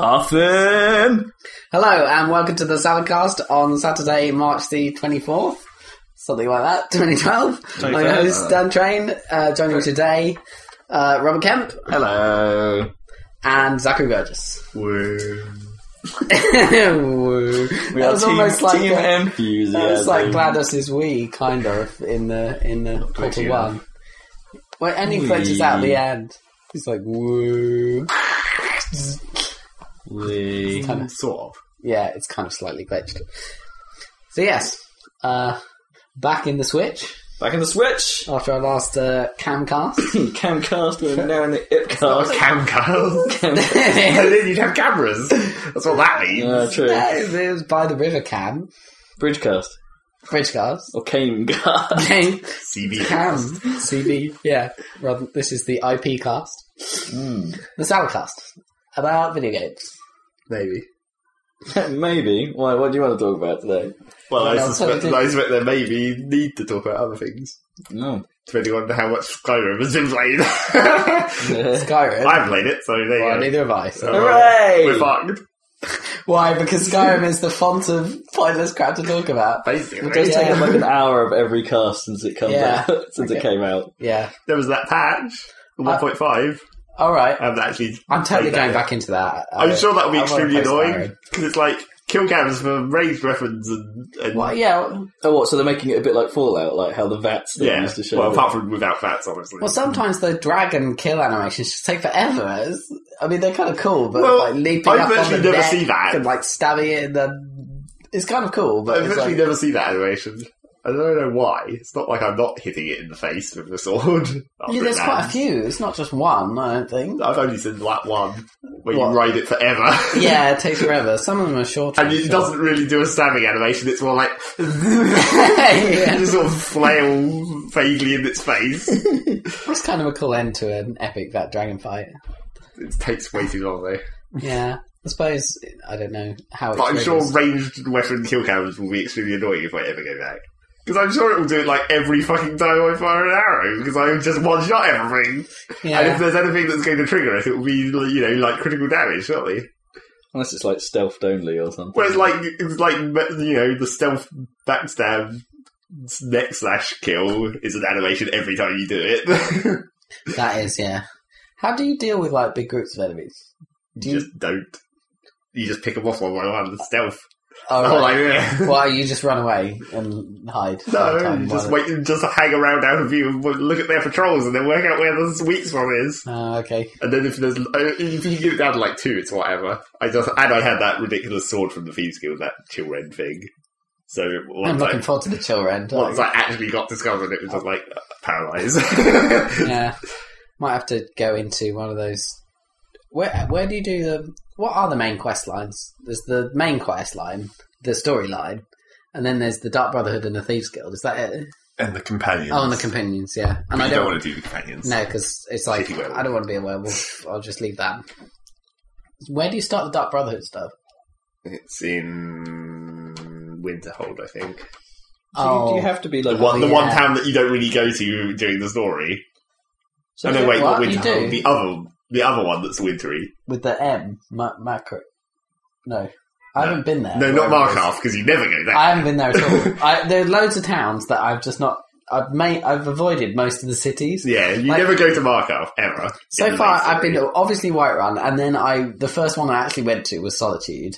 Puffin! Hello and welcome to the Saladcast on Saturday, March the 24th, something like that, 2012. I'm your 23rd, host, uh, Dan Train, uh, joining me today, uh, Robert Kemp Hello. and Zachary Burgess. Woo. Woo. We that are was team, almost like team a- enthusiasm. that was like Gladys's Wii, kind of, in the in the quarter Twitchy one. Well, only glitches out the Wee. end. He's like, woo. We- Kinda. Sort of. Yeah, it's kind of slightly glitched. So yes, uh, back in the Switch Back in the Switch. after our last uh, camcast. Camcast, we're now in the Ipcast. cam girls. and then you'd have cameras. That's what that means. Yeah, Uh, true. it was by the river cam, Bridgecast. bridge cars. Or Camecast. Game CB. cam CB. Yeah, rather, this is the IP cast, the Sourcast about video games. Maybe. Maybe. Why, what do you want to talk about today? Well, I Well, suspect, so- I suspect there may be need to talk about other things. No. Depending on how much Skyrim has been played. I Skyrim. haven't played it, so there Well, you go. neither have I. so- So, uh, Hooray! We're fucked. Why? Because Skyrim is the font of pointless crap to talk about. Basically. It's Yeah. taken like an hour of every cast since it comes Yeah. out, since it Okay. came out. Yeah. There was that patch, the Uh, 1.5. All right. I haven't actually. I'm totally played that going yet. back into that. Uh, I'm sure that'll be I wanna play extremely annoying. Skyrim. Because it's like kill cams for ranged weapons and. and Well, yeah. Oh, what? So they're making it a bit like Fallout, like how the VATs they yeah. used to show. Well, apart from without bats, obviously. Well, sometimes the drag and kill animations just take forever. It's, I mean, they're kind of cool, but Well, like leaping I up on the virtually never deck see that. and like stabbing it in the. It's kind of cool, but I've it's literally like, never seen that animation. I don't know why. It's not like I'm not hitting it in the face with the sword. after yeah, it there's quite a lands. few. It's not just one, I don't think. I've only seen that one where What? you ride it forever. yeah, it takes forever. Some of them are shorter. And it doesn't really do a stabbing animation, it's more like yeah. you sort of flail vaguely in its face. It's kind of a cool end to an epic that dragon fight. it takes way too long though. Yeah, I suppose I don't know how. It But I'm sure triggers. ranged weapon kill cams will be extremely annoying if I ever go back. Because I'm sure it will do it like every fucking time I fire an arrow, because I just one shot everything. Yeah. And if there's anything that's going to trigger us, it will be, like, you know, like critical damage, surely. Unless it's like stealthed only or something. Well, it's like it's like you know the stealth backstab neck slash kill is an animation every time you do it. That is, yeah. How do you deal with like big groups of enemies? Do you just don't. You just pick them off one by one. The stealth. Oh, right. Oh, like, yeah. Why you just run away and hide? all the No, time you just while- wait. Just hang around out of view and look at their patrols, and then work out where the weak spot is. Oh, okay. And then if there's if you get it down to like two, it's whatever. I just and I had that ridiculous sword from the thieves guild, that children thing. So I'm once I, looking forward to the chill end. once I actually got discovered, it was just like uh, paralyzed. yeah, might have to go into one of those. Where where do you do the? What are the main quest lines? There's the main quest line, the story line, and then there's the Dark Brotherhood and the Thieves Guild. Is that it? and the companions. Oh, and the companions. Yeah, and But I you don't don't. want to do the companions. No, because it's like City werewolf. I don't want to be a werewolf. I'll just leave that. Where do you start the Dark Brotherhood stuff? It's in Winterhold, I think. do, you, do you have to be The like one, the yeah. one town that you don't really go to during the story. So oh no, you- wait, not what you do Winterhold. The other, the other one that's wintry. with the M Ma- Macro? No, I No. haven't been there. no, not wherever it is. Markarth because you never go there. I haven't been there at all. I, there are loads of towns that I've just not. I've made. I've avoided most of the cities. yeah, you like- never go to Markarth ever. in So the far, main I've been story. to obviously Whiterun, and then I the first one I actually went to was Solitude,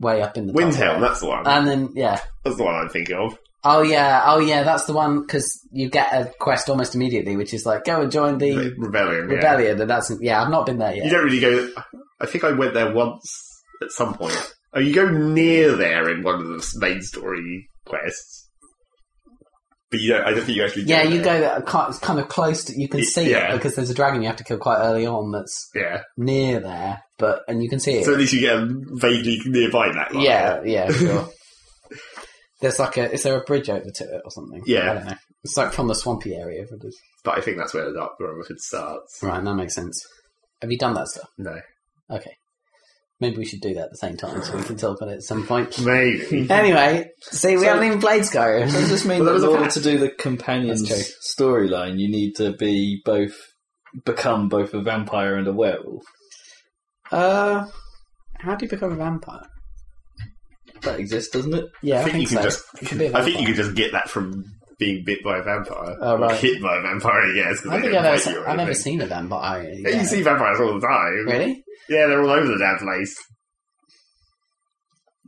way up in the top. Windhelm. That's the one. and then yeah, that's the one I'm thinking of. Oh yeah, oh yeah, that's the one because you get a quest almost immediately, which is like go and join the The Rebellion. yeah. rebellion, and that's yeah. I've not been there You yet. don't really go. I think I went there once at some point. Oh, you go near there in one of the main story quests, but you don't. I don't think you actually. Yeah, go you go. uh, there. ki- It's kind of close. To, you can Y- see yeah. it because there's a dragon you have to kill quite early on. That's Yeah, near there, but and you can see it. so at least you get a vaguely nearby that. line. yeah, yeah, sure. There's like a is there a bridge over to it or something? Yeah. I don't know. It's like from the swampy area. If it is. but I think that's where the Dark Brotherhood starts. Right, that makes sense. Have you done that stuff? No, Okay. Maybe we should do that at the same time so we can talk on it at some point. Maybe. Anyway, see, we So- haven't even played Skyrim. Does this mean Well, that was that a in order to fact. do the companion's That's storyline, you need to be both become both a vampire and a werewolf? Uh, how do you become a vampire? That exists, doesn't it? Yeah, I think, you can so. just. You can be a I think you vampire. can just get that from being bit by a vampire. Oh, Or right. Hit by a vampire, yes. 'cause I they think don't I've never, bite you se- or I've never anything. seen a vampire. Yeah, yeah. You see vampires all the time. Really? Yeah, they're all over the damn place.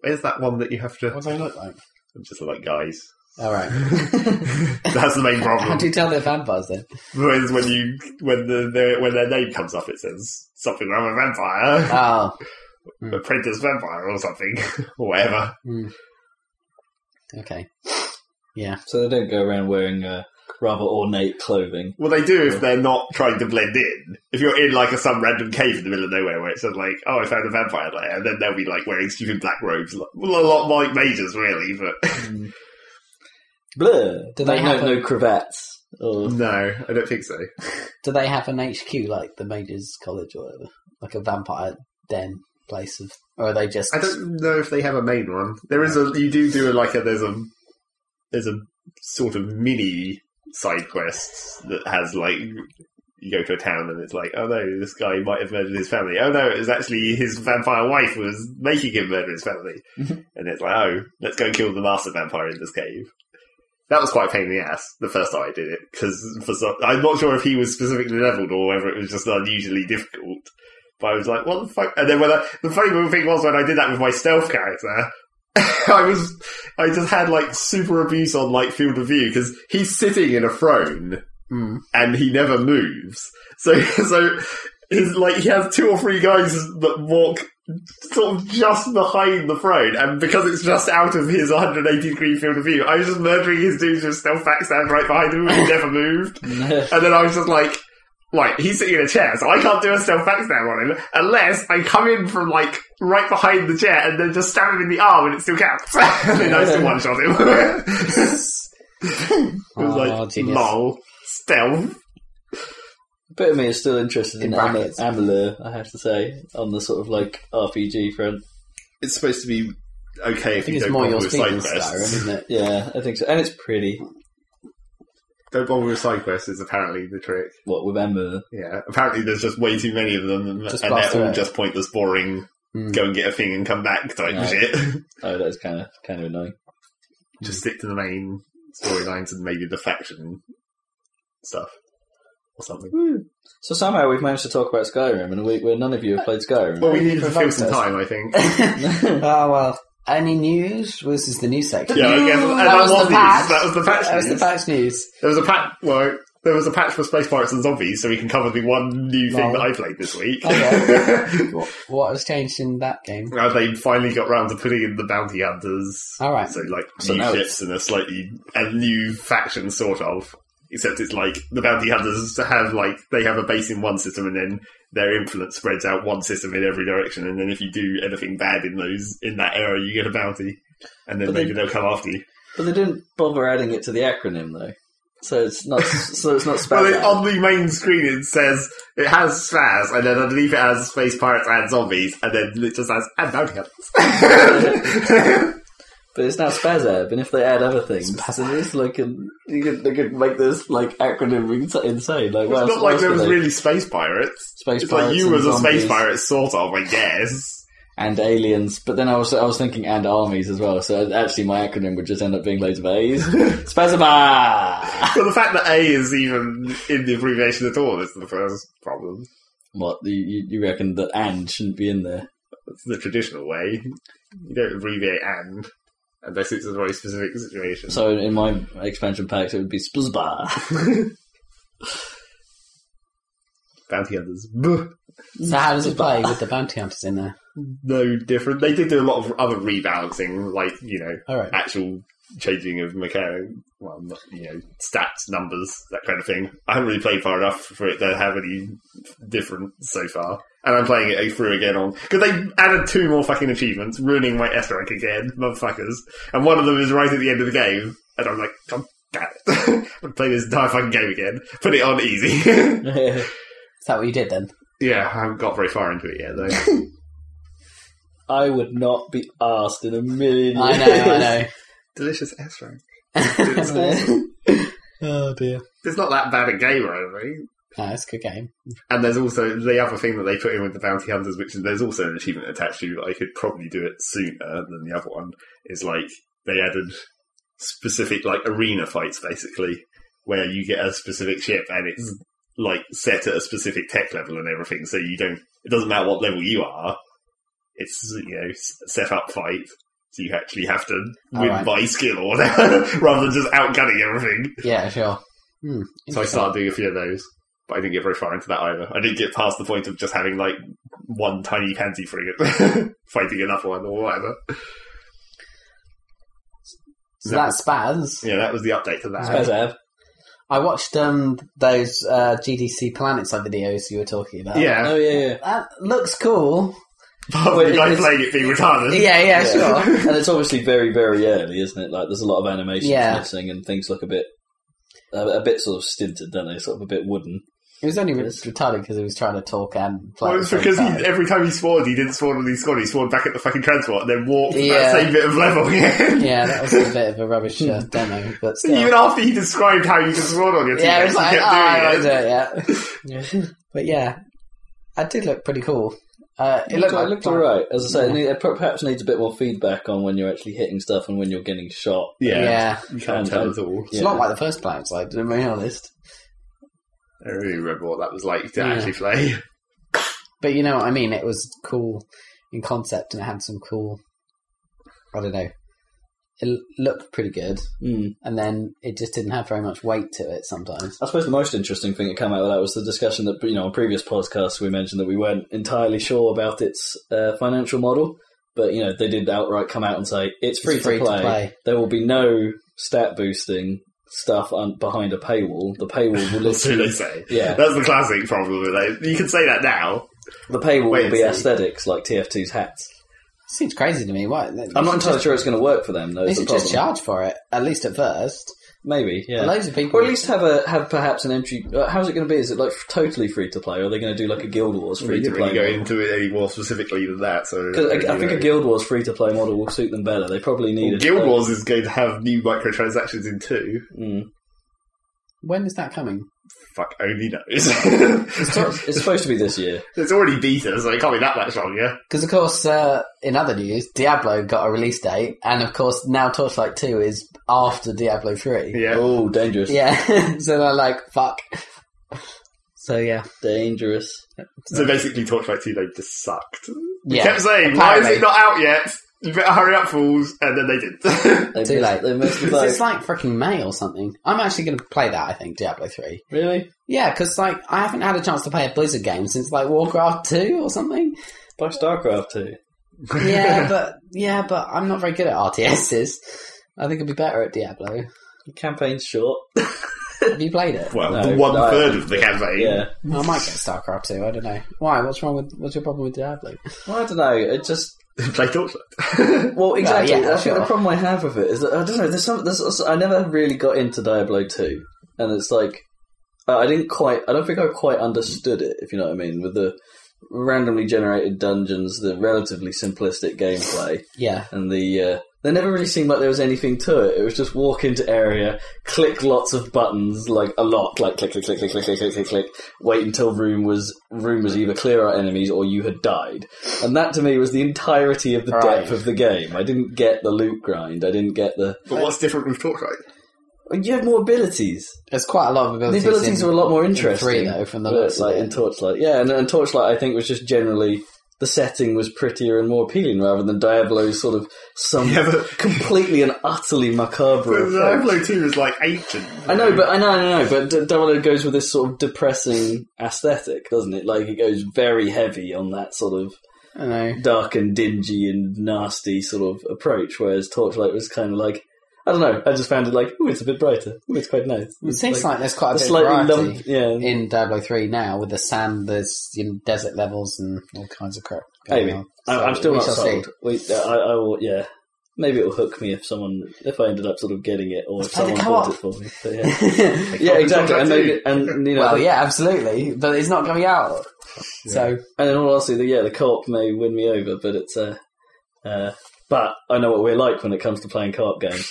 Where's that one that you have to? What do they look like? I'm just like guys. All right. That's the main How problem. do you tell they're vampires then? Whereas when you when the, the when their name comes up, it says something. I'm a vampire, Oh, apprentice vampire, or something, or whatever. mm. okay. So they don't go around wearing uh, rather ornate clothing. Well, they do if they're not trying to blend in. If you're in like a, some random cave in the middle of nowhere where it says like, "Oh, I found a vampire lair," and then they'll be like wearing stupid black robes, like, well, a lot like mages really, but Blur. Hmm. Do they no, have no, a- Hmm. no cravats? Or... no, I don't think so. Do they have an HQ like the Mages College or whatever, like a vampire den place of, or are they just? I don't know if they have a main one. There is a you do do a, like a there's a there's a sort of mini side quest that has like you go to a town and it's like oh no this guy might have murdered his family oh no it was actually his vampire wife was making him murder his family Mhm. and it's like oh let's go and kill the master vampire in this cave. That was quite a pain in the ass the first time I did it because for some, I'm not sure if he was specifically leveled or whether it was just unusually difficult. But I was like, what the fuck? And then when I, the funny thing was when I did that with my stealth character, I was, I just had like super abuse on like field of view because he's sitting in a throne Mm. and he never moves. So, so his like he has two or three guys that walk sort of just behind the throne, and because it's just out of his 180 degree field of view, I was just murdering his dudes with stealth backstab right behind him, and he never moved. And then I was just like, like, he's sitting in a chair, so I can't do a stealth backstab on him unless I come in from like right behind the chair and then just stab him in the arm and it still counts. and then I still one shot him. it was Oh, like, genius. lol, stealth. bit of me is still interested in, In in Am- brackets. Amalur, I have to say, on the sort of like RPG front. It's supposed to be okay I if think you it's don't more bother your with speed side than Skyrim, quests. isn't it? Yeah, I think so. And it's pretty. Don't bother with side quests is apparently the trick. What with Amalur? Yeah, apparently there's just way too many of them, and Just they're blast all away. just pointless, boring. Mm. Go and get a thing and come back type Yeah. shit. Oh, that's kind of kind of annoying. just stick to the main storylines and maybe the faction stuff or something. Hmm, So somehow we've managed to talk about Skyrim in a week where none of you have played Skyrim. Well, we Maybe need to for fill voters. some time, I think. oh well. Any news? Well, this is the news section. Yeah, I guess- and that was Hmm, the news. patch. That was the patch That was the news. patch news. There was a patch. Well, there was a patch for Space Pirates and Zombies, so we can cover the one new thing Lol. that I played this week. Okay. What, what has changed in that game? Uh, they finally got round to putting in the bounty hunters. All right. So like So new now ships and a slightly a new faction sort of. Except it's like the bounty hunters have like they have a base in one system and then their influence spreads out one system in every direction and then if you do anything bad in those in that area you get a bounty. And then But maybe then- they'll come after you. But they didn't bother adding it to the acronym though, so it's not so it's not Well, spelled it, out. on the main screen it says it has Spaz, and then underneath it has Space Pirates and Zombies, and then it just has and Bounty Hunters. But it's now Spazab, and if they add other things, so it's like a, you could, they could make this like acronym ins- insane. Like, what else- it's what not like else there do was they- really Space Pirates. space It's like pirates you and was a space zombies pirate, sort of, I guess. and aliens. But then I was I was thinking and armies as well. So actually, my acronym would just end up being loads of A's. Spazaba. But the fact that A is even in the abbreviation at all is the first problem. What you- you you reckon that and shouldn't be in there? It's the traditional way. You don't abbreviate and unless it's a very specific situation. So in my expansion packs, it would be Spazba. Bounty hunters. Buh. So how does it play with the bounty hunters in there? No different. They did do a lot of other rebalancing, like, you know, All right. actual changing of mechanic, well, not, you know, stats, numbers, that kind of thing. I haven't really played far enough for it to have any different so far. And I'm playing it through again on because they added two more fucking achievements, ruining my S rank again, motherfuckers. And one of them is right at the end of the game, and I'm like, God damn it! I'm playing this entire fucking game again. Put it on easy. yeah, Is that what you did then? yeah, I haven't got very far into it yet though. I would not be asked in a million years. I know, I know. Delicious S rank. It's oh awesome. dear. It's not that bad a game or anything. No, it's a good game. And there's also the other thing that they put in with the bounty hunters, which is there's also an achievement attached to. I could probably do it sooner than the other one. Is like they added specific like arena fights, basically, where you get a specific ship and it's like set at a specific tech level and everything. So you don't. It doesn't matter what level you are. It's you know s- set up fight. So you actually have to win Alright. by skill or whatever, rather than just outgunning everything. Yeah, sure. Hmm, So I interesting. started doing a few of those, but I didn't get very far into that either. I didn't get past the point of just having like one tiny pansy frigate fighting another one or whatever. So that's Spaz. Yeah, that was the update to that. Spaz Ab. I watched um those uh, GDC Planetside videos you were talking about. Yeah, Oh, yeah, yeah. That looks cool. apart from Well, the guy it's- playing it being retarded. Yeah, yeah, Yeah. sure. and it's obviously very, very early, isn't it? Like, there's a lot of animations Yeah. missing and things look a bit, a, a bit sort of stinted, don't they? Sort of a bit wooden. It was only re- retarded because he was trying to talk and play. Well, at it's the same because he, time. every time he spawned, he didn't spawn on the squad. He spawned back at the fucking transport and then walked Yeah. that same bit of level again. yeah, that was a bit of a rubbish uh, demo, but still. Even after he described how you just spawned on your team, yeah, it was like, kept oh, I won't doing do it. it yet. but yeah, that did look pretty cool. Uh, it looked like it looked alright. As I say, it, need, it perhaps needs a bit more feedback on when you're actually hitting stuff and when you're getting shot. Yeah. Yeah, you can't tell at all. it's Yeah. not like the first Planet Side, to be honest. I don't really remember what that was like to Yeah. actually play. But you know what I mean. It was cool in concept, and it had some cool. I don't know. It l- looked pretty good, Mm. and then it just didn't have very much weight to it. Sometimes, I suppose the most interesting thing that came out of that was the discussion that you know on previous podcasts we mentioned that we weren't entirely sure about its uh, financial model, but you know they did outright come out and say it's free, It's free to, to play. play. There will be no stat boosting stuff un- behind a paywall. The paywall will That's what they literally say. Yeah. That's the classic problem with it. You can say that now. the paywall Wait will and be see. aesthetics like TF2's hats. seems crazy to me. Why? I'm not entirely sure it's going to work for them though. They is the should just problem. charge for it, at least at first. Maybe yeah. Loads of people. Or at least have a have perhaps an entry. Uh, how's it going to be? Is it like f- totally free to play, or are they going to do like a Guild Wars We free to didn't really go play? into it any more specifically than that. So Because I, I you think know. a Guild Wars free to play model will suit them better. They probably need Well, it. Guild Wars is going to have new microtransactions in two. Mm. when is that coming? Fuck, only knows. It's, not- it's supposed to be this year. it's already beta, so it can't be that much longer. Because of course, uh, in other news, Diablo got a release date, and of course now Torchlight Two is after Diablo Three. Yeah. Oh, dangerous! Yeah. so they're like, fuck. So yeah, Dangerous. So basically, Torchlight 2 they just sucked. We yeah. kept saying, "Why is Apparently. it not out yet? You better hurry up, fools!" And then they didn't. They Too missed- late. They missed the 'Cause boat. it's like freaking May or something. I'm actually going to play that. I think Diablo Three. really? Yeah, because like I haven't had a chance to play a Blizzard game since like Warcraft Two or something. By Starcraft too. Yeah, but yeah, but I'm not very good at RTSs. I think I'd be better at Diablo. Campaign's short. Have you played it? well, No, the one I- third of the campaign. Yeah. I might get StarCraft 2, I don't know. Why? What's wrong with what's your problem with Diablo? Well, I don't know. It just Play Torchlight. Well, exactly. yeah, I think sure. the problem I have with it is that I don't know. There's some. There's, I never really got into Diablo two, and it's like uh, I didn't quite. I don't think I quite understood it. If you know what I mean, with the randomly generated dungeons, the relatively simplistic gameplay, Yeah. and the uh, there never really seemed like there was anything to it. It was just walk into area, click lots of buttons, like a lot, like click click click click click click click click click. Wait until room was room was either clear out enemies or you had died, and that to me was the entirety of the Right. depth of the game. I didn't get the loot grind. I didn't get the But what's different with Torchlight? you had more abilities. There's quite a lot of The abilities. abilities in- were a lot more interesting, three, though, from the but, looks of like it. in Torchlight. Yeah, and, and Torchlight I think was just generally the setting was prettier and more appealing rather than Diablo's sort of some Yeah, but- completely and utterly macabre. approach. Diablo 2 is like ancient. I know, but I know, I know, but D- Diablo goes with this sort of depressing aesthetic, doesn't it? Like it goes very heavy on that sort of I don't know. dark and dingy and nasty sort of approach, whereas Torchlight was kind of like. I don't know. I just found it like, ooh, it's a bit brighter. Ooh, it's quite nice. It It's seems like, there's quite a a bit of slightly variety lump, yeah, in Diablo 3 now with the sand, there's you know, desert levels and all kinds of crap. going Maybe. on. I'm, So I'm still we not shall sold. see. We, uh, I, I will, yeah. Maybe it'll hook me if someone, if I ended up sort of getting it, or if play the someone bought it co-op. for me. But yeah, yeah, Can't be exactly. And, Torchlight maybe, and you know, well, the- yeah, absolutely, but it's not coming out. So and in all honesty, the, yeah, the co-op may win me over, but it's uh, Uh, but I know what we're like when it comes to playing co-op games.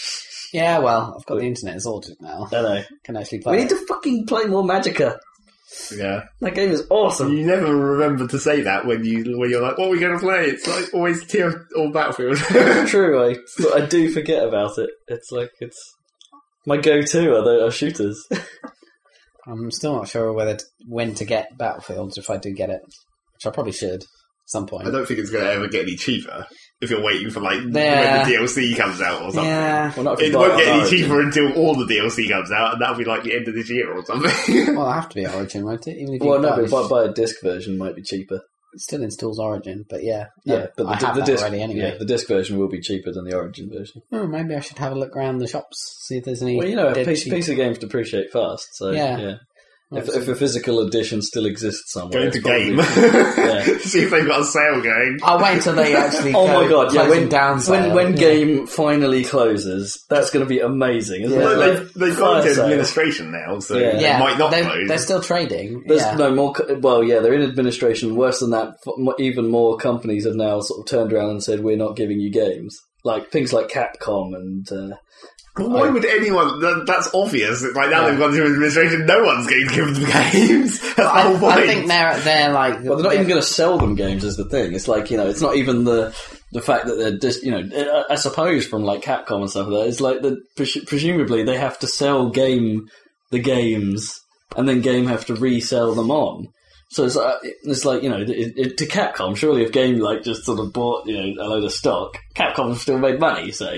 Yeah, well, I've got the internet sorted now. I know. Can actually play. We need to fucking play more Magica. Yeah. That game is awesome. You never remember to say that when you when you're like, "What are we going to play?" It's like always TF or Battlefield. True, I but I do forget about it. It's like it's my go-to. Are the are shooters? I'm still not sure whether to, when to get Battlefields if I do get it, which I probably should at some point. I don't think it's going to ever get any cheaper if you're waiting for like Yeah. when the DLC comes out or something. Yeah. Well, not if you It buy won't on get any Origin. cheaper until all the DLC comes out, and that'll be like the end of this year or something. Well, I have to be Origin, won't it? Even if you Well, no, buy- but buy, buy a disc version might be cheaper. it still installs Origin, but yeah, Yeah, No, but the, I have the that disc already yeah, anyway. the disc version will be cheaper than the Origin version. Hmm, maybe I should have a look around the shops, see if there's any. Well, you know, a dead piece, cheap- piece of games depreciate fast. So Yeah. yeah, if, if a physical edition still exists somewhere, Go it's to game, probably- see if they've got a sale going. I'll wait until they actually. Oh go my god! Yeah, closing when down when, sale. when Yeah. game finally closes, that's going to be amazing, isn't Yeah. it? No, Like, they've, they've fire gone into sale. administration now, so Yeah. they yeah, might not they're, close. they're still trading. There's yeah. no more. co- Well, yeah, they're in administration. Worse than that, f- mo- even more companies have now sort of turned around and said, "We're not giving you games." Like things like Capcom and uh, But why would anyone? That, that's obvious. It's like now Yeah. they've gone into administration, no one's going to give them games. That's the whole point. I think they're they're like. Well, they're not even going to sell them games, is the thing. It's like you know, it's not even the the fact that they're just you know, I- I suppose from like Capcom and stuff like that, it's like the pres- presumably they have to sell game the games, and then game have to resell them on. So it's like, it's like you know, it, it, to Capcom, surely if game like just sort of bought you know a load of stock, Capcom still made money. So.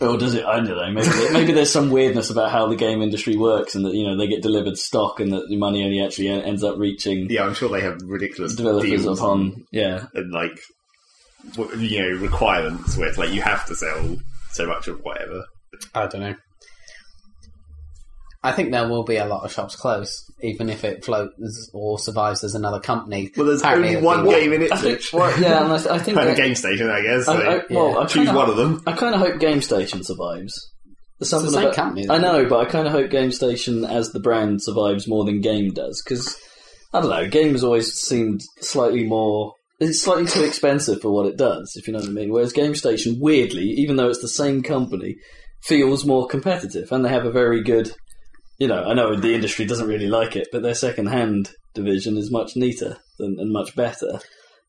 Or does it? I don't know. Maybe, maybe there's some weirdness about how the game industry works, and that you know they get delivered stock, and that the money only actually en- ends up reaching yeah, I'm sure they have ridiculous developers deals upon yeah and like w- you know requirements where it's like you have to sell so much of whatever. I don't know. I think there will be a lot of shops close, even if it floats or survives as another company. Well, there's Apparently only it'll one be- game in it. I think, Which, well, yeah, and I, th- I think and a that- game station, I guess. I, so I, well, Yeah. I choose kinda, one of them. I kind of hope Game Station survives. There's something same about- company, I isn't know, but I kind of hope Game Station as the brand survives more than Game does because I don't know. Game has always seemed slightly more. It's slightly too expensive for what it does, if you know what I mean. Whereas Game Station, weirdly, even though it's the same company, feels more competitive, and they have a very good. You know, I know the industry doesn't really like it, but their second-hand division is much neater than, and much better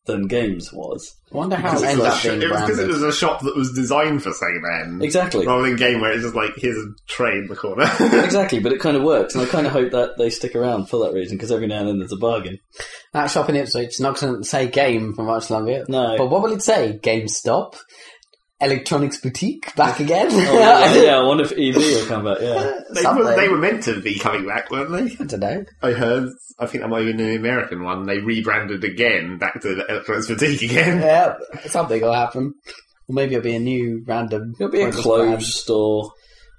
than Games was. I wonder how Because it it's ends like up sh- being it was because it branded. was a shop that was designed for secondhand. Exactly. Rather than a game where it's just like here's a tray in the corner. Exactly, but it kind of worked, and I kind of hope that they stick around for that reason because every now and then there's a bargain. That shop in Ipswich is not going to say game for much longer. No. But what will it say? GameStop? Electronics Boutique? Back again? Oh, yeah, yeah, I wonder if EV will come back. Yeah, they, were, Something. they were meant to be coming back, weren't they? I don't know. I heard. I think that might have been an American one. They rebranded again back to the Electronics Boutique again. Yeah, something will happen. Or maybe it'll be a new random. it'll be a pointless closed brand. store.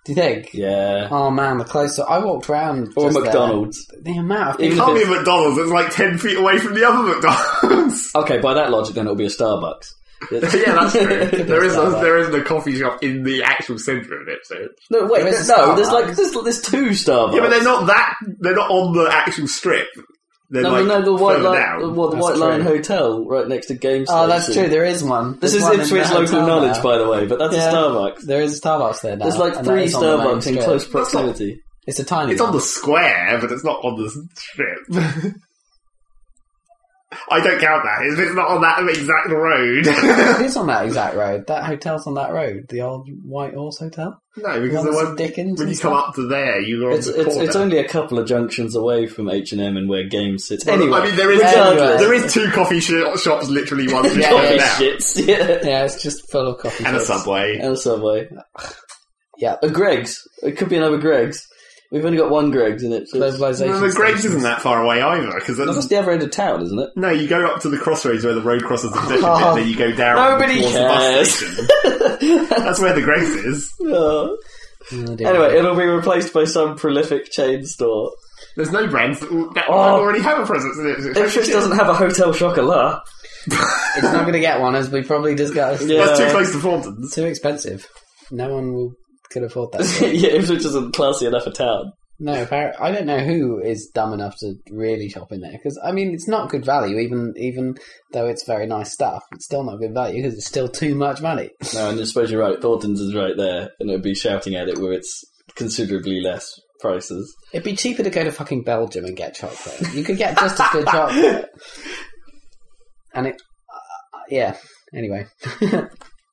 Do you think? Yeah, Oh man, the closer I walked around. or a just there. McDonald's. The amount of Even if people Can't be a McDonald's. It's like ten feet away from the other McDonald's. Okay, by that logic, then it'll be a Starbucks. yeah, that's true. there is a, Starbucks. there isn't a coffee shop in the actual centre of it. So no, wait, There is a no. There's Starbucks. like there's, there's two Starbucks. yeah, but they're not that. They're not on the actual strip. They're no, like no, no, the White further Lion, down. the, well, the That's White Lion true. Hotel right next to Game Oh, that's Station. true. There is This one. There's is one in Ipswich the local hotel knowledge, there. by the way, but that's Yeah. a Starbucks. There is a Starbucks there now. There's like and that three is on the main Starbucks in strip. close That's not- proximity. It's a tiny. It's one. on the square, but it's not on the strip. I don't count that. It's, it's not on that exact road. It is on that exact road. That hotel's on that road. The old White Horse Hotel. no, One because the that's one, Dickens when and you come stuff. up to there, you're on It's, the it's, corner. it's only a couple of junctions away from H and M and where Game sits. Well, Anyway, I mean, there is regardless. there is two coffee sh- shops literally one just Yeah, up and coffee down, shits, yeah. Yeah, it's just full of coffee. and a shops. subway. And a subway. Yeah. A Greg's. It could be another Greg's. We've only got one Greg's in it. so it's- Globalization. No, the Greg's stations. isn't that far away either, because No, that's the other end of town, isn't it? No, you go up to the crossroads where the road crosses the pedestrian bit, Oh, and then you go down nobody towards cares. the bus station. That's where the Greg's is. No. Oh, dear. Anyway, it'll be replaced by some prolific chain store. There's no brands that, that Oh. already have a presence in it. Ipswich doesn't have a hotel chocolat. it's not going to get one, as we probably discussed. Yeah. That's too close to Thornton's. It's too expensive. No one will could afford that. yeah, Ipswich isn't classy enough a town. No, appar- I don't know who is dumb enough to really shop in there because I mean it's not good value. Even even though it's very nice stuff, it's still not good value because it's still too much money. No, and I suppose you're right. Thornton's is right there, and it'd be shouting at it where it's considerably less prices. It'd be cheaper to go to fucking Belgium and get chocolate. You could get just as good chocolate. And it, uh, yeah. Anyway,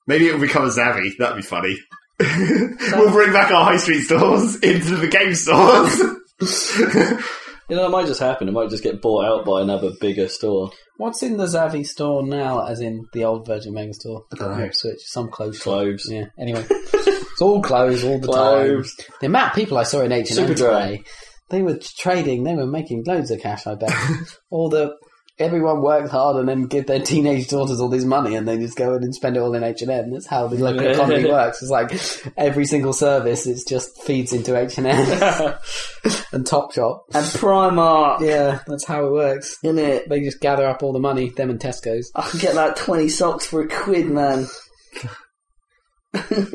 Maybe it'll become a Zavi. That'd be funny. we'll bring back our high street stores into the game stores. You know, that might just happen. It might just get bought out by another bigger store. what's in the Zavi store now? As in the old Virgin Mega store? I don't know. Switch some clothes. shop. Clothes. Yeah. Anyway, it's all clothes all the Clothes. time. The amount of people I saw in H and M Superdry. today, they were trading. They were making loads of cash. I bet all the everyone worked hard and then give their teenage daughters all this money and they just go in and spend it all in H and M. That's how the local economy works. It's like every single service, it just feeds into H and M and Topshop. and Primark, Yeah, that's how it works. in it. They just gather up all the money, them and Tesco's. I can get like 20 socks for a quid, man.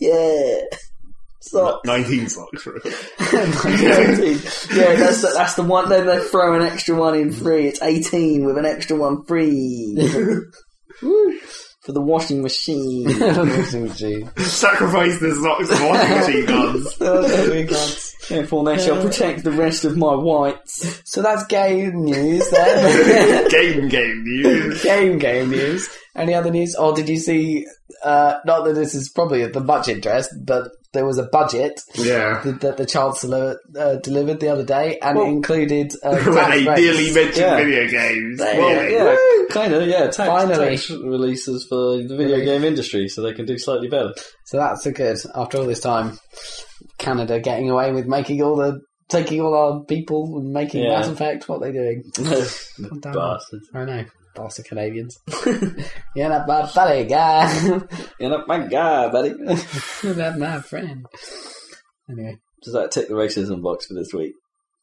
yeah. Socks. Nineteen socks for it. yeah, that's the, that's the one. Then they throw an extra one in free. It's 18 with an extra one free. Woo. for the washing machine. Sacrifice the socks for washing machine guns. Therefore, they shall protect the rest of my whites. So that's game news then. Game game news. game game news. Any other news? Or did you see? Uh, not that this is probably the much interest, but there was a budget Yeah. that, that the chancellor uh, delivered the other day, and Well- it included uh, When tax they breaks. nearly mentioned Yeah. video games. Well, Yay. yeah, kind of. Yeah, tax, Finally. tax releases for the video Release. game industry, so they can do slightly better. So that's a good. After all this time, Canada getting away with making all the taking all our people and making Yeah. mass effect. What are they doing? damn. Bastards. I know. Bastard Canadians. You're not my buddy, guy. You're not my guy, buddy. You're not my friend. Anyway, Does that tick the racism box for this week?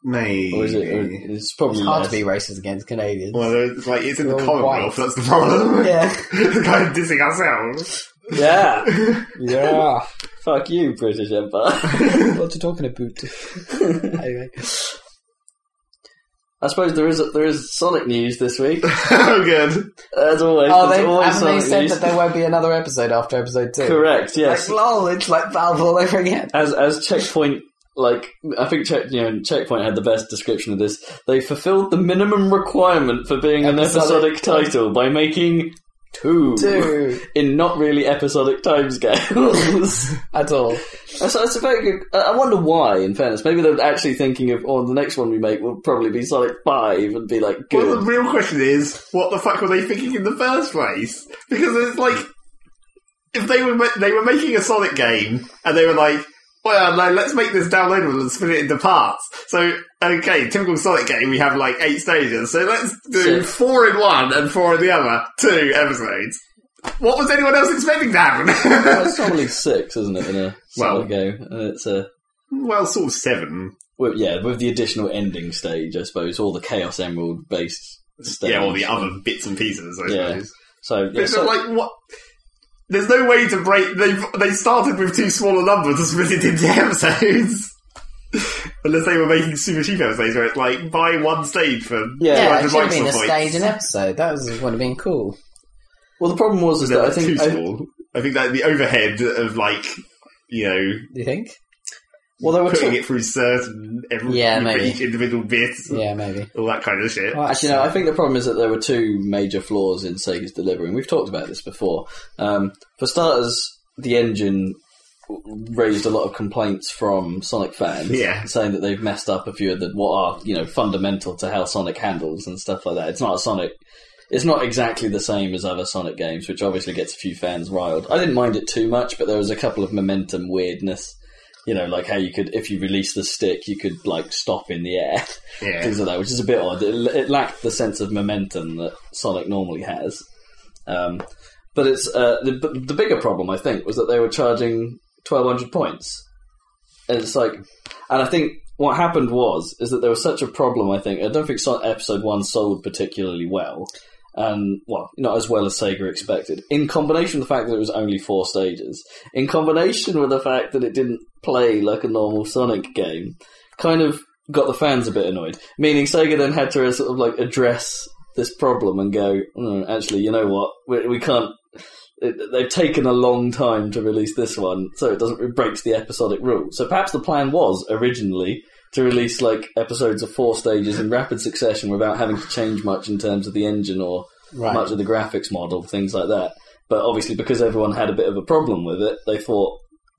Maybe. Or is it? Or it's probably it's hard less. to be racist against Canadians. Well, it's like it's in the Well, Commonwealth. why? That's the problem. yeah. it's kind of dissing ourselves. Yeah. Yeah. Fuck you, British Empire. what you talking about? anyway. I suppose there is there is Sonic news this week. oh, good. As always, Oh, there's they, always haven't Sonic they said news. that there won't be another episode after episode two? Correct. Yes. Like, lol, it's like Valve all over again. as as checkpoint like I think check you know checkpoint had the best description of this. They fulfilled the minimum requirement for being an Episodic. episodic title by making two, Two. in not really episodic timescales. At all. And so it's a very good. I I wonder why. In fairness, maybe they're actually thinking of oh the next one we make will probably be Sonic Five and be like Well, the good. real question is, what the fuck were they thinking in the first place? Because it's like, if they were ma- they were making a Sonic game and they were like, well, no, let's make this downloadable and split it into parts. So, okay, typical Sonic game, we have like eight stages. So let's do Six. four in one and four in the other, two episodes. What was anyone else expecting to Well, happen? it's normally six, isn't it? In a Well. Sonic game, and it's a. well, sort of seven. Well, yeah, with the additional ending stage, I suppose, or the Chaos Emerald based stage. Yeah, all the other bits and pieces, I Yeah. suppose. So, yeah, But so like, what? There's no way to break. They they started with too small a number to split it into episodes. Unless they were making super cheap episodes where it's like buy one stage for Yeah, Yeah, like it 200 should have been a Microsoft points. stage and episode. That was would have been cool. well, the problem was is They're that I too think I- small. I think that the overhead of like you know Do you think? well they were putting talk- it through certain every Yeah, for maybe. each individual bit, Yeah, maybe. all that kind of shit. Well, Mm. actually no. I think the problem is that there were two major flaws in Sega's delivery, and we've talked about this before. Um, for starters, the engine raised a lot of complaints from Sonic fans, Yeah. saying that they've messed up a few of the what are you know fundamental to how Sonic handles and stuff like that. It's not a Sonic. It's not exactly the same as other Sonic games, which obviously gets a few fans riled. I didn't mind it too much, but there was a couple of momentum weirdness. You know, like how you could, if you release the stick, you could like stop in the air, Yeah. things like that, which is a bit odd. It, it lacked the sense of momentum that Sonic normally has. Um, but it's uh, the, but the bigger problem, I think, was that they were charging twelve hundred points. And it's like, and I think what happened was is that there was such a problem. I think I don't think Son- episode one sold particularly well, and well, not as well as Sega expected. In combination with the fact that it was only four stages, in combination with the fact that it didn't play like a normal Sonic game, kind of got the fans a bit annoyed. Meaning Sega then had to uh, sort of like address this problem and go, "Hmm, actually, you know what? We, we can't. It, they've taken a long time to release this one, so it doesn't it breaks the episodic rule. So perhaps the plan was originally to release like episodes of four stages in rapid succession without having to change much in terms of the engine or Right. much of the graphics model, things like that. But obviously, because everyone had a bit of a problem with it, they thought,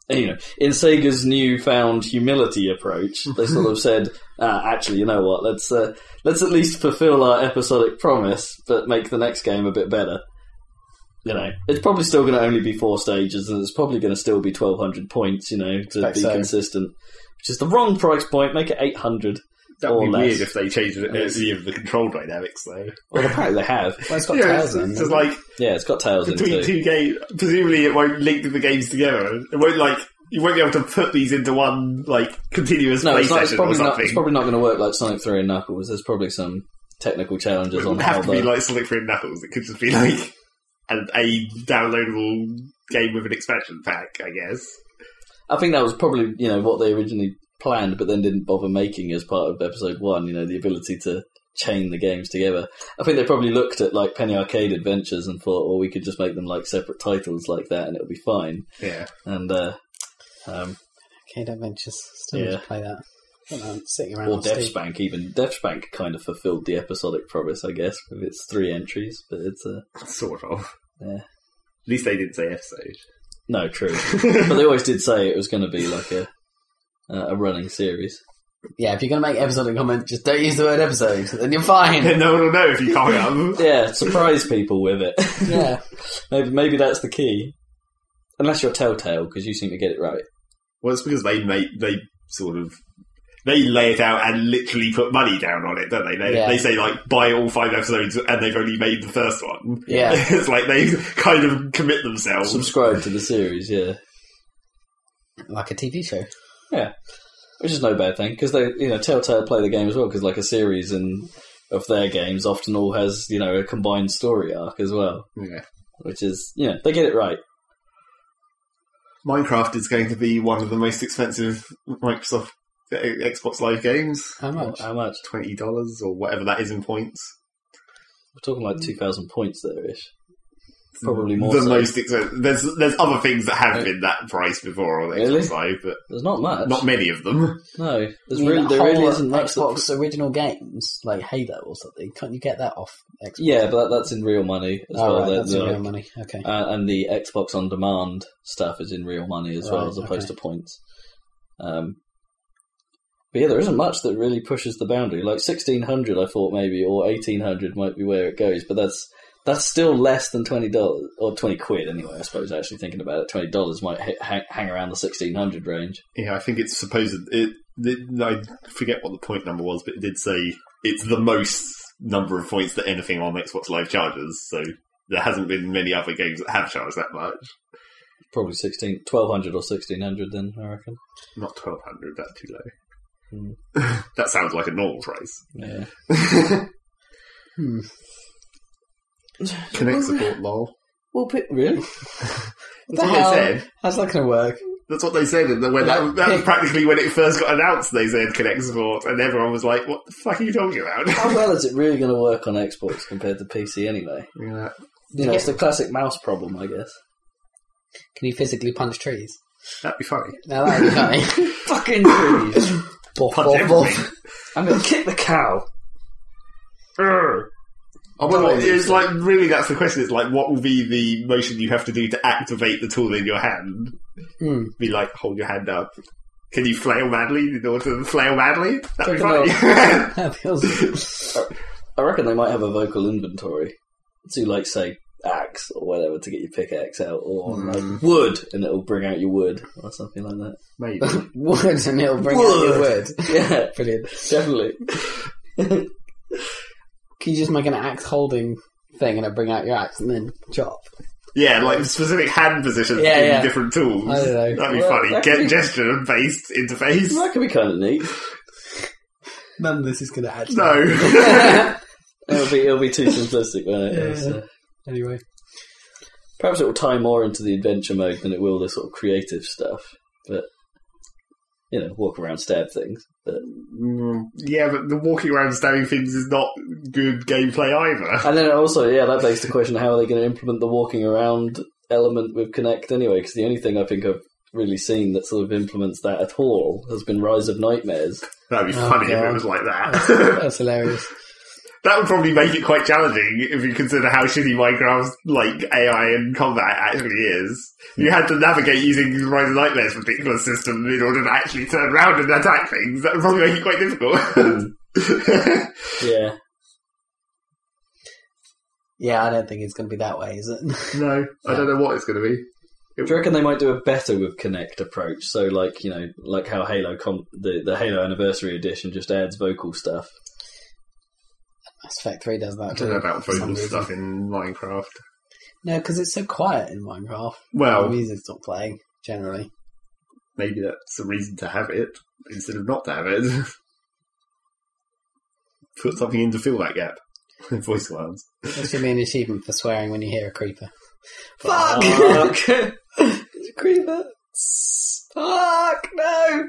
you know, in Sega's newfound humility approach, they sort of said, ah, actually, you know what? Let's uh, let's at least fulfil our episodic promise, but make the next game a bit better. You know, it's probably still going to only be four stages, and it's probably going to still be twelve hundred points. You know, to Expect be so. consistent, which is the wrong price point. Make it eight hundred. That would Or be less. weird if they changed it, uh, Yes. any of the control dynamics, though. Well, apparently they have. Well, it's got yeah, tails it's, in. it's just hasn't it? like Yeah, it's got tails in too. between two games. Presumably, it won't link the games together. It won't like you won't be able to put these into one like continuous No, play it's, not, it's session or probably not. something. It's probably not going to work like Sonic Three and Knuckles. There's probably some technical challenges it on wouldn't how have to be the like Sonic Three and Knuckles. It could just be like an, a downloadable game with an expansion pack, I guess. I think that was probably you know what they originally planned, but then didn't bother making as part of Episode One. You know, the ability to chain the games together. I think they probably looked at like Penny Arcade Adventures and thought, well, we could just make them like separate titles like that, and it'll be fine. Yeah, And uh, um, Arcade Adventures. Still need Yeah. to play that. I don't know, I'm sitting around. or on Steam. Death Bank, even Death Bank kind of fulfilled the episodic promise, I guess, with its three entries. But it's uh, sort of. Yeah. At least they didn't say episode. no true. but they always did say it was going to be like a uh, a running series. Yeah, if you're going to make episodic comment, just don't use the word episode. Then you're fine. Yeah, no one will know if you can't up. Yeah, surprise people with it. yeah. maybe maybe that's the key. Unless you're Telltale, because you seem to get it right. Well, it's because they make they sort of they lay it out and literally put money down on it, don't they? They, Yeah. they say like buy all five episodes, and they've only made the first one. Yeah. it's like they kind of commit themselves. Subscribe to the series, yeah, Like a TV show. which is no bad thing because they, you know, Telltale play the game as well because like a series and of their games often all has you know a combined story arc as well, Yeah. which is you know they get it right. Minecraft is going to be one of the most expensive Microsoft uh, Xbox Live games. How much? How much? Twenty dollars or whatever that is in points. We're talking like two thousand points there ish. Probably more The so. Uh, most expensive. There's there's other things that have been that price before on Really? Xbox Live, but There's not much. not many of them. no, there's I mean, really, there whole uh, really isn't much. that- Xbox original games like Halo or something. Can't you get that off Xbox? Yeah, but that, that's in real money as oh, well. right, They're- that's they're in real like- money. Okay. Uh, and the Xbox On Demand stuff is in real money as well, Right, as opposed okay. to points. Um, but yeah, there isn't much that really pushes the boundary. Like sixteen hundred, I thought maybe, or eighteen hundred might be where it goes. But that's that's still less than twenty dollars or twenty quid anyway. I suppose actually thinking about it, twenty dollars might ha- hang, hang around the sixteen hundred range. Yeah, I think it's supposed. It, it, I forget what the point number was, but it did say it's the most number of points that anything on Xbox Live charges. So there hasn't been many other games that have charged that much. Probably 16, 1200 or sixteen hundred. Then I reckon. Not twelve hundred. That's too low. Hmm. that sounds like a normal price. Yeah. Hmm. Connect support, lol. Well, pi- really? That's what hell? they said. How's that going to work? That's what they said. And when that, that was practically when it first got announced, they said Connect support, and everyone was like, "What the fuck are you talking about?" How well is it really going to work on Xbox compared to PC anyway? yeah. You know, it's the classic mouse problem, I guess. Can you physically punch trees? That'd be funny. Now that'd be funny. Fucking trees. Boff, boff, Punch boff. everything. I'm gonna kick the cow. Well, Well, it's like really that's the question. It's like what will be the motion you have to do to activate the tool in your hand? Hmm. Be like hold your hand up. Can you flail madly in order to flail madly? That'd be Fucking funny. That feels. I reckon they might have a vocal inventory to like say axe or whatever to get your pickaxe out, or like wood, and it'll bring out your wood or something like that. Maybe. Wood and it'll bring out your wood. Yeah, Brilliant. definitely. Can you just make an axe holding thing and it'll bring out your axe and then chop? Yeah, like specific hand positions Yeah, in yeah. different tools. I don't know. That'd be Well, funny. that Get could be- gesture and face interface. That could be kind of neat. None of this is going to actually. No. It'll be it'll be too simplistic, won't it? Yeah. It's, uh, anyway. perhaps it will tie more into the adventure mode than it will the sort of creative stuff. But you know, walk around, stab things. Mm, yeah, but the walking around stabbing things is not good gameplay either. And then also, yeah, that begs the question: How are they going to implement the walking around element with Connect anyway? Because the only thing I think I've really seen that sort of implements that at all has been Rise of Nightmares. That'd be Oh, funny if it God. was like That's, that. that's hilarious. that would probably make it quite challenging if you consider how shitty Minecraft's like AI and combat actually is. You had to navigate using Rise of Nightmares particular system in order to actually turn around and attack things. That would probably make it quite Mm. difficult. yeah, Yeah, I don't think it's going to be that way, is it? no, I Yeah. don't know what it's going to be. do you reckon they might do a better with Connect approach? So, like you know, like how Halo com- the the Halo Anniversary Edition just adds vocal stuff. Mass Effect 3 does that I too. don't know about for some vocal reason. stuff in Minecraft. No, because it's so quiet in Minecraft. Well, The music's not playing, generally. maybe that's a reason to have it instead of not to have it. Put something in to fill that gap. Voice commands. That should be an achievement for swearing when you hear a creeper. Fuck! creeper! Fuck! No!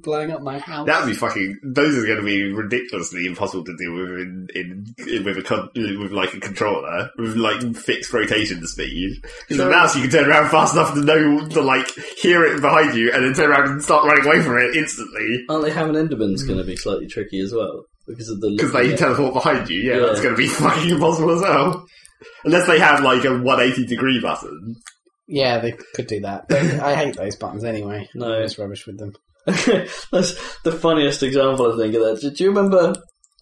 Blowing up my house. That would be fucking. Those are going to be ridiculously impossible to deal with in, in, in with a con- with like a controller with like fixed rotation speed. Because the Sure. mouse you can turn around fast enough to know to like hear it behind you and then turn around and start running away from it instantly Aren't they having Enderman's going to be slightly tricky as well because of the because they yeah. teleport behind you. Yeah, Yeah. that's going to be fucking impossible as well. Unless they have like a 180 degree button. Yeah, they could do that. But I hate those buttons anyway. No. It's rubbish with them. That's the funniest example I think of that. Do, do you remember?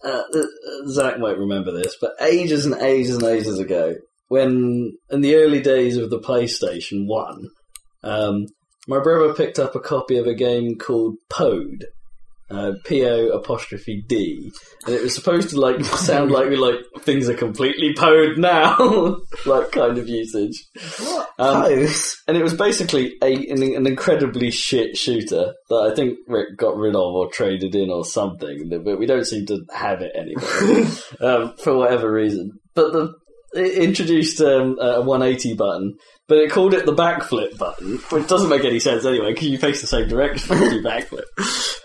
Uh, uh, Zach might remember this, but ages and ages and ages ago, when in the early days of the PlayStation One, um, my brother picked up a copy of a game called Pod. Uh, P O apostrophe D, and it was supposed to like sound like we like things are completely pod now, like kind of usage. What? Um, Those? And it was basically a, an, an incredibly shit shooter that I think Rick got rid of or traded in or something, but we don't seem to have it anymore um, for whatever reason. But the, it introduced um, a 180 button, but it called it the backflip button, which doesn't make any sense anyway because you face the same direction when you backflip.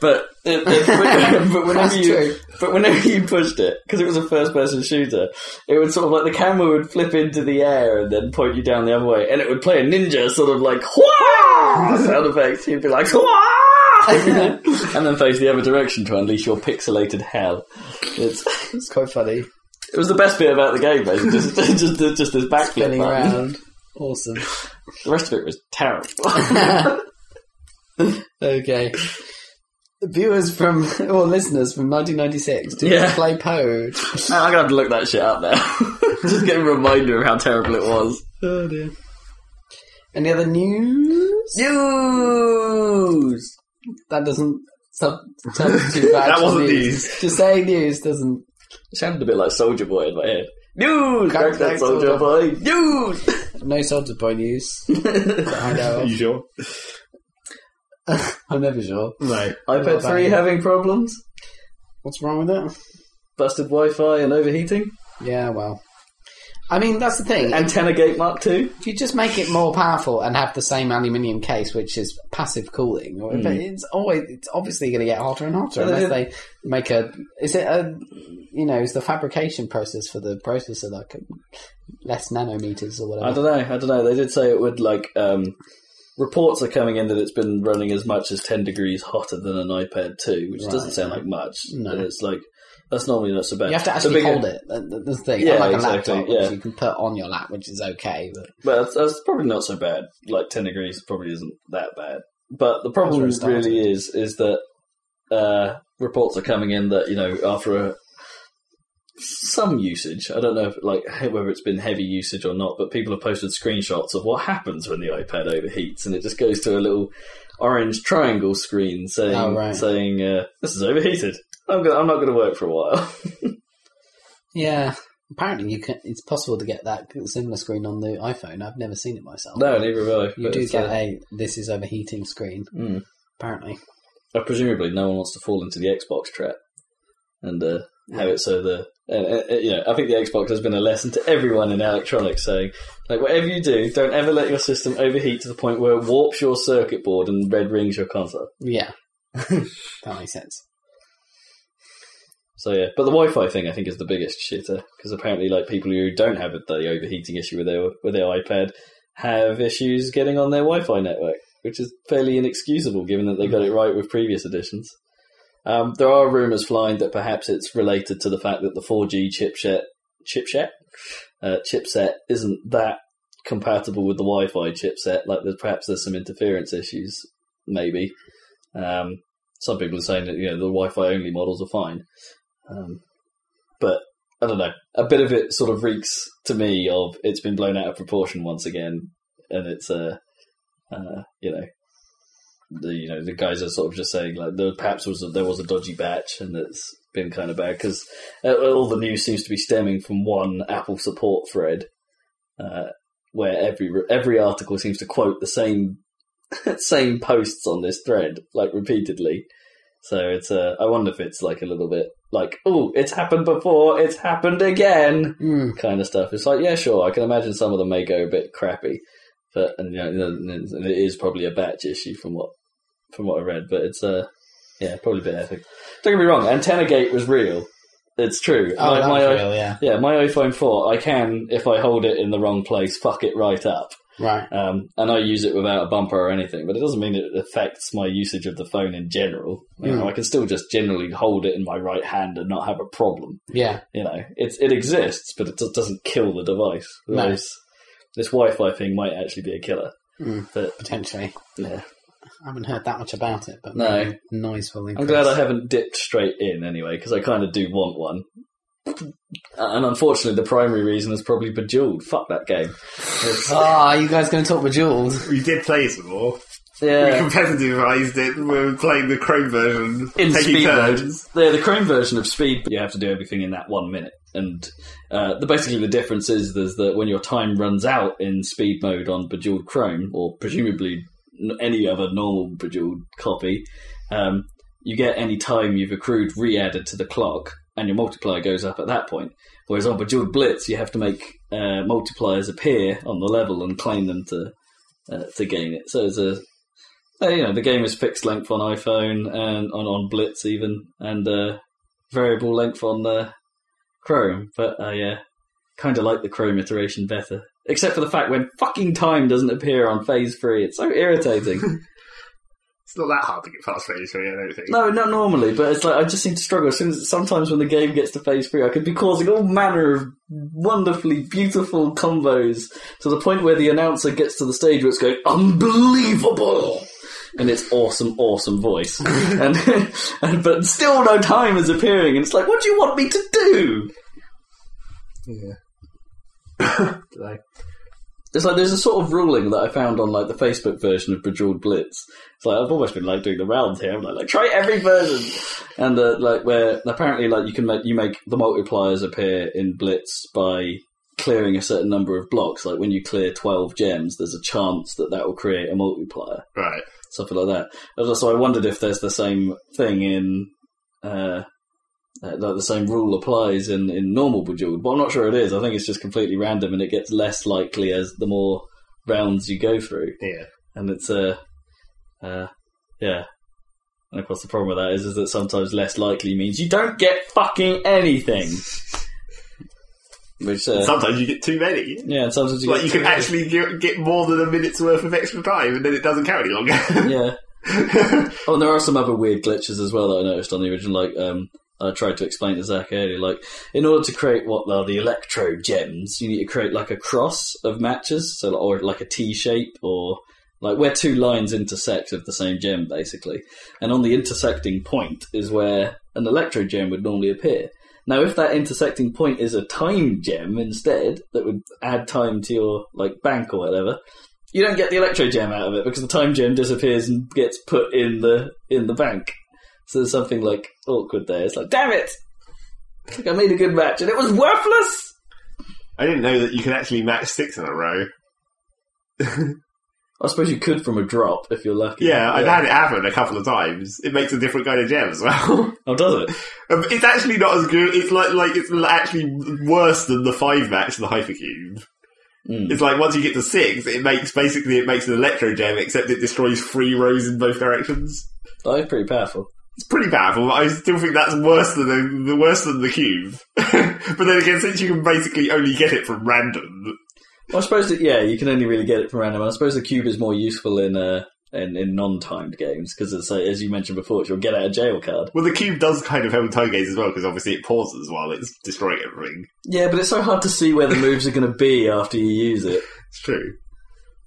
But, it, it- but whenever That's you true. but whenever you pushed it, because it was a first person shooter, it would sort of like the camera would flip into the air and then point you down the other way, and it would play a ninja sort of like "Hua!" sound effects. You'd be like "Hua!" and then face the other direction to unleash your pixelated hell. It's, It's quite funny. it was the best bit about the game, basically. Just, just, just, this backflip Spinning button. around. Awesome. The rest of it was terrible. okay. Viewers from, or listeners from 1996, did Yeah. you play Poe? I'm gonna have to look that shit up now. just get a reminder of how terrible it was. Oh dear. Any other news? News. That doesn't sub- substitute for That actual wasn't news. news. Just saying news doesn't. It sounded a bit like Soldier Boy in my head. News! Crack Crack that that Soldier Soulja Boy! News! No Soldier Boy news. that I know Are of. you sure? I'm never sure. No. iPad 3 bad. having problems? What's wrong with it? Busted Wi Fi and overheating? Yeah, well. I mean, that's the thing. Antenna Gate Mark 2? If you just make it more powerful and have the same aluminium case, which is passive cooling, or- but it's always it's obviously going to get hotter and hotter Hmm. Well, they unless they make a. Is it a? You know, is the fabrication process for the processor like less nanometers or I whatever? don't know, I don't know. They did say it would, like, um, reports are coming in that it's been running as much as 10 degrees hotter than an iPad 2, which Right. doesn't sound like much. No. But it's like, that's normally not so bad. You have to The actually bigger- hold it. That- that- That's the thing. Yeah, Unlike a exactly, laptop, which yeah. you can put on your lap, which is okay. But But that's, that's probably not so bad. Like ten degrees probably isn't that bad. But the where problem it started. really is is that uh, reports are coming in that you know after a, some usage, I don't know if, like he- whether it's been heavy usage or not, but people have posted screenshots of what happens when the iPad overheats, and it just goes to a little orange triangle screen saying Oh, right. saying uh, this is overheated. I'm gonna, I'm not going to work for a while. yeah, apparently you can. It's possible to get that similar screen on the iPhone. I've never seen it myself. no, neither will I. you but do it's, get uh, a this is overheating screen. mm. Apparently, Uh, presumably, no one wants to fall into the Xbox trap and uh, have it so the. And, uh, uh, you know, I think the Xbox has been a lesson to everyone in electronics, saying like whatever you do, don't ever let your system overheat to the point where it warps your circuit board and red rings your console. yeah. That makes sense. So yeah, but the Wi-Fi thing I think is the biggest shitter because apparently, like people who don't have the overheating issue with their with their iPad have issues getting on their Wi-Fi network, which is fairly inexcusable given that they got it right with previous editions. Um, there are rumours flying that perhaps it's related to the fact that the 4G chipset chipset uh, chipset isn't that compatible with the Wi-Fi chipset. Like, there's perhaps there's some interference issues, maybe. Um, some people are saying that you know the Wi-Fi only models are fine. Um, but I don't know. A bit of it sort of reeks to me of it's been blown out of proportion once again, and it's uh, uh, you know, the you know the guys are sort of just saying like there perhaps was a, there was a dodgy batch, and it's been kind of bad because all the news seems to be stemming from one Apple support thread, uh, where every every article seems to quote the same same posts on this thread like repeatedly. So it's uh, I wonder if it's like a little bit like, oh, it's happened before, it's happened again, Mm. kind of stuff. It's like, yeah, sure, I can imagine some of them may go a bit crappy, but and you know, and and it is probably a batch issue from what from what I read, but it's uh, yeah, probably a bit epic. Don't get me wrong, antenna gate was real. It's true. Oh, My- that my was i- real, yeah. yeah, my iPhone four, I can if I hold it in the wrong place, fuck it right up. Right. Um, and I use it without a bumper or anything, but it doesn't mean it affects my usage of the phone in general. You know, I can still just generally hold it in my right hand and not have a problem. Yeah. You know, it's it exists, but it just doesn't kill the device. No. Whereas This Wi-Fi thing might actually be a killer. Mm. But Potentially. yeah. I haven't heard that much about it, but No. maybe noise will I'm increase. glad I haven't dipped straight in anyway, because I kind of do want one. And unfortunately, the primary reason is probably Bejeweled. Fuck that game. It's- Ah, are you guys going to talk Bejeweled? We did play some more. We yeah. competitivized it. We were playing the Chrome version. taking turns. mode. Yeah, the Chrome version of speed, but you have to do everything in that one minute. And uh, the, basically, the difference is there's that when your time runs out in speed mode on Bejeweled Chrome, or presumably n- any other normal Bejeweled copy, um, you get any time you've accrued re-added to the clock, and your multiplier goes up at that point. Whereas on Bejeweled Blitz, you have to make uh, multipliers appear on the level and claim them to uh, to gain it. So it's a uh, you know the game is fixed length on iPhone and on, on Blitz even, and uh, variable length on uh, Chrome. But I uh, kind of like the Chrome iteration better, except for the fact when fucking time doesn't appear on Phase Three, it's so irritating. It's not that hard to get past phase three, I don't think. No, not normally, but it's like I just seem to struggle. As soon as, sometimes when the game gets to phase three, I could be causing all manner of wonderfully beautiful combos to the point where the announcer gets to the stage where it's going unbelievable in its awesome, awesome voice, and, and but still no time is appearing, and it's like, what do you want me to do? Dunno. It's like there's a sort of ruling that I found on like the Facebook version of Bejeweled Blitz. It's like I've almost been like doing the rounds here. I'm like, like try every version, and uh, like where apparently like you can make you make the multipliers appear in Blitz by clearing a certain number of blocks. Like when you clear twelve gems, there's a chance that that will create a multiplier, Right. something like that. And So I wondered if there's the same thing in. Uh, uh, like the same rule applies in, in normal Bejeweled, but I'm not sure it is. I think it's just completely random, and it gets less likely as the more rounds you go through. Yeah. And it's uh, uh, yeah. And of course, the problem with that is, is that sometimes less likely means you don't get fucking anything. Which uh, Sometimes you get too many. yeah, and sometimes you Like get you can actually get, get more than a minute's worth of extra time, and then it doesn't count any longer. yeah. Oh, and there are some other weird glitches as well that I noticed on the original. Like, um, I tried to explain to Zach earlier. Like, in order to create what are the electro gems, you need to create like a cross of matches, so like, or like a T shape, or like where two lines intersect of the same gem, basically. And on the intersecting point is where an electro gem would normally appear. Now, if that intersecting point is a time gem instead, that would add time to your like bank or whatever, you don't get the electro gem out of it because the time gem disappears and gets put in the in the bank. So there's something like awkward there. It's like, damn it! It's like I made a good match and it was worthless. I didn't know that you could actually match six in a row. I suppose you could from a drop if you're lucky. Yeah, I've had it happen a couple of times. It makes a different kind of gem as well. Oh, does it? Um, It's actually not as good. It's like like it's actually worse than the five match, the hypercube. Mm. It's like once you get to six, it makes basically it makes an electro gem, except it destroys three rows in both directions. That is Oh, pretty powerful. It's pretty powerful, but I still think that's worse than the, the worse than the cube. but then again, since you can basically only get it from random, Well, I suppose that yeah, you can only really get it from random. I suppose the cube is more useful in uh, in, in non-timed games because it's like, as you mentioned before, it's your get out of jail card. well, the cube does kind of help in time games as well because obviously it pauses while it's destroying everything. Yeah, but it's so hard to see where the moves are going to be after you use it. It's true.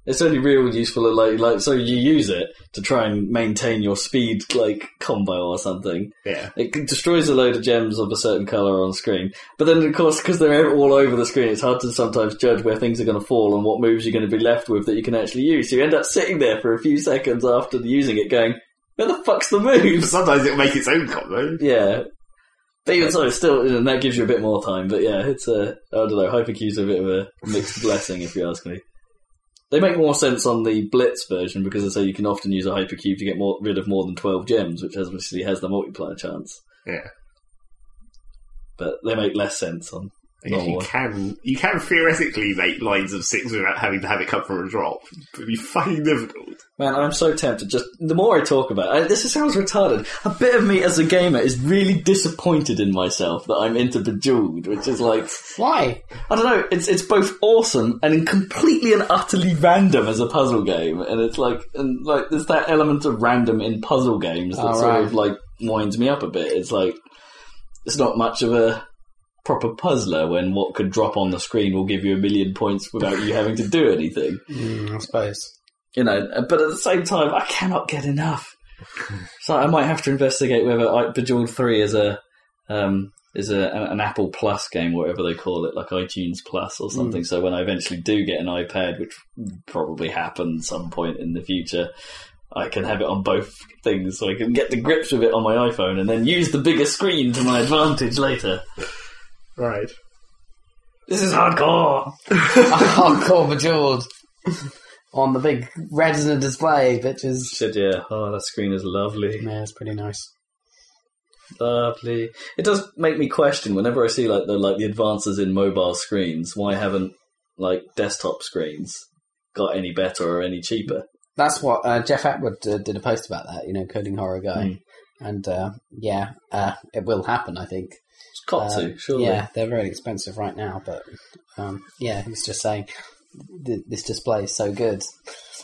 It's only real useful at like like so you use it to try and maintain your speed like combo or something. Yeah, It c- destroys a load of gems of a certain color on screen, but then of course because they're all over the screen, it's hard to sometimes judge where things are going to fall and what moves you're going to be left with that you can actually use. So you end up sitting there for a few seconds after using it, going, "Where the fuck's the but moves?" sometimes it'll make its own combo. Yeah. But even so, it's still, and that gives you a bit more time. But yeah, it's a, I don't know, Hypercube's a bit of a mixed blessing, if you ask me. They make more sense on the Blitz version because they say you can often use a Hypercube to get more, rid of more than 12 gems, which obviously has the multiplier chance. Yeah. But they make less sense on. I guess Oh, you well. can you can theoretically make lines of six without having to have it come from a drop. It'd be fucking difficult. Man, I'm so tempted. Just the more I talk about it, I, this sounds retarded. A bit of me as a gamer is really disappointed in myself that I'm into Bejeweled, which is like Why? I don't know. It's it's both awesome and completely and utterly random as a puzzle game, and it's like and like there's that element of random in puzzle games that Oh, sort right. of like winds me up a bit. It's like it's not much of a proper puzzler when what could drop on the screen will give you a million points without you having to do anything. Mm, I suppose. You know, but at the same time, I cannot get enough. So I might have to investigate whether I, Bejeweled Three is a um, is a, an Apple Plus game, whatever they call it, like iTunes Plus or something. So when I eventually do get an iPad, which probably happen some point in the future, I can have it on both things, so I can get the grips of it on my iPhone and then use the bigger screen to my advantage later. Right. This is hardcore. Hardcore bejeweled on the big retina display, bitches. Said yeah. Oh, that screen is lovely. Yeah, it's pretty nice. Lovely. It does make me question whenever I see like the like the advances in mobile screens. Why haven't like desktop screens got any better or any cheaper? That's what uh, Jeff Atwood uh, did a post about that. You know, coding horror guy, Mm. and uh, yeah, uh, it will happen. I think. It's Kotsu, Uh, surely. Yeah, they're very expensive right now, but um, yeah, he was just saying th- this display is so good.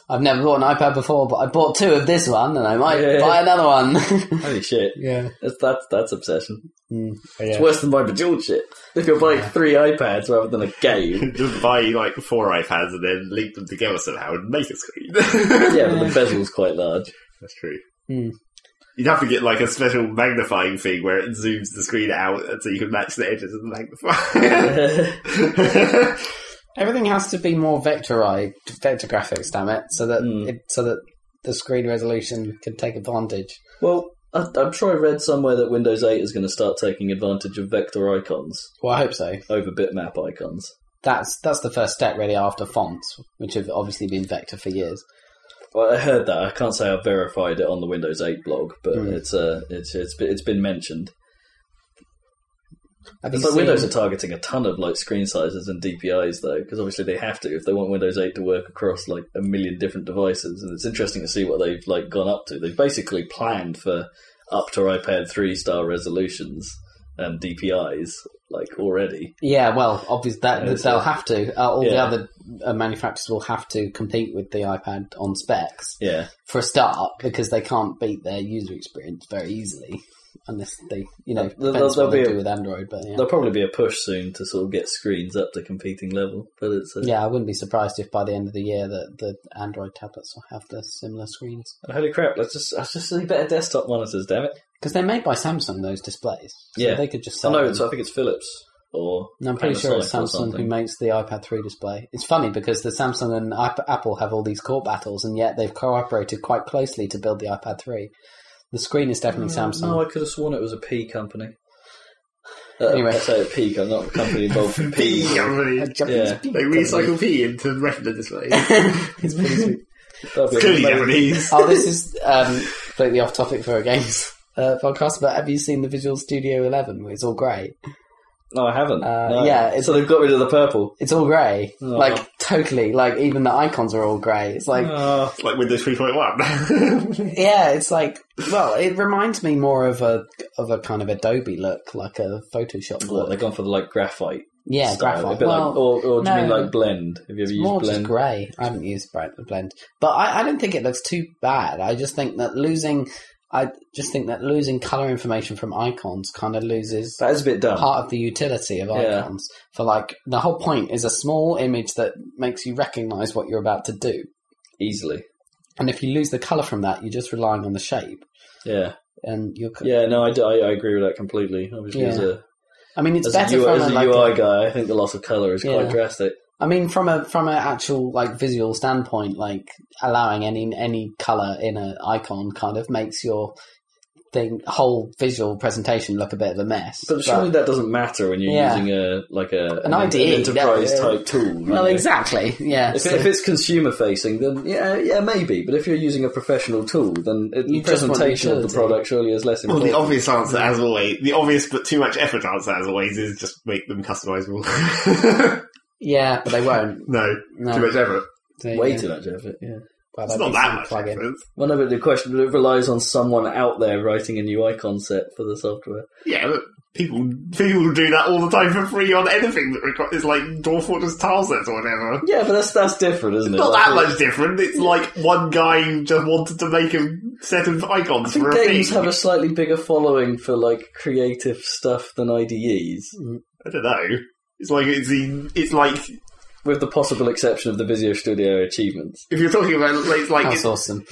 I've never bought an iPad before, but I bought two of this one, and I might Yeah. buy another one. Holy shit. yeah. That's that's that's obsession. Mm. It's worse than my bejeweled shit. If you're buying Yeah. three iPads rather than a game. Just buy like four iPads and then link them together somehow and make a screen. That's yeah, but the bezel's quite large. true. Hmm. You'd have to get like a special magnifying thing where it zooms the screen out so you can match the edges of the magnifier. yeah, Everything has to be more vectorized, vector graphics, damn it, so that Mm. it, so that the screen resolution can take advantage. well, I, I'm sure I read somewhere that Windows 8 is going to start taking advantage of vector icons Well, I hope so. over bitmap icons. That's that's the first step, really, after fonts, which have obviously been vector for years. Well, I heard that. I can't say I verified it on the Windows 8 blog, but Mm. it's uh, it's it's be- it's been mentioned. Have you It's like seen- Windows are targeting a ton of like screen sizes and DPIs though, because obviously they have to if they want Windows 8 to work across like a million different devices. And it's interesting to see what they've like gone up to. They've basically planned for up to iPad 3 star resolutions and DPIs like already. Yeah, well, obviously that, Yeah, that so- they'll have to. Uh, all the Yeah. other uh, manufacturers will have to compete with the iPad on specs Yeah, for a start because they can't beat their user experience very easily unless they, you know, There'll- depends there'll what they be a- do with Android. But yeah. there'll probably be a push soon to sort of get screens up to competing level, but it's uh, yeah, I wouldn't be surprised if by the end of the year that the Android tablets will have the similar screens holy crap! Let's just let's just see better desktop monitors, damn it. because they're made by Samsung. Those displays, so Yeah. they could I just sell. know them. Oh, it's. I think it's Philips or. And I'm pretty sure it's Panasonic or Samsung who something. makes the iPad 3 display. It's funny because the Samsung and iP- Apple have all these court battles, and yet they've cooperated quite closely to build the iPad 3. The screen is definitely Samsung. No, I could have sworn it was a P company. Uh, Anyway. I say a P. I'm not a company involved in P P. company. A Japanese Yeah. beat They company. recycle P into retina displays. It's pretty sweet. Clearly Japanese. oh, this is um, completely off topic for a games uh, podcast, but have you seen the Visual Studio 11? It's all great. No, I haven't. Uh, No. yeah, it's- so they've got rid of the purple. It's all grey, Oh. like totally. Like even the icons are all grey. It's like Oh. like Windows Mm. 3.1. yeah, it's like well, it reminds me more of a of a kind of Adobe look, like a Photoshop What, they've look. gone for the like graphite Yeah, style, graphite. a bit well, like, or, or do you mean no. like blend? Have you ever it's used more just blend? grey. I haven't used bright blend, but I, I don't think it looks too bad. I just think that losing, I just think that losing color information from icons kind of loses That is a bit dumb. part of the utility of Yeah. icons. For like the whole point is a small image that makes you recognize what you're about to do. Easily. And if you lose the color from that, you're just relying on the shape, Yeah. and you're. Yeah, no, I, do- I, I agree with that completely. Obviously, as Yeah. a, I mean, it's as better a, UI, from as a, a like, UI a- guy, I think the loss of colour is Yeah. quite drastic. I mean, from a from an actual like visual standpoint, like allowing any any color in an icon kind of makes your thing whole visual presentation look a bit of a mess. But surely that doesn't matter when you're Yeah. using a like a An IDE, enterprise yeah. type tool. well, right? exactly, yeah. If, so if it's consumer facing, then yeah, yeah, maybe. But if you're using a professional tool, then it, the You just want presentation of the utility. product surely is less well, important. the obvious answer, as always, the obvious but too much effort answer, as always, is just make them customizable. yeah, but they won't. no, too No, much effort. They- Way too much effort. Yeah. Well, It's that'd not be that some much plugin. effort. Well, no, but the question but it relies on someone out there writing a new UI concept for the software. Yeah, but people people do that all the time for free on anything that requires like Dwarf Fortress tile sets or whatever. Yeah, but that's that's different, isn't It's it? not Like, that much different. It's like one guy who just wanted to make a set of I icons think for a games thing. have a slightly bigger following for like creative stuff than IDEs, I don't know. It's like it's the, it's like with the possible exception of the Visio Studio achievements. if you're talking about like, it's like That's awesome.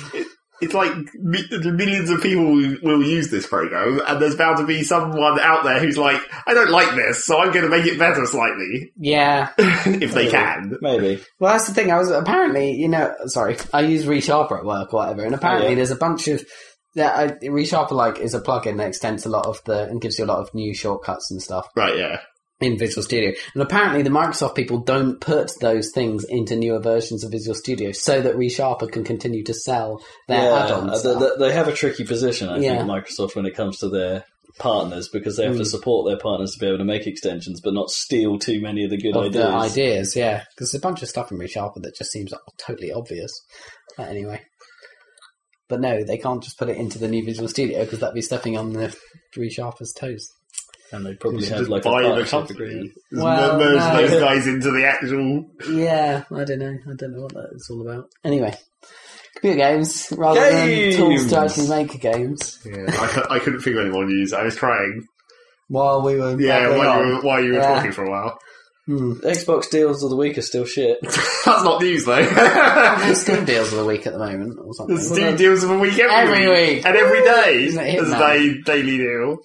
It's like mi- millions of people will- will use this program, and there's bound to be someone out there who's like, "I don't like this, so I'm going to make it better slightly Yeah. if they Maybe. can." Maybe. Well, that's the thing. I was apparently, you know, sorry, I use ReSharper at work or whatever, and apparently Oh, yeah. there's a bunch of that. I, ReSharper like is a plugin that extends a lot of the and gives you a lot of new shortcuts and stuff Right? Yeah. in Visual Studio. And apparently, the Microsoft people don't put those things into newer versions of Visual Studio so that ReSharper can continue to sell their yeah, add-ons. uh, They, they- they have a tricky position, I Yeah. Hmm. think, Microsoft, when it comes to their partners because they have to support their partners to be able to make extensions, but not steal too many of the good of ideas. the ideas, yeah, because there's a bunch of stuff in ReSharper that just seems totally obvious. But anyway, but no, they can't just put it into the new Visual Studio because that'd be stepping on the ReSharper's toes. And they probably Just have like a buy the partnership company. agreement. Just Well, merge no. those guys into the actual. Yeah, I don't know. I don't know what that is all about. Anyway, computer games rather Games! than tools to actually make games. Yeah, I, cou- I couldn't figure anyone to use. it. I was trying. While we were Yeah, babbling while you, on. were, while you were Yeah. talking for a while. Hmm. Xbox deals of the week are still shit. That's not news though. There's Steam deals of the week at the moment, or something. There's Steam deals of a week every, Every week. and every day. Isn't it There's a Hitman? day, daily deal.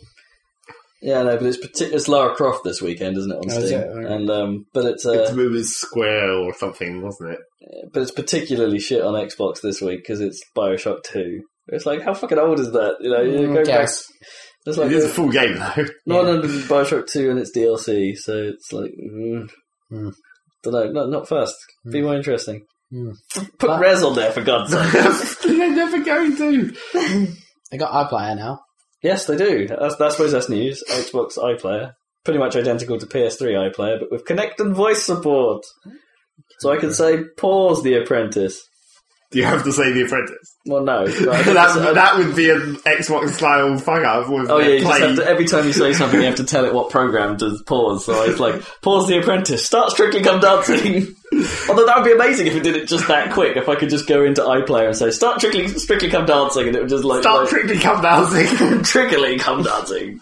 Yeah, no, but it's partic- it's Lara Croft this weekend, isn't it, on Oh, Steam? is it? Alright. And um, but it's It's uh, Movers Square or something, wasn't it? but it's particularly shit on Xbox this week because it's Bioshock Two. It's like how fucking old is that? You know, you Mm, go back. yes. It's It like is a full game though. Not under Bioshock 2 and its DLC, so it's like. Mm, Hmm. Don't know, not, not fast. Be more interesting. Hmm. Put But- Res on there, for God's sake. They're never going to. They got iPlayer now. yes, they do. That's, that's, I suppose that's news. Xbox iPlayer. Pretty much identical to PS3 iPlayer, but with Connect and voice support. So I can say, pause The Apprentice. Do you have to say The Apprentice? Well, no. but I think it's- that, that would be an Xbox style fuck up. Oh yeah, you just have to, every time you say something, you have to tell it what program to pause. So it's like pause The Apprentice, start Strictly Come Dancing. Although that would be amazing if it did it just that quick. If I could just go into iPlayer and say start Strictly, Strictly Come Dancing, and it would just like, Stop like trickly come bouncing. Trickily Come Dancing.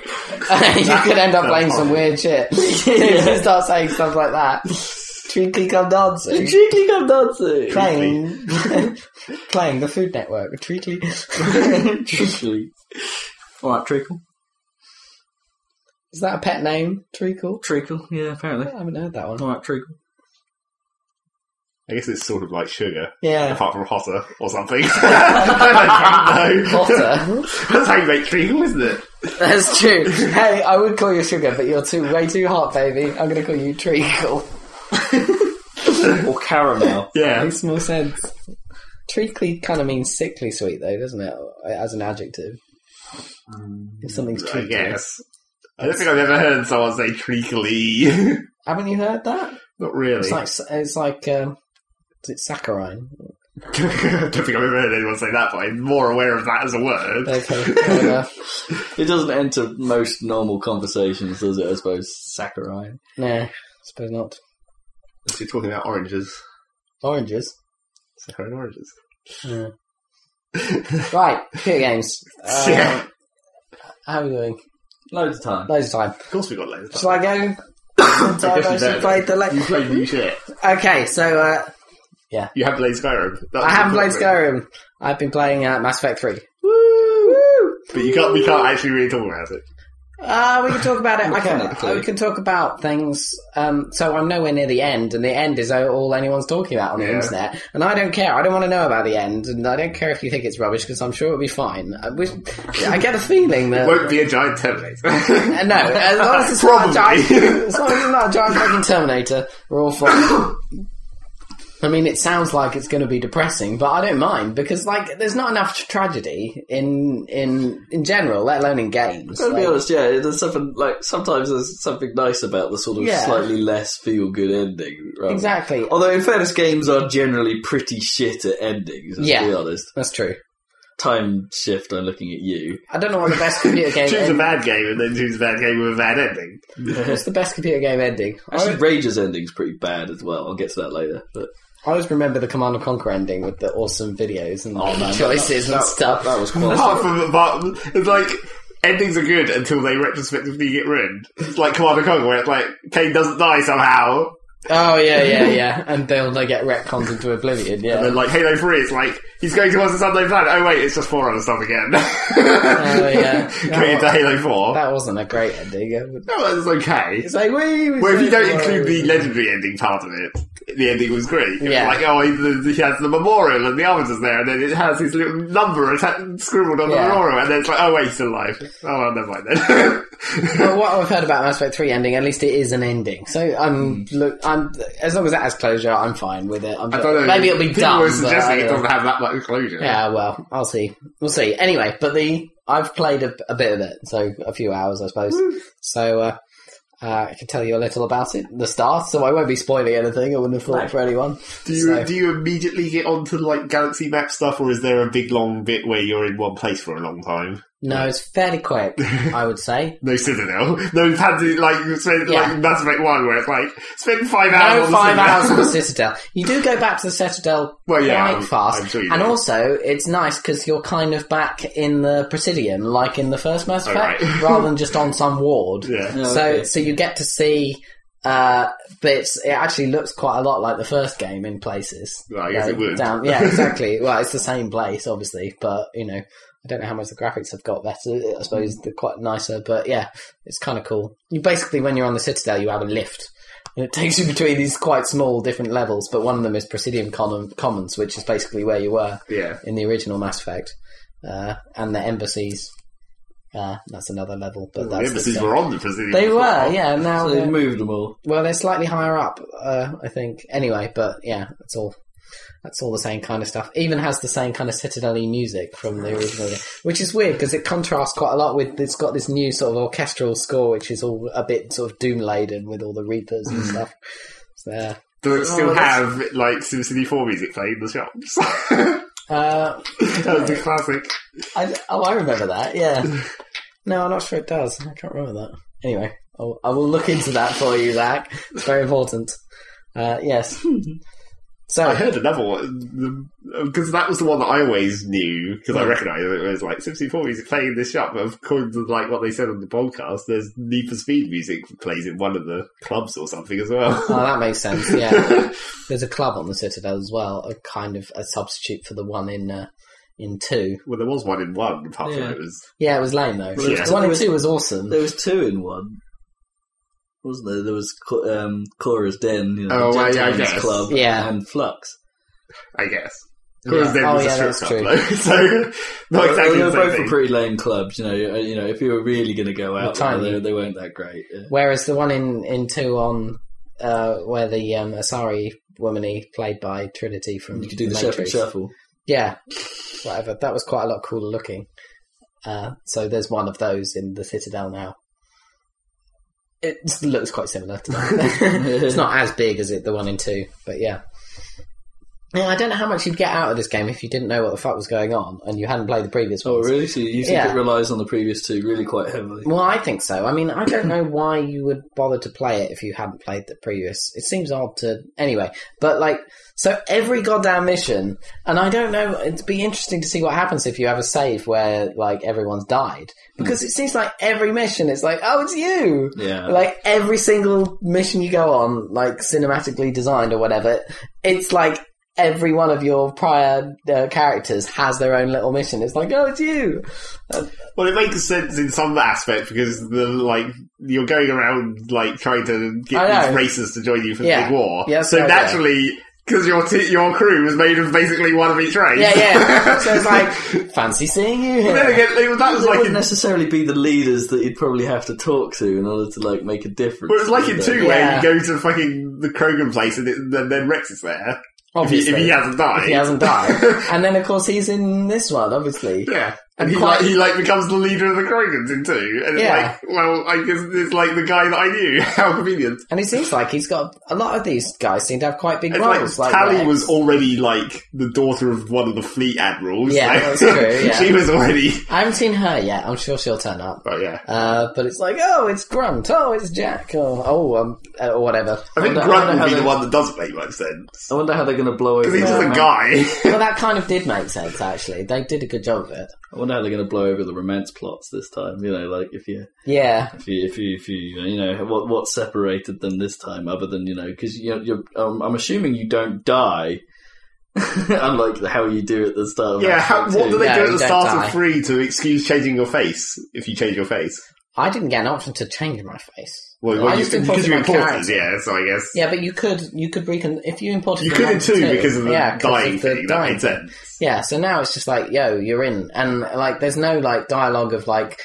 you could end up playing some weird shit. if you start saying stuff like that. Twinkly come dancing. Strictly Come Dancing. Playing, playing the Food Network. Twinkly. Trickly. All right, treacle. Is that a pet name? Treacle. Treacle. Yeah, apparently. I haven't heard that one. All right, treacle. I guess it's sort of like sugar, Yeah. apart from hotter or something. I don't know. Potter. That's how you make treacle, isn't it? That's true. Hey, I would call you sugar, but you're too way too hot, baby. I'm gonna call you treacle. Or caramel. Yeah. Makes more sense. Treacly kind of means sickly sweet, though, doesn't it? As an adjective, if something's Mm, I treacly, guess. I don't think I've ever heard someone say treacly. Haven't you heard that? Not really. It's like it's like um, is it saccharine? don't think I've ever heard anyone say that, but I'm more aware of that as a word. Okay, fair enough. It doesn't enter most normal conversations, does it? I suppose saccharine. Nah, suppose not. So you're talking about oranges. Oranges. Saccharine oranges. Yeah. right, computer games. Uh, yeah, How are we doing? Loads of time. Loads of time. of course we got loads. of Shall I go? Since I I've guess you actually don't. played the time. You le- played new shit. Okay, so uh, You have played Skyrim. I That was haven't played important. Skyrim. I've been playing uh, Mass Effect 3. But you can't, we can't actually really talk about it. Uh, we can talk about it. I Mechanically. can, we can talk about things. Um, so I'm nowhere near the end, and the end is all anyone's talking about on the Yeah. internet. And I don't care. I don't want to know about the end, and I don't care if you think it's rubbish because I'm sure it'll be fine. I, wish- I get the feeling that Won't be a giant template. Uh, no, as long as it's not a giant, Probably. as long as it's not a giant fucking Terminator, we're all fine. I mean, it sounds like it's going to be depressing, but I don't mind because, like, there's not enough tragedy in in in general, let alone in games. To be Like, honest, yeah, there's something like sometimes there's something nice about the sort of Yeah. slightly less feel good ending. rather- exactly, Although in fairness, games are generally pretty shit at endings. Let's Yeah. be honest. that's true. Time shift. I'm looking at you. I don't know what the best computer game. choose a end- bad game and then choose a bad game with a bad ending. what's the best computer game ending? I Actually, always, Rage's ending's pretty bad as well. I'll get to that later. But I always remember the Command and Conquer ending with the awesome videos and Oh, man, choices and stuff. that was quality. Apart from, apart, it's like endings are good until they retrospectively get ruined. It's like Command and Conquer, where it's like Kane doesn't die somehow, oh yeah, yeah, yeah, and they'll like, get retcons into oblivion. Yeah, and then like Halo Three, it's like he's going towards the Sunday Planet. Oh wait, it's just four other stuff again. Oh yeah. going into Halo Four. That wasn't a great ending. I would- no, that's okay. It's like, we. we Well, if saved you don't include the world. legendary ending part of it, the ending was great. It was Yeah. like, oh, he, he has the memorial and the arbiter's there, and then it has his little number atta- scribbled on Yeah. the memorial, and then it's like, oh, wait, he's still alive. Oh, well, never mind then. Well, what I've heard about Mass Effect 3 ending, at least it is an ending. So I'm look, I'm as long as that has closure, I'm fine with it. I'm Hmm. I don't know. Maybe it'll be People dumb. were but I suggesting it don't know. doesn't have that much closure. yeah, well, I'll see. We'll see. Anyway, but the I've played a, a bit of it, so a few hours, I suppose. So uh, uh, I can tell you a little about it, the start. So I won't be spoiling anything. I wouldn't have thought for anyone. Do you So- do you immediately get onto like galaxy map stuff, or is there a big long bit where you're in one place for a long time? No, it's fairly quick, I would say. No citadel. No Panzer. Like you spend Yeah. like Mass Effect One, where it's like spend five hours. No on the five Citadel. hours on the Citadel. You do go back to the Citadel Well, yeah, quite I'm- fast, I'm sure you and do. also it's nice because you're kind of back in the Presidium, like in the first Mass Oh, Effect, right. rather than just on some ward. Yeah. Yeah, so, okay. so you get to see uh, bits. It actually looks quite a lot like the first game in places. Well, I guess Like, it would. Down, yeah, exactly. well, it's the same place, obviously, but you know. I don't know how much the graphics have got better. I Hmm. suppose they're quite nicer, but yeah, it's kind of cool. You basically, when you're on the Citadel, you have a lift, and it takes you between these quite small different levels. But one of them is Presidium Com- Commons, which is basically where you were Yeah. in the original Mass Effect, uh, and the embassies. Uh, that's another level, but The that's the embassies same. were on the Presidium. They before. were, yeah. Now, So they've they're- moved them all. well, they're slightly higher up, uh, I think. Anyway, but yeah, that's all. That's all the same kind of stuff. Even has the same kind of Citadelly music from the original, game, which is weird because it contrasts quite a lot with. It's got this new sort of orchestral score, which is all a bit sort of doom laden with all the reapers and stuff. So, Does it still Oh, that's- have like SimCity 4 music playing in the shops? that uh, was a classic. I, oh, I remember that. Yeah. No, I'm not sure it does. I can't remember that. Anyway, I'll, I will look into that for you, Zach. It's very important. Uh, yes. I So, heard another one because that was the one that I always knew because I recognised it. It was like SimCity 4 music playing in this shop. But according to like what they said on the podcast, there's Need for Speed music plays in one of the clubs or something as well. oh, that makes sense. Yeah, there's a club on the Citadel as well, a kind of a substitute for the one in uh, in two. well, there was one in one. Apart from Yeah. it was Yeah, it was lame though. Well, Yeah. The one in two was awesome. There was two in one, wasn't there? There was Co- um, Cora's Den, you know, Oh, the well, yeah, I Gentleman's guess. Club, Yeah. and Flux. I guess. Because Yeah. then Oh, was yeah, a that's strip true. club, though. so not exactly Well, the they were same both thing. were pretty lame clubs, you know. uh, You know, if you were really going to go out, They're you know, tiny. they, they weren't that great. yeah. Whereas the one in in two on uh, where the um, Asari womany played by Trinity from You could do the Matrix. shuffle shuffle. Yeah, whatever. That was quite a lot cooler looking. Uh, so there's one of those in the Citadel now. it just looks quite similar. To that. it's not as big as it the one in two, but yeah. Yeah, I don't know how much you'd get out of this game if you didn't know what the fuck was going on and you hadn't played the previous Oh, ones. really? So you think Yeah. it relies on the previous two really quite heavily? Well, I think so. I mean, I don't know why you would bother to play it if you hadn't played the previous. It seems odd to anyway. But like, so every goddamn mission, and I don't know. It'd be interesting to see what happens if you have a save where like everyone's died because it seems like every mission, it's like, oh, it's you. Yeah. Like every single mission you go on, like cinematically designed or whatever, it's like every one of your prior uh, characters has their own little mission. It's like, oh, it's you. Well, it makes sense in some aspect because the like you're going around like trying to I get know. these racers to join you for Oh, Yeah. the big war. Yeah, that's so the idea. naturally, because your t- your crew was made of basically one of each race. Yeah, yeah. so it's like, fancy seeing you But then here. again, they- that was They like wouldn't in, necessarily be the leaders that you'd probably have to talk to in order to like make a difference. well, it was like in would two they? where Yeah. you go to fucking the Krogan place and, it, then then Rex is there if he, Obviously. if he hasn't died. He hasn't died. and then, of course, he's in this one, obviously. Yeah. And he, quite- like, he like becomes the leader of the Krogans in two, and it's Yeah. like, well, I guess it's like the guy that I knew. How convenient! And it seems like he's got a lot of these guys seem to have quite big It's roles. Like, like, Tally Rex. was already like the daughter of one of the fleet admirals. Yeah, like, that's true, yeah. she was already. I haven't seen her yet. I'm sure she'll turn up. But yeah, Uh, but it's like, oh, it's Grunt. Oh, it's Jack. Oh, oh um, uh, or whatever. I think wonder- I wonder Grunt how would be they- the one that doesn't make much sense I wonder how they're going to blow over. because he's the just a romance- guy. well, that kind of did make sense, actually. They did a good job of it. I wonder how they're going to blow over the romance plots this time. You know, like if you Yeah. if you if you if you you know, you know what what separated them this time other than you know because you know, you're um, I'm assuming you don't die unlike how you do at the start of yeah, Act how, Two. what do they No, do at you the don't start die. of three to excuse changing your face if you change your face? I didn't get an option to change my face. Well, I well, you, just because imported you my imported, character. yeah. So I guess Yeah, but you could you could recon if you imported. you the could in Act two because of the yeah, 'cause dying of the thing. That dying made sense. Yeah, so now it's just like, yo, you're in, and like, there's no like dialogue of like,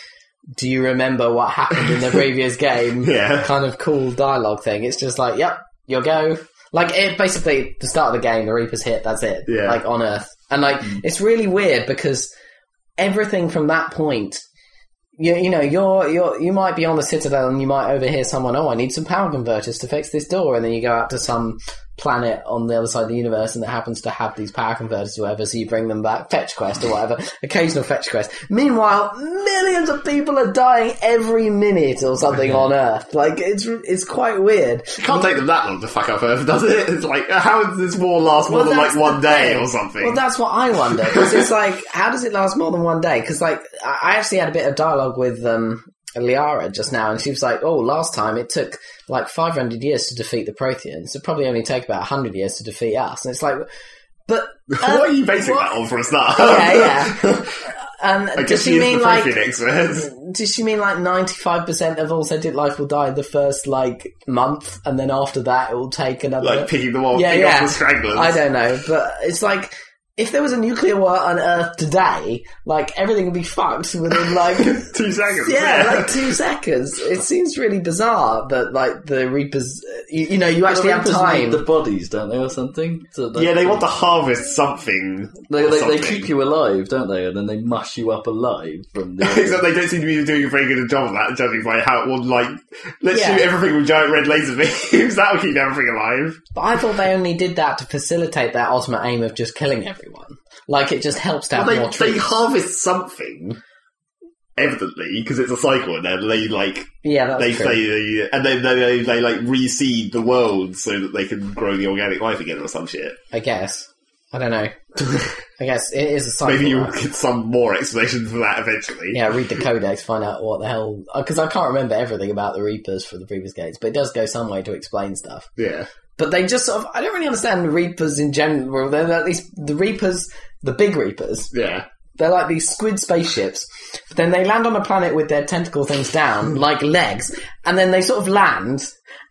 do you remember what happened in the previous game? Yeah. kind of cool dialogue thing. It's just like, yep, you'll go. Like it basically the start of the game, the Reapers hit. That's it. Yeah. Like on Earth, and like it's really weird because everything from that point. You, you know you're you're you might be on the citadel and you might overhear someone oh I need some power converters to fix this door and then you go out to some planet on the other side of the universe and that happens to have these power converters or whatever so you bring them back fetch quest or whatever occasional fetch quest meanwhile millions of people are dying every minute or something on earth like it's it's quite weird Can't take them that long to fuck up Earth, does it? It's like, uh, how does this war last more Well, than like that's one the day thing. or something? Well, that's what I wonder because it's like, how does it last more than one day? Because like, I I actually had a bit of dialogue with um, Liara just now, and she was like, "Oh, last time it took like 500 years to defeat the Protheans. It probably only take about 100 years to defeat us." And it's like, but um, what are you basing that on for a start? Yeah, yeah. um, I does guess she she is mean the like? like... expert. Does she mean like 95% of all sentient life will die the first like month, and then after that it will take another Like picking them off, Yeah, picking yeah. off the stragglers. I don't know, but it's like if there was a nuclear war on Earth today, like everything would be fucked within like Two seconds. yeah, like two seconds. It seems really bizarre that like the Reapers, you, you know, you The actually have Reapers time. need the bodies, don't they, or something? So that- Yeah, they want to harvest something. They, they, or they something. keep you alive, don't they? And then they mush you up alive from the. Except they don't seem to be doing a very good job of that, judging by how it would, like, let's Yeah. shoot everything with giant red laser beams. That'll keep everything alive. But I thought they only did that to facilitate their ultimate aim of just killing everyone. Like it just helps to have Well, more they, they troops. harvest something, evidently, because it's a cycle, and then they, like, yeah, that's they true. say they, and then they, they, they like reseed the world so that they can grow the organic life again or some shit. I guess. I don't know. I guess it is a cycle. Maybe you'll right? get some more explanation for that eventually. Yeah, read the codex, find out what the hell. Because I can't remember everything about the Reapers for the previous games, but it does go some way to explain stuff. Yeah. But they just sort of. I don't really understand the Reapers in general. They're at least the Reapers, the big Reapers. Yeah. They're like these squid spaceships. But then they land on a planet with their tentacle things down, like legs, and then they sort of land.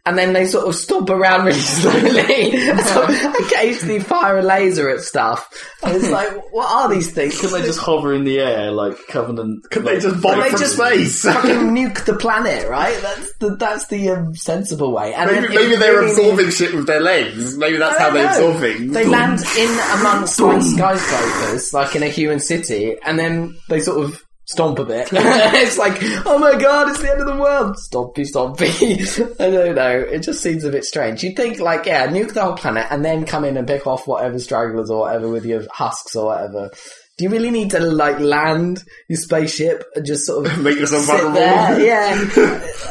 And then they sort of stomp around really slowly, and sort of occasionally fire a laser at stuff. And it's like, what are these things? Can they just hover in the air like Covenant? Could like, they just vomit they from just- space? fucking nuke the planet, right? That's the that's the um, sensible way. And maybe then maybe if they're really absorbing shit with their legs. Maybe that's I how don't they know. absorb things. They land in amongst like skyscrapers, like in a human city, and then they sort of stomp a bit. it's like, oh my god, it's the end of the world. Stompy, stompy. I don't know. It just seems a bit strange. You'd think, like, yeah, nuke the whole planet and then come in and pick off whatever stragglers or whatever with your husks or whatever. Do you really need to, like, land your spaceship and just sort of Make yourself sit vulnerable. there? Yeah.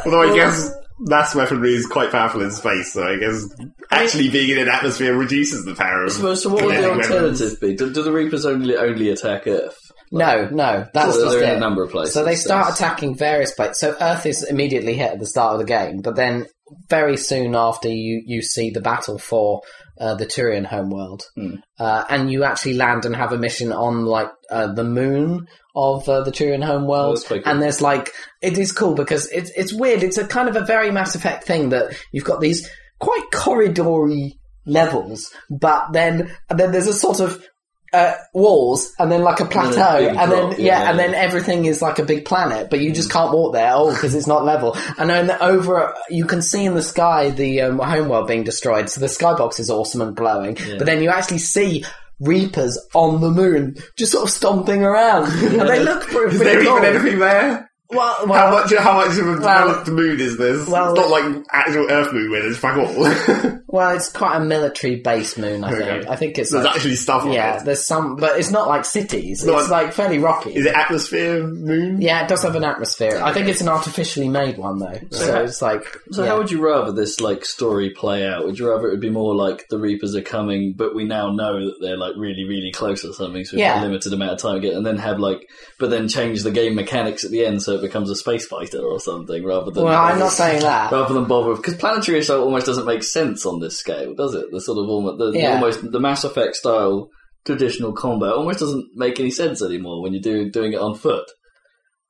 Although I Well- guess mass weaponry is quite powerful in space, so I guess actually being in an atmosphere reduces the power of. So, so what would the kinetic weapons. alternative be? Do, do the Reapers only only attack Earth? No, no, that's Well, just they're in it. a number of places, So they so start it's- attacking various places. So Earth is immediately hit at the start of the game, but then very soon after you you see the battle for uh, the Turian homeworld, Hmm. uh, and you actually land and have a mission on like uh, the moon of uh, the Turian Oh, homeworld, that's quite cool. and there's like it is cool because it's it's weird. It's a kind of a very Mass Effect thing that you've got these quite corridory levels, but then and then there's a sort of uh, walls and then like a then a plateau big and then, drop, yeah, yeah. and then everything is like a big planet but you just can't walk there oh because it's not level and then over you can see in the sky the um, homeworld being destroyed so the skybox is awesome and glowing but then you actually see reapers on the moon just sort of stomping around and they look pretty, Is there pretty cool even anything there? well, well, How much? How much of a well- developed moon is this? well- it's not like actual Earth moon where there's fuck all. well, it's quite a military base moon I think Okay. I think it's there's like, actually stuff. On yeah yeah. there's some but it's not like cities No, it's like fairly rocky Is it atmosphere moon? Yeah, it does have an atmosphere. I think it's an artificially made one though, so it's like So yeah. how would you rather this like story play out? Would you rather it would be more like the Reapers are coming, but we now know that they're like really, really close or something, so we've got Yeah. a limited amount of time to get, and then have like, but then change the game mechanics at the end so it becomes a space fighter or something rather than. Well, I'm not saying that. Rather than bother because planetary assault almost doesn't make sense on this scale, does it? The sort of almost the, the Yeah. almost the Mass Effect style traditional combat almost doesn't make any sense anymore when you're doing doing it on foot.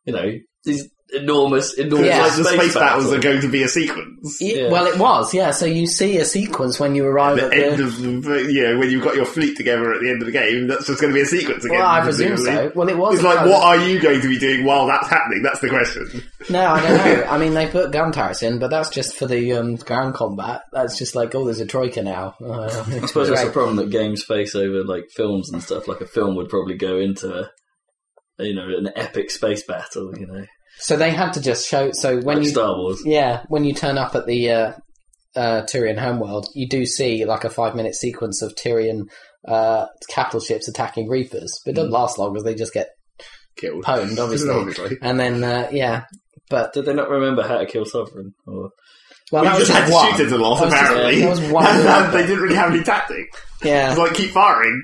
You know these enormous, enormous Yeah. Like the space, space battles battles. are going to be a sequence. Y- yeah. Well, it was yeah. So you see a sequence when you arrive The at the. end of the, you know, when you've got your fleet together at the end of the game, that's just going to be a sequence again. well, I presume presumably. so. Well, it was. It's like, what are you going to be doing while that's happening? That's the question. No, I don't know. I mean, they put gun turrets in, but that's just for the um, ground combat. That's just like, oh, there's a troika now. Uh, I suppose that's right. the problem that games face over like films and stuff. Like a film would probably go into, a, you know, an epic space battle. You know, So they had to just show. So when like you Star Wars. Yeah, when you turn up at the uh, uh, Tyrion homeworld, you do see like a five minute sequence of Tyrion uh, capital ships attacking Reapers, but it Mm. doesn't last long because they just get. Killed. Pwned, obviously. And then, uh, yeah. But, Did they not remember how to kill Sovereign? Or well, we that was just had just to one. shoot it a lot, That was just- apparently. that was one And weapon. they didn't really have any tactics. Yeah. It's like, keep firing.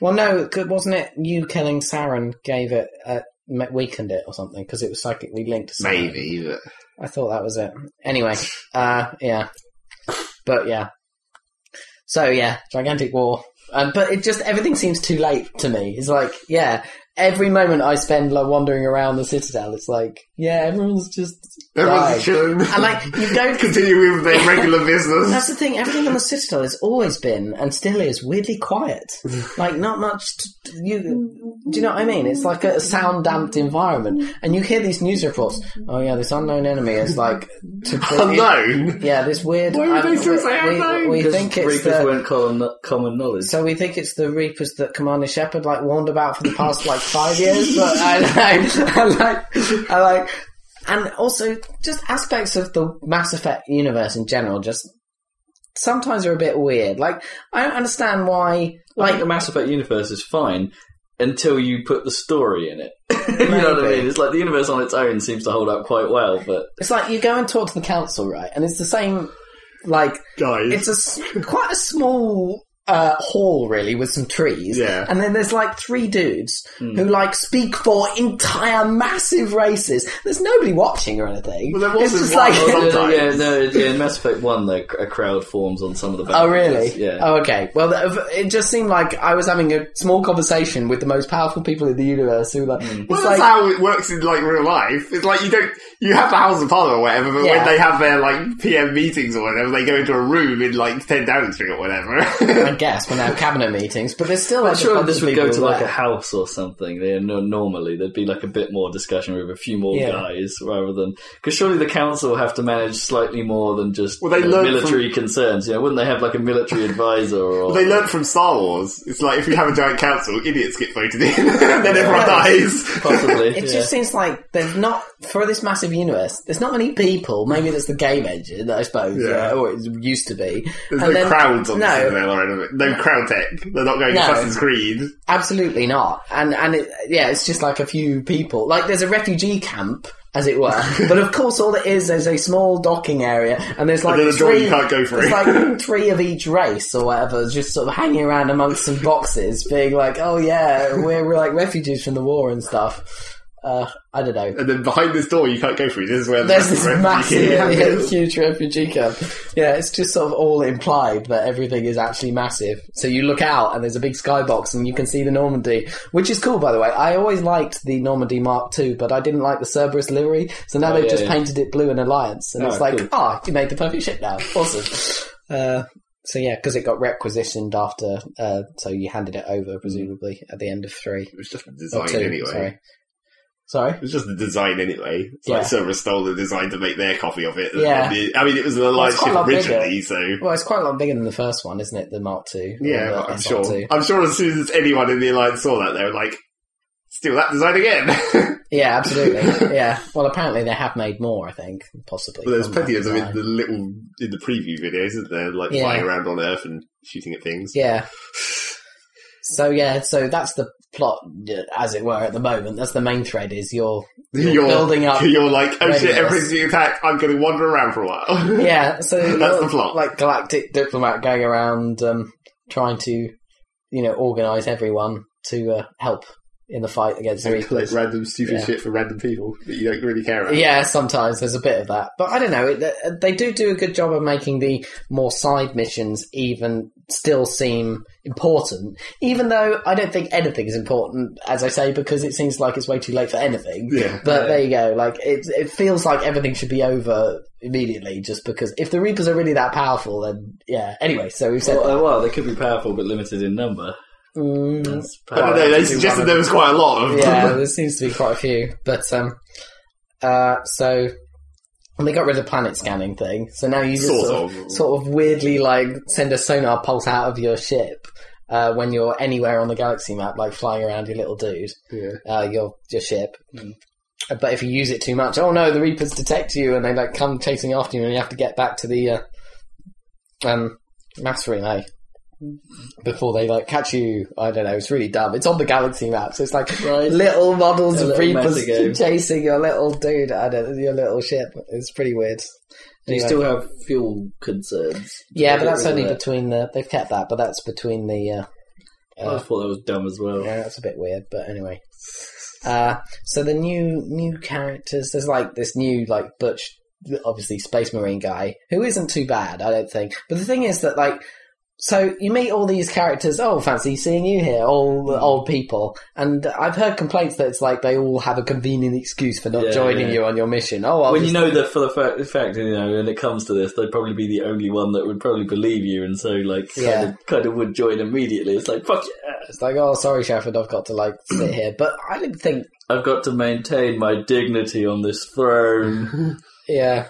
Well, no, 'cause wasn't it you killing Saren gave it, uh, me- weakened it or something because it was psychically linked to Saren? but... I thought that was it. Anyway, uh, yeah, but yeah. So yeah, gigantic war. Um, but it just everything seems too late to me. It's like yeah, every moment I spend like wandering around the citadel, it's like yeah, everyone's just dying. Everyone's chilling. and like you don't. Continuing with their regular That's business. the thing. Everything on the citadel has always been and still is weirdly quiet. Like not much. t t- you do you know what I mean? It's like a sound damped environment, and you hear these news reports. Oh yeah, this unknown enemy is like to Unknown. yeah, this weird. Why would I- they still say we, unknown? we, we Because think it's Reapers the, weren't common, common knowledge. so we think it's the Reapers that Commander Shepard like warned about for the past like five years. But I like, I like, I like, and also just aspects of the Mass Effect universe in general just sometimes are a bit weird. Like I don't understand why. like Like the Mass Effect universe is fine until you put the story in it. you know what I Maybe. mean? It's like the universe on its own seems to hold up quite well, but it's like you go and talk to the council, right? And it's the same. Like Guys. it's a s- quite a small uh, hall really with some trees Yeah. and then there's like three dudes Hmm. who like speak for entire massive races there's nobody watching or anything Well, there it's was this just one- like there was No, Sometimes. yeah, no, yeah. In Mass Effect One, the a crowd forms on some of the. Oh battlefields. really? Yeah. Oh, okay. Well, th- it just seemed like I was having a small conversation with the most powerful people in the universe. Who like, Hmm. it's Well, like that's how it works in like real life. It's like you don't you have the House of Parliament or whatever, but Yeah. when they have their like PM meetings or whatever, they go into a room in like Ten Downing Street or whatever. I I guess, when they have cabinet meetings, but there's still I'm like a sure bunch this of would people go to like a there. house or something. They no, normally there'd be like a bit more discussion with a few more Yeah. guys rather than because surely the council will have to manage slightly more than just Well, they you know, learn military concerns. You know, wouldn't they have like a military advisor or? Well, they learnt from Star Wars. It's like if we have a giant council, idiots get voted in, and then everyone Yeah. dies. Possibly, It yeah. just seems like there's not for this massive universe. There's not many people. Maybe that's the game engine, I suppose, Yeah. yeah, or it used to be. There's And no then- crowds on the no. Citadel or anything. No crowd tech. They're not going No. Assassin's Creed. Absolutely not. And and it, yeah, it's just like a few people. Like there's a refugee camp, as it were. but of course, all it is is a small docking area, and there's like And then a door three. you can't go through. It's like three of each race or whatever, just sort of hanging around amongst some boxes, being like, "Oh yeah, we're, we're like refugees from the war and stuff." Uh, I don't know. And then behind this door you can't go through. This is where the There's this refugee massive, camp yeah, is. huge refugee camp. Yeah, it's just sort of all implied that everything is actually massive. So you look out and there's a big skybox and you can see the Normandy, which is cool, by the way. I always liked the Normandy Mark II, but I didn't like the Cerberus livery. So now they've yeah, just yeah. painted it blue in Alliance, and Oh, it's like, cool. ah, you made the perfect ship now. Awesome. uh, so yeah, because it got requisitioned after, uh, so you handed it over presumably at the end of three It was just the or design two. anyway. Sorry. Sorry. It was just the design anyway. It's like Yeah. Cerberus stole the design to make their copy of it. Yeah. And the- I mean, it was an alliance it's quite a lot ship bigger. originally, so Well, it's quite a lot bigger than the first one, isn't it? The Mark II. or yeah, the but I'm SR2. sure. I'm sure as soon as anyone in the alliance saw that, they were like, "Steal that design again." Yeah, absolutely. yeah. Well, apparently they have made more. I think possibly. But there's from plenty that of them in design. the little in the preview videos, isn't there? Like Yeah. flying around on Earth and shooting at things. Yeah. So yeah, so that's the plot, uh, as it were, at the moment. That's the main thread. Is your You're building up You're like, oh shit, readiness. everything's being attacked. I'm going to wander around for a while. yeah. So That's the plot. Like galactic diplomat going around um, trying to, you know, organise everyone to uh, help in the fight against the And collect Reapers. random stupid Yeah. shit for random people that you don't really care about. Yeah, sometimes there's a bit of that, but I don't know. It, uh, they do do a good job of making the more side missions even still seem important, even though I don't think anything is important, as I say, because it seems like it's way too late for anything. Yeah. But there you go. Like it, it feels like everything should be over immediately, just because if the Reapers are really that powerful, then yeah. Anyway, so we've said. Well, uh, well, they could be powerful but limited in number. Mm, That's I don't know. They Well, suggested one of- there was quite a lot of. yeah, there seems to be quite a few. But um, uh, so and they got rid of the planet scanning thing. So now you just Sort sort, of, of. sort of weirdly like send a sonar pulse out of your ship. Uh, when you're anywhere on the galaxy map, like flying around your little dude, Yeah. uh, your your ship. Uh, But if you use it too much, oh no, the Reapers detect you and they like come chasing after you, and you have to get back to the uh, um, mass relay Mm-hmm. before they like catch you. I don't know. It's really dumb. It's on the galaxy map, so it's like Right. little models A of little metagame. Reapers chasing your little dude. I don't your little ship. It's pretty weird. Do you Anyway. still have fuel concerns? yeah, but that's Get rid only of that. between the. They've kept that, but that's between the. Uh, I thought that was dumb as well. Yeah, that's a bit weird, but anyway. Uh, so the new new characters, there's like this new like Butch, obviously space marine guy who isn't too bad, I don't think. But the thing is that like, so you meet all these characters. Oh, fancy seeing you here, all Hmm. the old people. And I've heard complaints that it's like they all have a convenient excuse for not Yeah, joining yeah. you on your mission. Oh, I'll when you just- know that for the fact, the fact, you know, when it comes to this, they'd probably be the only one that would probably believe you, and so like, kind Yeah. of, kind of would join immediately. It's like, fuck yeah, it's like, oh, sorry, Shefford, I've got to like sit here. But I don't think I've got to maintain my dignity on this throne. Yeah.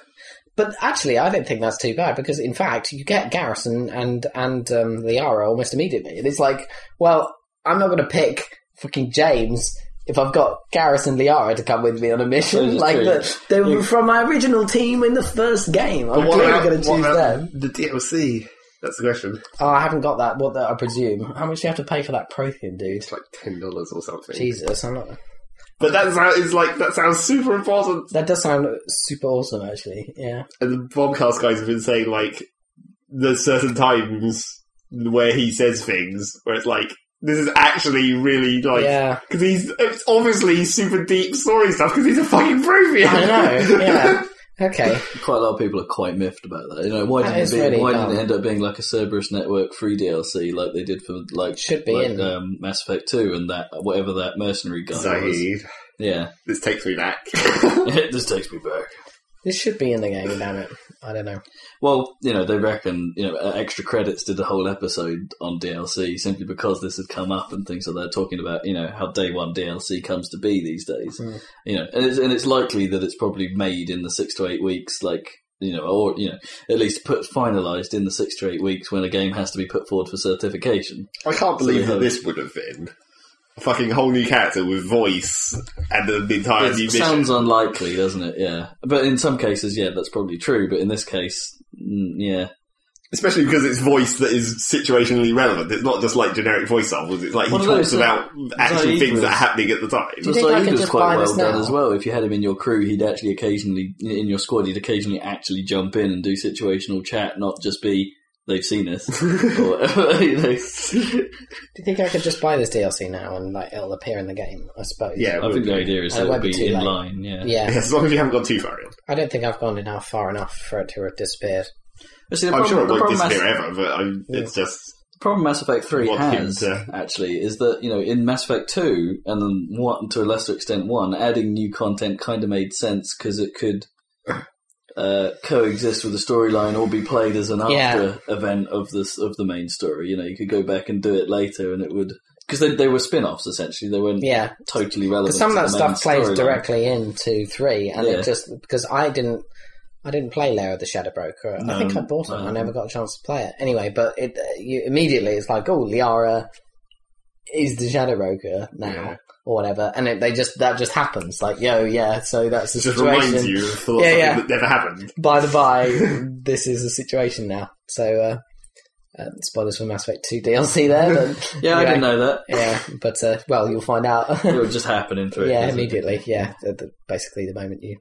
But actually, I don't think that's too bad because, in fact, you get Garrison and and um, Liara almost immediately. And it's like, well, I'm not going to pick fucking James if I've got Garrison Liara to come with me on a That mission. is Like, true. the, they were from my original team in the first game. I'm What clearly about- going to what choose about them. The DLC. That's the question. Oh, I haven't got that. What that I presume? How much do you have to pay for that Prothean dude? It's like ten dollars or something. Jesus, I'm not. But that sounds it's like that sounds super important. That does sound super awesome, actually. Yeah. And the bombcast guys have been saying like there's certain times where he says things where it's like this is actually really like yeah. Because he's it's obviously super deep story stuff. Because he's a fucking Prothean. I know. Yeah. Okay. Quite a lot of people are quite miffed about that. You know, why That didn't it is be, really why dumb. didn't it end up being like a Cerberus Network free DLC like they did for like Should be like, in. um, Mass Effect Two and that whatever that mercenary guy was. Zahid, Yeah, this takes me back. this takes me back. This should be in the game, damn it. I don't know. Well, you know, they reckon, you know, uh, Extra Credits did a whole episode on DLC simply because this had come up and things like that, talking about, you know, how day one DLC comes to be these days. Mm. You know, and it's, and it's likely that it's probably made in the six to eight weeks, like, you know, or, you know, at least put finalized in the six to eight weeks when a game has to be put forward for certification. I can't believe So- that this would have been a fucking whole new character with voice and an entire new It mission. sounds unlikely, doesn't it? Yeah. But in some cases, yeah, that's probably true. But in this case, mm, yeah. Especially because it's voice that is situationally relevant. It's not just like generic voiceovers. It's like he What are talks those, uh, about actual Zaid things that was- are happening at the time. you think I Zaida's could just quite buy well this done now? as well. If you had him in your crew, he'd actually occasionally in your squad, he'd occasionally actually jump in and do situational chat, not just be they've seen us. or, you know. Do you think I could just buy this DLC now and like it'll appear in the game? I suppose. Yeah, it I would think the be. idea is that it I would won't be be too in late. line. Yeah. Yeah. Yeah, as long as you haven't gone too far in. I don't think I've gone enough far enough for it to have disappeared. But see, the I'm problem- sure it the won't problem Mass- disappear ever, but I'm, it's just problem Mass Effect 3 What has, hint, actually, is that, you know, in Mass Effect 2, and then one, to a lesser extent 1, adding new content kind of made sense because it could uh, coexist with the storyline or be played as an Yeah. after event of, this, of the main story. You know, you could go back and do it later and it would. Because they, they were spin offs, essentially. They weren't Yeah, totally relevant. because some of to that the main stuff plays storyline. directly into three, and Yeah. it just because I didn't, I didn't play Lair of the Shadow Broker. I No, think I bought it. no. I never got a chance to play it anyway. But it you, immediately it's like, oh, Liara is the Shadow Broker now. Yeah. Or whatever, and it, they just that just happens. Like, yo, yeah. So that's the it just situation. reminds you of the Yeah, something yeah. that never happened. by the by, this is the situation now. So, uh, uh, spoilers for Mass Effect 2 DLC there, but Yeah, I Yeah. didn't know that. yeah, but uh, well, you'll find out. It would just happen in 3. yeah, doesn't it? immediately. Yeah, the, the, basically the moment you.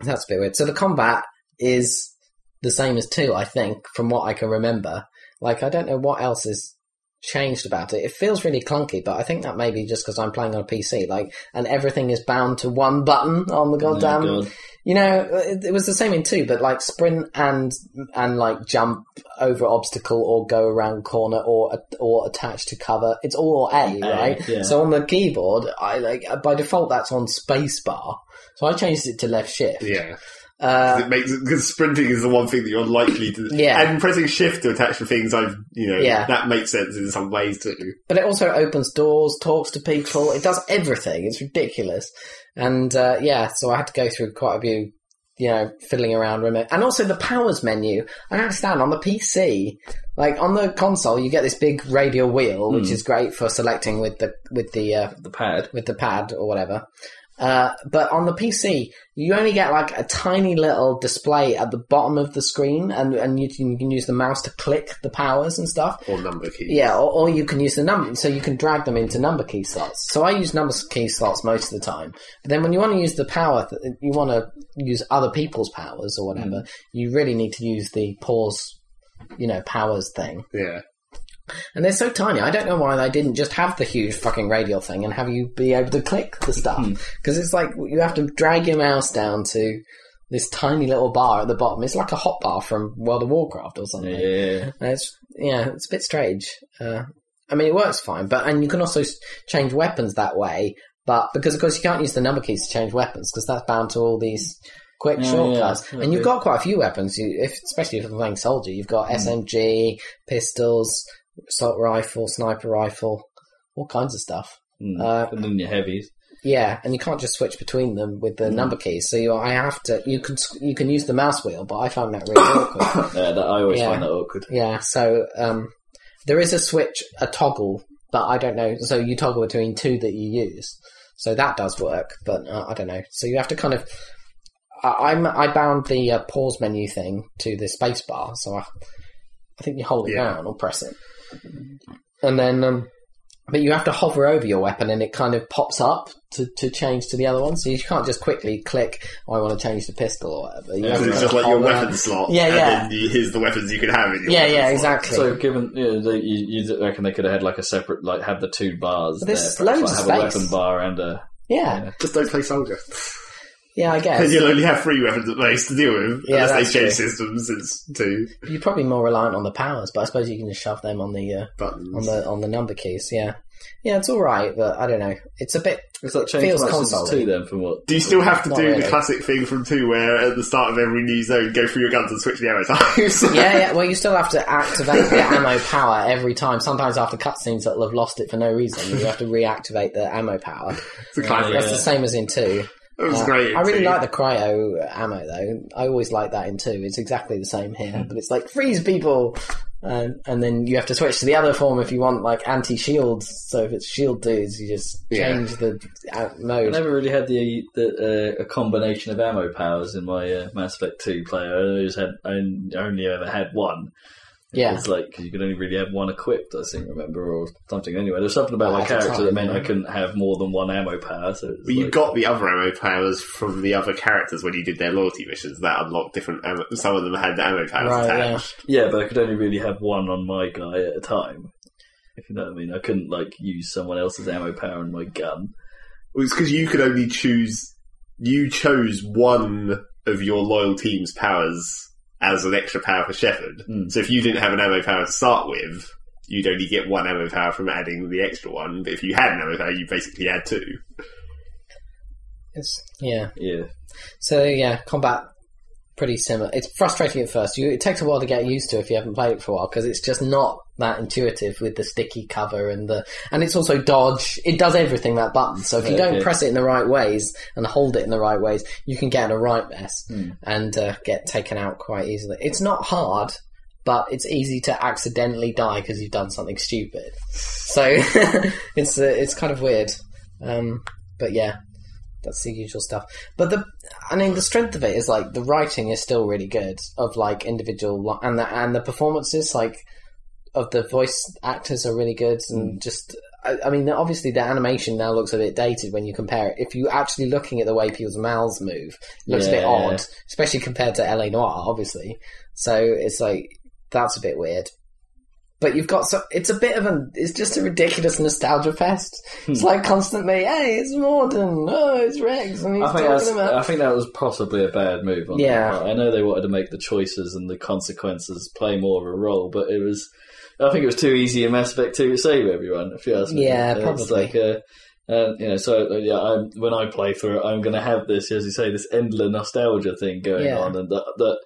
That's a bit weird. So the combat is the same as two, I think, from what I can remember. Like, I don't know what else is changed about it. It feels really clunky, but I think that may be just because I'm playing on a PC. Like, and everything is bound to one button on Oh, the goddamn God. you know, it, it was the same in two, but like sprint and and like jump over obstacle or go around corner or or attach to cover. It's all A, A, right? yeah. So on the keyboard, I like by default that's on space bar. So I changed it to left shift. Yeah, Uh, it makes because sprinting is the one thing that you're likely to. Yeah. and pressing shift to attach to things. I've you know Yeah. that makes sense in some ways too. but it also opens doors, talks to people. It does everything. It's ridiculous. And uh, yeah, so I had to go through quite a few, you know, fiddling around with it. And also the powers menu. I don't understand on the PC, like on the console, you get this big radial wheel, which Hmm. is great for selecting with the with the uh, The pad. with the pad or whatever. Uh, but on the PC, you only get like a tiny little display at the bottom of the screen, and, and you, can, you can use the mouse to click the powers and stuff. Or number key. Yeah, or, or you can use the number, so you can drag them into number key slots. So I use number key slots most of the time. But then when you want to use the power, th- you want to use other people's powers or whatever, you really need to use the pause, you know, powers thing. yeah. And they're so tiny. I don't know why they didn't just have the huge fucking radial thing and have you be able to click the stuff. Because it's like you have to drag your mouse down to this tiny little bar at the bottom. It's like a hot bar from World of Warcraft or something. Yeah. And It's yeah, it's a bit strange. Uh, I mean, it works fine, but and you can also s- change weapons that way. But because of course you can't use the number keys to change weapons because that's bound to all these quick Yeah, yeah, shortcuts. that'd and you've be- got quite a few weapons. You, if especially if you're playing soldier, you've Hmm. got SMG, pistols, assault rifle, sniper rifle, all kinds of stuff. Mm. Uh, and then your heavies. yeah, and you can't just switch between them with the Mm. number keys. So you, I have to. You can s- you can use the mouse wheel, but I found that really awkward. Yeah, Uh, that, I always Yeah. find that awkward. Yeah, so um, there is a switch, a toggle, but I don't know. So you toggle between two that you use. So that does work, but uh, I don't know. So you have to kind of. I, I'm I bound the uh, pause menu thing to the space bar, so I, I think you hold it Yeah. down or press it, and then. Um, but you have to hover over your weapon and it kind of pops up to, to change to the other one. So you can't just quickly click, oh, I want to change the pistol or whatever. You have 'Cause to it's kind of just like your hover. weapon slot. Yeah, and yeah. Then you, here's the weapons you can have in your Yeah, weapon yeah, slot. exactly. So, given you, know, they, you, you reckon they could have had like a separate, like have the two bars But there, there's perhaps, like, loads of have space. a weapon bar and a. yeah. Just don't play soldier. Yeah, I guess. Because you'll only have three weapons at most to deal with, Yeah, unless that's they change true. systems since two You're probably more reliant on the powers, but I suppose you can just shove them on the uh, buttons. on the on the number keys. Yeah, yeah, it's all right, but I don't know. It's a bit. It's like change Feels console console-y. two then from what? do you still have to Not do really. the classic thing from two, where at the start of every new zone, go through your guns and switch the ammo types? Yeah, yeah. Well, you still have to activate the ammo power every time. Sometimes after cutscenes that have lost it for no reason, you have to reactivate the ammo power. it's a classic. That's the same as in two. It was Uh, great. I really too. like the cryo ammo though. I always like that in two. It's exactly the same here, Hmm. but it's like freeze people, and and then you have to switch to the other form if you want like anti shields. So if it's shield dudes, you just Yeah. change the uh, I mode. never really had the, the uh, a combination of ammo powers in my uh, Mass Effect Two player. I always had I only ever had one. yeah, It's like 'cause you could only really have one equipped, I think, remember, or something. Anyway, there's something about Well, my at the character that time, meant yeah. I couldn't have more than one ammo power. So it's But you like- got the other ammo powers from the other characters when you did their loyalty missions. That unlocked different ammo. Some of them had the ammo powers Right, attached. yeah, but I could only really have one on my guy at a time. If you know what I mean, I couldn't like use someone else's ammo power on my gun. Well, it's because you could only choose. You chose one of your loyal team's powers as an extra power for Shepard. Mm. So if you didn't have an ammo power to start with, you'd only get one ammo power from adding the extra one. But if you had an ammo power, you basically had two. It's- yeah. Yeah, So yeah, combat pretty similar. It's frustrating at first. You, it takes a while to get used to if you haven't played it for a while because it's just not that intuitive with the sticky cover and the and it's also dodge. It does everything that button. So if you don't Okay. press it in the right ways and hold it in the right ways, you can get in a right mess Hmm. and uh, get taken out quite easily. It's not hard. But it's easy to accidentally die because you've done something stupid. So it's uh, it's kind of weird. Um, but yeah, that's the usual stuff. But the, I mean, the strength of it is like the writing is still really good of like individual li- and the and the performances like of the voice actors are really good Mm. and just. I, I mean, obviously the animation now looks a bit dated when you compare it. If you're actually looking at the way people's mouths move, it looks a bit Yeah. odd, especially compared to La Noire, obviously. So it's like that's a bit weird. But you've got so it's a bit of an it's just a ridiculous nostalgia fest. It's like constantly, hey, it's Morden, oh, it's Rex, and he's I think, that's, uh, talking about I think that was possibly a bad move. On their Yeah. part. I know they wanted to make the choices and the consequences play more of a role, but it was, I think it was too easy in Mass Effect Two to save everyone. If you ask me, Yeah, It's probably. Like, uh, uh, you know, so uh, yeah, I'm, when I play through it, I'm going to have this, as you say, this endless nostalgia thing going Yeah. on, and that. that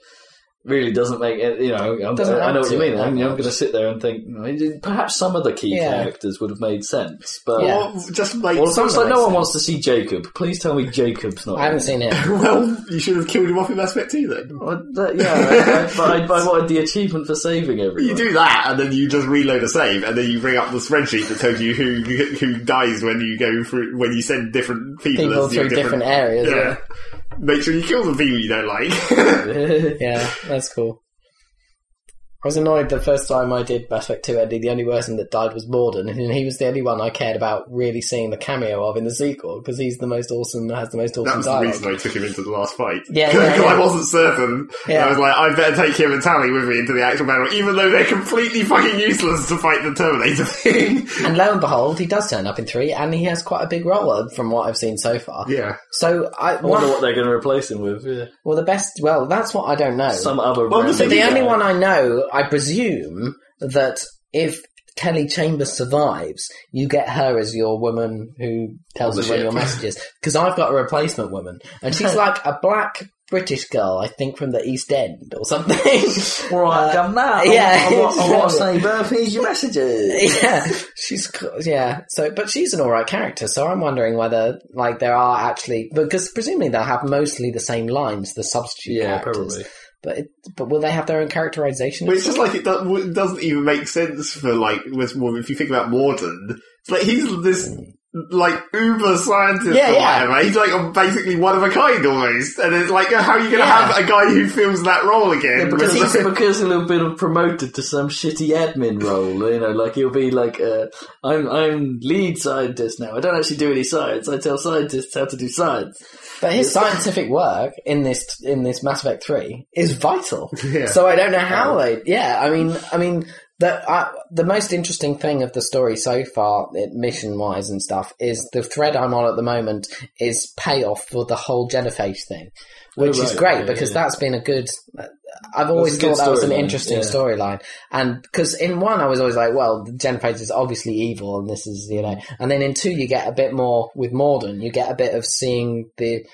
Really doesn't make it, you know. I'm, Doesn't I know add what you to it mean. I'm, I'm that going to sit there and think "Mm, perhaps some of the key Yeah. characters would have made sense, but Yeah. Or just make. well, it's Some like of no it's- one wants to see Jacob. Please tell me Jacob's not. I haven't in it. seen it. well, you should have killed him off in Mass Effect 2 then. Well, that, yeah, I, I, but I, I wanted the achievement for saving everyone. You do that, and then you just reload a save, and then you bring up the spreadsheet that tells you who who dies when you go through when you send different people, People as your through different areas. Yeah. Yeah. Make sure you kill the people you don't like. do. yeah, that's cool. I was annoyed the first time I did Mass Effect 2 ending, the only person that died was Morden, and he was the only one I cared about really seeing the cameo of in the sequel, because he's the most awesome, has the most that awesome was the dialogue. reason I took him into the last fight. Yeah, yeah, 'Cause I yeah. wasn't certain. Yeah. I was like, I better take him and Tally with me into the actual battle, even though they're completely fucking useless to fight the Terminator thing. And lo and behold, he does turn up in three, and he has quite a big role uh, from what I've seen so far. yeah. So I, I wonder what they're going to replace him with. Yeah. well, the best. Well, that's what I don't know. Some other. Well, random the thing the Yeah. only guy. one I know, I presume that if Kelly Chambers survives, you get her as your woman who tells you On the when ship. your message is. Because I've got a replacement woman, and she's like a black British girl, I think, from the East End or something. Right, come now. Uh, yeah. I want, I want to say, Bert, here's your messages. yeah, she's co- yeah. So, but she's an all right character. So I'm wondering whether like there are actually because presumably they'll have mostly the same lines, the substitute Yeah, characters. probably. But it, but will they have their own characterization? But it's just like it, do- it doesn't even make sense for like with well, if you think about Morden, it's like he's this like uber scientist Yeah, or yeah. whatever. He's like basically one of a kind almost, and it's like how are you gonna Yeah. have a guy who fills that role again? because Because- he's because he'll be promoted to some shitty admin role, you know, like he'll be like, uh, I'm I'm lead scientist now. I don't actually do any science. I tell scientists how to do science. But his scientific work in this in this Mass Effect three is vital. Yeah. So I don't know how they. Yeah, I mean, I mean, The uh, the most interesting thing of the story so far, mission wise and stuff, is the thread I'm on at the moment is payoff for the whole Genophage thing, which Oh, is right, great yeah, because yeah. that's been a good. I've always a good thought that was an storyline, interesting yeah. storyline, and because in one I was always like, well, the Genophage is obviously evil, and this is you know, and then in two you get a bit more with Morden, you get a bit of seeing the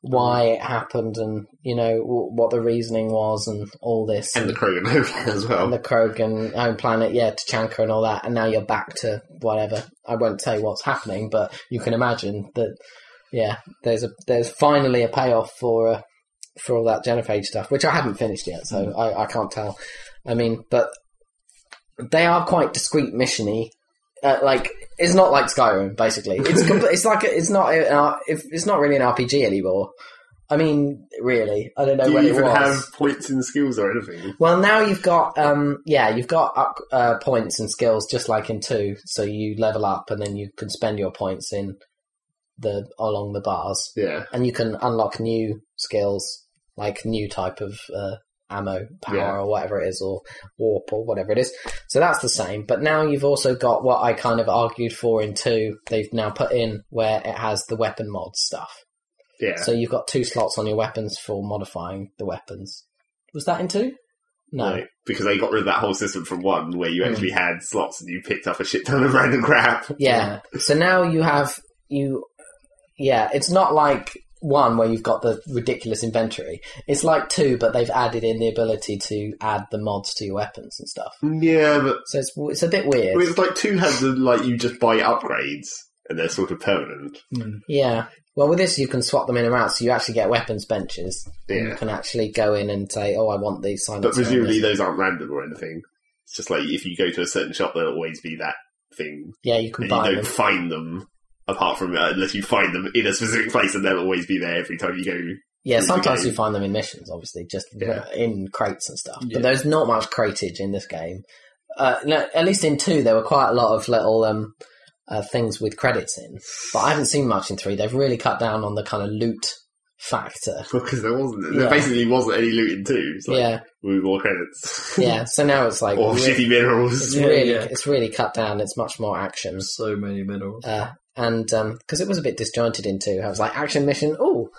why it happened and you know w- what the reasoning was and all this And the Krogan homeland as well. and the Krogan home planet, yeah, Tachanka and all that, and now you're back to whatever. I won't tell you what's happening, but you can imagine that. Yeah, there's a there's finally a payoff for uh, for all that Genophage stuff, which I haven't finished yet, so Mm. I, I can't tell. I mean, but they are quite discreet missiony. Uh, like it's not like Skyrim, basically. It's com- it's like a, it's not a, an R- if it's not really an RPG anymore. I mean, really, I don't know Do when you it even was. have points in skills or anything? Well, now you've got um, yeah, you've got up, uh, points and skills just like in two. So you level up, and then you can spend your points in the along the bars, Yeah. and you can unlock new skills like new type of uh, ammo, power, Yeah. or whatever it is, or warp, or whatever it is. So that's the same. But now you've also got what I kind of argued for in two. They've now put in where it has the weapon mod stuff. Yeah. So you've got two slots on your weapons for modifying the weapons. Was that in two? No. Hmm. Like, because they got rid of that whole system from one where you actually had slots and you picked up a shit ton of random crap. Yeah. So now you have you yeah, it's not like one where you've got the ridiculous inventory. It's like two, but they've added in the ability to add the mods to your weapons and stuff. Yeah, but So it's it's a bit I weird. mean, it's like two had the like you just buy upgrades and they're sort of permanent. Yeah. Well, with this, you can swap them in and out, so you actually get weapons benches. You Yeah. can actually go in and say, "Oh, I want these." Silent But presumably Servers. those aren't random or anything. It's just like if you go to a certain shop, there'll always be that thing. yeah, you can And you buy don't them. find them apart from uh, unless you find them in a specific place, and they'll always be there every time you go. Yeah, through the sometimes game. you find them in missions, obviously, just Yeah. in crates and stuff. Yeah. But there's not much crateage in this game. Uh, no, at least in two, there were quite a lot of little um, uh, things with credits in. But I haven't seen much in three. They've really cut down on the kind of loot factor. Because there wasn't, there Yeah. basically wasn't any loot in two. It's like, Oh, yeah, we more credits. yeah. So now it's like or re- shitty minerals. it's Yeah, really yeah. it's really cut down. It's much more action. So many minerals. Uh, and because it was a bit disjointed in two, I was like, action mission. Oh,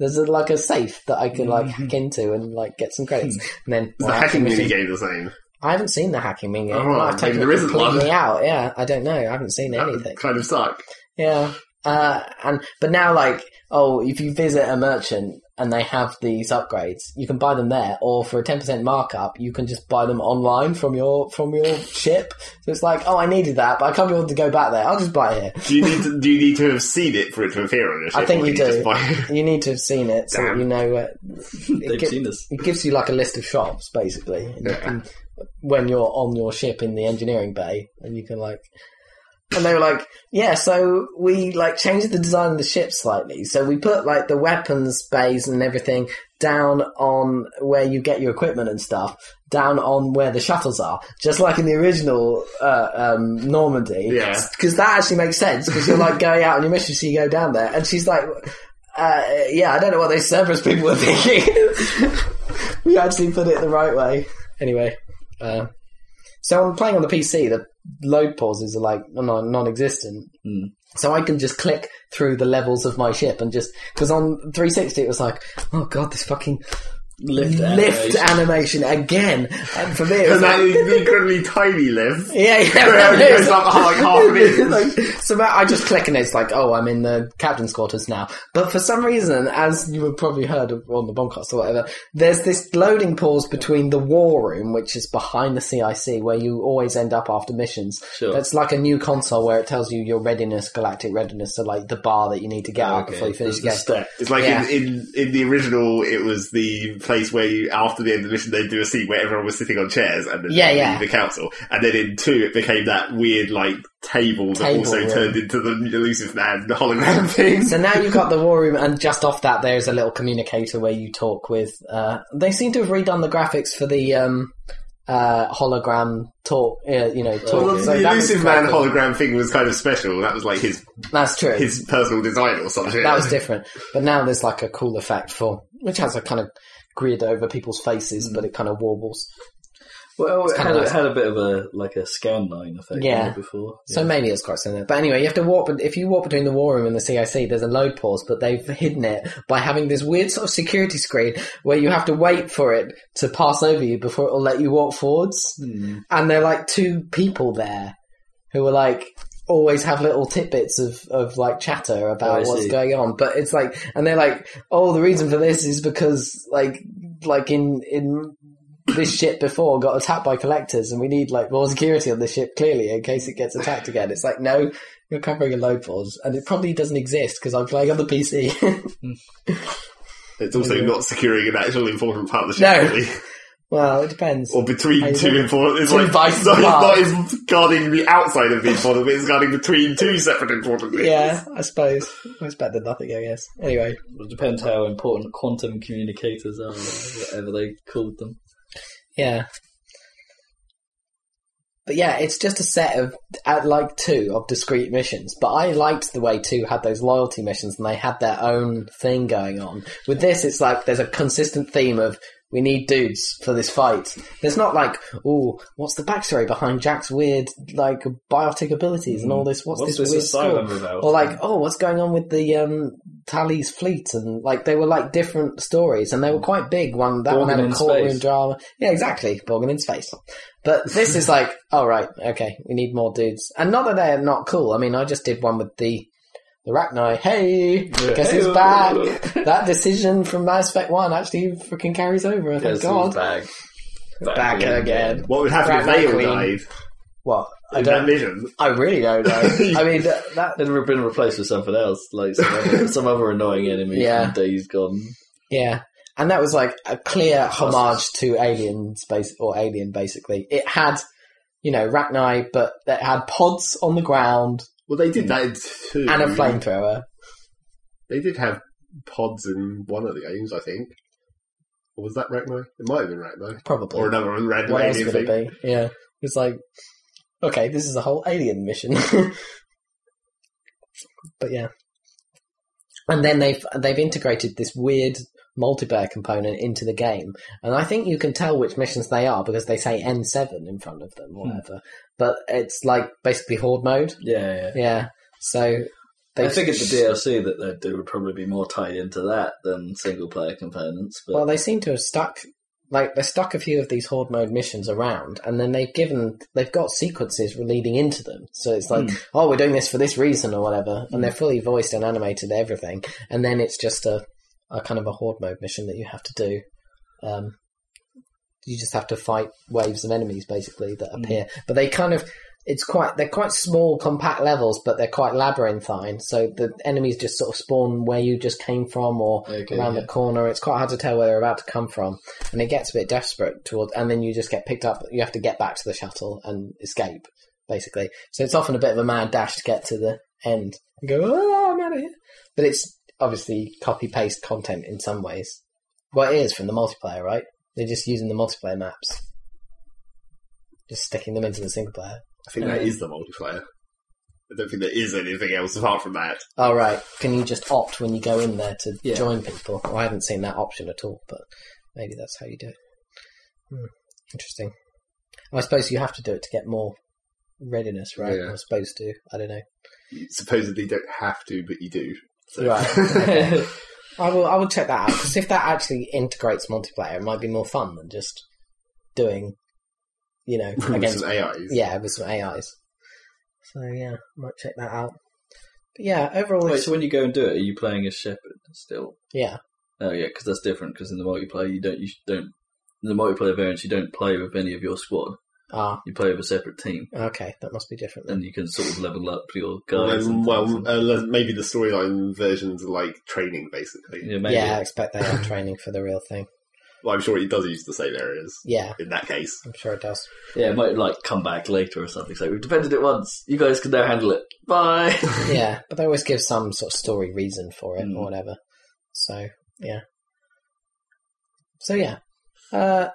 there's a, like a safe that I could like hack into and like get some credits. and then Is more the Mm-hmm. hacking action mission. mini game the same? I haven't seen the hacking mini. Oh, right. I've taken Maybe there it isn't one. completely out. Yeah, I don't know. I haven't seen That would anything. kind of suck. Yeah. Uh, and but now, like, oh, if you visit a merchant and they have these upgrades, you can buy them there, or for a ten percent markup, you can just buy them online from your from your ship. So it's like, oh, I needed that, but I can't be able to go back there. I'll just buy it here. Do you need to, do you need to have seen it for it to appear on your ship? I think or you can do. just buy- You need to have seen it so that Damn. you know. Uh, They've it, gi- seen us. it gives you like a list of shops basically, and you Yeah. can, when you're on your ship in the engineering bay, and you can like. And they were like, "Yeah, so we like changed the design of the ship slightly. So we put like the weapons bays and everything down on where you get your equipment and stuff, down on where the shuttles are, just like in the original uh, um, Normandy. Yeah. because that actually makes sense because you're like going out on your mission, so you go down there, and she's like." Uh, yeah, I don't know what those Cerberus people were thinking. we actually put it the right way. Anyway, uh, so I'm playing on the PC. The load pauses are like non- non-existent. Mm. So I can just click through the levels of my ship and just because on 360 it was like, oh god, this fucking Lift, lift animation again. And for me, it was And that like, is the incredibly tiny lift. yeah, yeah, It goes up like half an inch. like, so that- I just click and it's like, oh, I'm in the captain's quarters now. But for some reason, as you have probably heard on the bombcast or whatever, there's this loading pause between the war room, which is behind the CIC, where you always end up after missions. Sure. That's like a new console where it tells you your readiness, galactic readiness, so like the bar that you need to get out before you finish Oh, There's the the game. step. It's like Yeah. in, in in the original, it was the place where you, after the end of the mission, they'd do a scene where everyone was sitting on chairs and then Yeah, they'd yeah. leave the council. And then in two, it became that weird like table that Table, also yeah. turned into the elusive man hologram thing. So now you've got the war room, and just off that, there's a little communicator where you talk with. Uh, they seem to have redone the graphics for the um, uh, hologram talk. Uh, you know, talk. well, the So that was elusive quite man cool. hologram thing was kind of special. That was like his That's true. his personal design or something. That was different. But now there's like a cool Mm. effect for which has a kind of grid over people's faces, but it kind of warbles. Well, It's it kinda had, nice. it had a bit of a like a scan line effect yeah. Yeah. before. So Yeah. maybe it's quite similar. But anyway, you have to walk. But if you walk between the war room and the CIC, there's a load pause, but they've hidden it by having this weird sort of security screen where you have to wait for it to pass over you before it will let you walk forwards. Hmm. And they're like two people there who are like always have little tidbits of, of like chatter about Oh, I what's see. going on. But it's like, and they're like, oh, the reason for this is because like, like in, in this ship before got attacked by collectors and we need like more security on the ship clearly in case it gets attacked again. It's like, no, you're covering a load pause and it probably doesn't exist because I'm playing on the PC. It's also not securing an actual important partnership. No. really. well, it depends. Or I between two don't- important. It's Two like, vices no, it's apart. not it's guarding the outside of the important bit, it's guarding between two separate important bits. yeah, I suppose. It's better than nothing, I guess. Anyway. It depends how important quantum communicators are, whatever they called them. Yeah. But yeah, it's just a set of at like two of discrete missions. But I liked the way two had those loyalty missions and they had their own thing going on. With this, it's like there's a consistent theme of we need dudes for this fight. There's not like, oh, what's the backstory behind Jack's weird like biotic abilities and all this? What's, Mm. What's this, this weird asylum school? about? Or like, oh, what's going on with the um, Tally's fleet? And like they were like different stories and they were quite big. One that one Borgin had a in courtroom space. drama. Yeah, exactly. Borgin in space. But this is like, oh right, okay, we need more dudes. And not that they're not cool. I mean, I just did one with the the Rachni. Hey, guess who's Hey-oh. back? that decision from Mass Effect One actually freaking carries over. Thank Guess who's Oh, God, back. back again. What would happen if Ratman they all Queen. died What? I in that don't. mission? I really don't know. I mean, that, that It'd have been replaced with something else, like some other, some other annoying enemy Yeah. from Days Gone. Yeah. And that was like a clear homage to Alien Space or Alien basically. It had, you know, Rachni, but it had pods on the ground Well, they did that in two. and a flamethrower. They did have pods in one of the games, I think. Or was that Rachno? It might have been Rachno. Probably. Or another unread what else alien could it thing. be? Yeah. It's like okay, this is a whole alien mission. but yeah. And then they've they've integrated this weird multiplayer component into the game. And I think you can tell which missions they are because they say N seven in front of them, whatever. But it's like basically horde mode. Yeah, yeah. Yeah. So they I figured the DLC that they'd do would probably be more tied into that than single player components. But Well, they seem to have stuck like they stuck a few of these horde mode missions around, and then they've given they've got sequences leading into them. So it's like, oh, we're doing this for this reason or whatever, and they're fully voiced and animated everything, and then it's just a, a kind of a horde mode mission that you have to do. Um, you just have to fight waves of enemies basically that Mm. appear, but they kind of. It's quite they're quite small, compact levels, but they're quite labyrinthine. So the enemies just sort of spawn where you just came from, or Okay, around yeah. the corner. It's quite hard to tell where they're about to come from, and it gets a bit desperate towards. And then you just get picked up. You have to get back to the shuttle and escape, basically. So it's often a bit of a mad dash to get to the end and go, "Oh, I'm out of here!" But it's obviously copy paste content in some ways. Well, it is from the multiplayer, right? They're just using the multiplayer maps, just sticking them into the single player. I think that is the multiplayer. I don't think there is anything else apart from that. All Oh, right. Can you just opt when you go in there to Yeah. join people? Well, I haven't seen that option at all, but maybe that's how you do it. Hmm. Interesting. I suppose you have to do it to get more readiness, right? Yeah. I'm supposed to. I don't know. You supposedly don't have to, but you do. So. Right. Okay. I will. I will check that out because if that actually integrates multiplayer, it might be more fun than just doing, you know, With against some AIs. yeah with some AIs. So yeah, might check that out. But yeah, overall, Wait, it's, so when you go and do it, are you playing as Shepard still? yeah, Oh yeah, because that's different. Because in the multiplayer, you don't you don't in the multiplayer variants you don't play with any of your squad. ah, You play with a separate team, okay, that must be different. Then. and you can sort of level up your guys. Well, and well things. uh, maybe the storyline versions are like training, basically. yeah, maybe. Yeah, I expect they are training for the real thing. Well, I'm sure it does use the same areas Yeah, in that case. I'm sure it does. Yeah, it might like come back later or something. So we've defended it once. You guys can now handle it. Bye. Yeah, but they always give some sort of story reason for it Mm. or whatever. So yeah. So yeah, uh,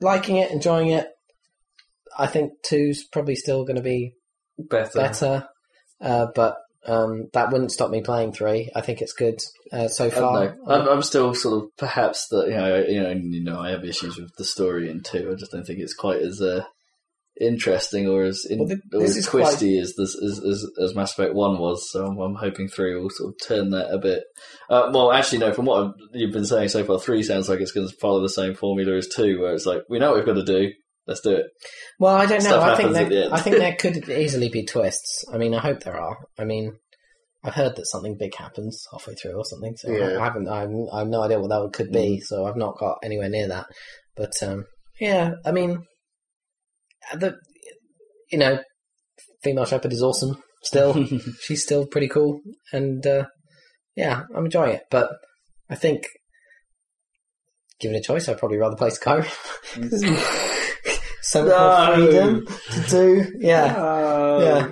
liking it, enjoying it. I think two's probably still going to be Better. better, uh, but Um, that wouldn't stop me playing three. I think it's good uh, so I far. don't know. I'm, I'm still sort of perhaps that you know you know and, you know I have issues with the story in two. I just don't think it's quite as uh, interesting or as in, Well, thi- or this as is twisty as this as, as as Mass Effect One was. So I'm, I'm hoping three will sort of turn that a bit. Uh, well, actually, no. From what I've, you've been saying so far, three sounds like it's going to follow the same formula as two, where it's like we know what we've got to do. Let's do it. Well, I don't know. Stuff I think happens at the there, end. I think there could easily be twists. I mean, I hope there are. I mean, I've heard that something big happens halfway through or something. So Yeah. I haven't. I haven't- I have no idea what that could be. Mm. So I've not got anywhere near that. But um, yeah, I mean, the you know, female shepherd is awesome. Still, she's still pretty cool, and uh, yeah, I'm enjoying it. But I think, given a choice, I'd probably rather play Skyrim. so No. much more freedom to do. Yeah, yeah,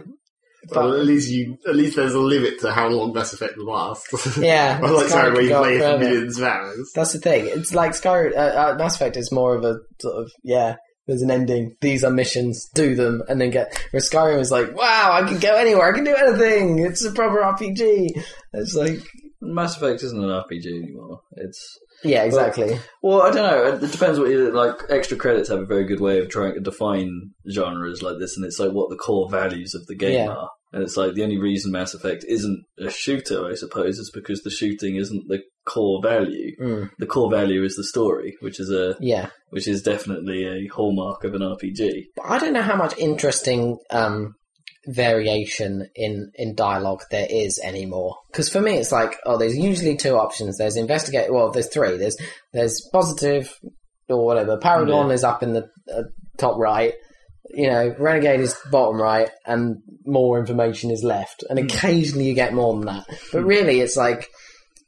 Well, at least you, at least there's a limit to how long Mass Effect will last. yeah. I like Skyrim sorry, where could you go on play it for forever. millions of hours. That's the thing. It's like Skyrim. Uh, uh, Mass Effect is more of a sort of yeah. There's an ending. These are missions. Do them, and then get. Whereas Skyrim is like, wow, I can go anywhere. I can do anything. It's a proper RPG. It's like, Mass Effect isn't an RPG anymore. It's yeah, exactly. Well, I don't know. It depends what you like. Extra credits have a very good way of trying to define genres like this, and it's like what the core values of the game Yeah. are. And it's like the only reason Mass Effect isn't a shooter, I suppose, is because the shooting isn't the core value. Mm, The core value is the story, which is a yeah. which is definitely a hallmark of an RPG. But I don't know how much interesting um, variation in in dialogue there is anymore. Because for me, it's like, oh, there's usually two options. There's investigate. Well, there's three. There's there's positive or whatever. Paragon is up in the uh, top right. You know, renegade is bottom right, and more information is left. And occasionally you get more than that. But really, it's like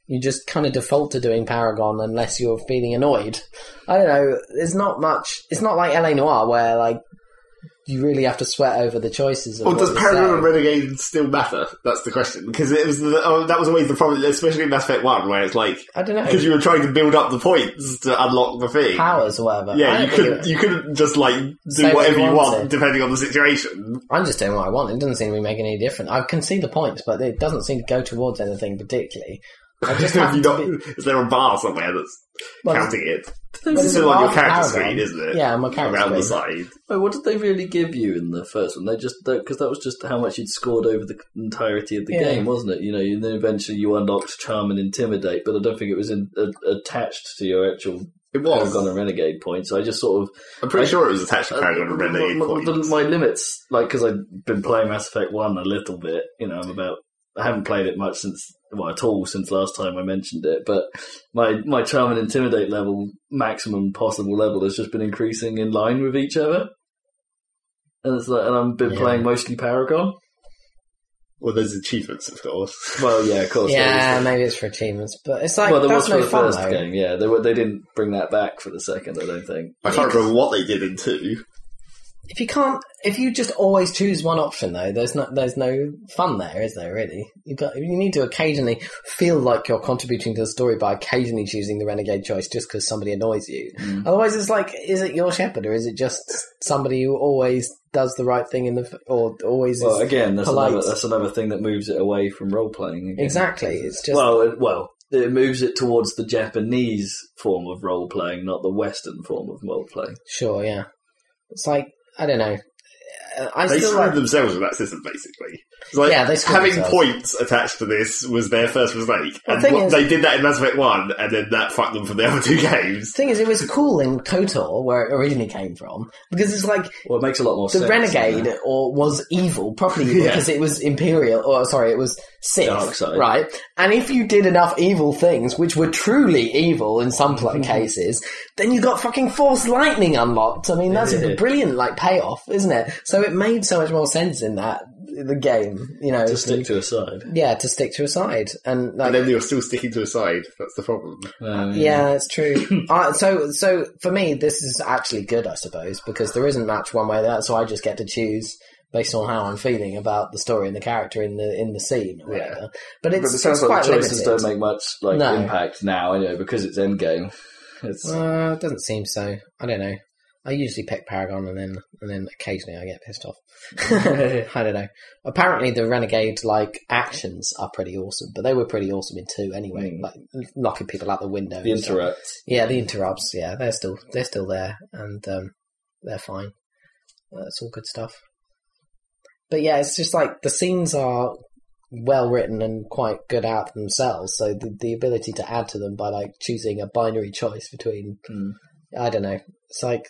you just kind of default to doing Paragon unless you're feeling annoyed. I don't know. There's not much. It's not like LA Noir where like you really have to sweat over the choices. Of Or what does you Paragon say. and Renegade still matter? That's the question. Because it was the, oh, that was always the problem, especially in Mass Effect 1, where it's like, I don't know because you were trying to build up the points to unlock the thing. powers or whatever. I Yeah, don't you think couldn't, it- you couldn't just like Say what do whatever you you wanted. want depending on the situation. I'm just doing what I want. It doesn't seem to be making any difference. I can see the points, but it doesn't seem to go towards anything particularly. I just Have happen you to not, be- is there a bar somewhere that's Well, counting it? there's It's a still on your bar character Paragon. screen, isn't it? Yeah, my character Around the screen. side. Wait, what did they really give you in the first one? They just because that was just how much you'd scored over the entirety of the Yeah. game, wasn't it? You know, and then eventually you unlocked charm and intimidate, but I don't think it was in, a, attached to your actual It Paragon and Renegade points. I just sort of I'm pretty I- sure it was attached to Paragon uh, and Renegade my, my- points. my limits, like because I've been playing Mass Effect One a little bit. You know, I'm about. I haven't played it much since, well, at all since last time I mentioned it. But my my charm and intimidate level, maximum possible level, has just been increasing in line with each other. And it's like, and I've been Yeah. playing mostly Paragon. Well, there's achievements, of course. Well, yeah, of course. there Yeah, was the- maybe it's for achievements, but it's like well, there was that's for no the fun first though. game. Yeah, they were. They didn't bring that back for the second. I don't think. I can't remember what they did in two. If you can't, if you just always choose one option though, there's no there's no fun there, is there? Really, you got you need to occasionally feel like you're contributing to the story by occasionally choosing the renegade choice just because somebody annoys you. Otherwise, it's like, is it your shepherd or is it just somebody who always does the right thing in the f- or always Well, is, again, that's polite. another, that's another thing that moves it away from role playing. exactly? It's just Well, it, well, it moves it towards the Japanese form of role playing, not the Western form of role playing. sure, yeah. It's like I don't know. I They still screwed like themselves with that system, basically. It's like, Yeah, they screwed having themselves. points attached to this was their first mistake. The And thing what, is- they did that in Mass Effect 1, and then that fucked them for the other two The games. thing is, it was cool in KOTOR, where it originally came from, because it's like Well, it makes a lot more the sense. renegade or was evil, properly evil, Yeah. because it was imperial, or sorry, it was Sith, Darkseid. right? And if you did enough evil things, which were truly evil in some pl- cases, then you got fucking Force Lightning unlocked. I mean, that's a Yeah. brilliant like payoff, isn't it? So it made so much more sense in that the game, you know, To stick to a side. yeah, to stick to a side and like And then you're still sticking to a side. That's the problem. Um, yeah, it's true. uh, so, so for me, this is actually good, I suppose, because there isn't much one way or the other, so I just get to choose based on how I'm feeling about the story and the character in the in the scene or Yeah. whatever. But But it's, it sounds it's like quite the choices limited. don't make much like No. impact now, anyway, because it's endgame. It's uh, it doesn't seem so. I don't know. I usually pick Paragon, and then and then occasionally I get pissed off. I don't know. Apparently, the Renegade like actions are pretty awesome, but they were pretty awesome in two anyway, Mm. like knocking people out the window. The and stuff. interrupt. Yeah, the interrupts. Yeah, they're still they're still there, and um, they're fine. That's all good stuff. But yeah, it's just like the scenes are well written and quite good out themselves. So the, the ability to add to them by like choosing a binary choice between Mm. I don't know. It's like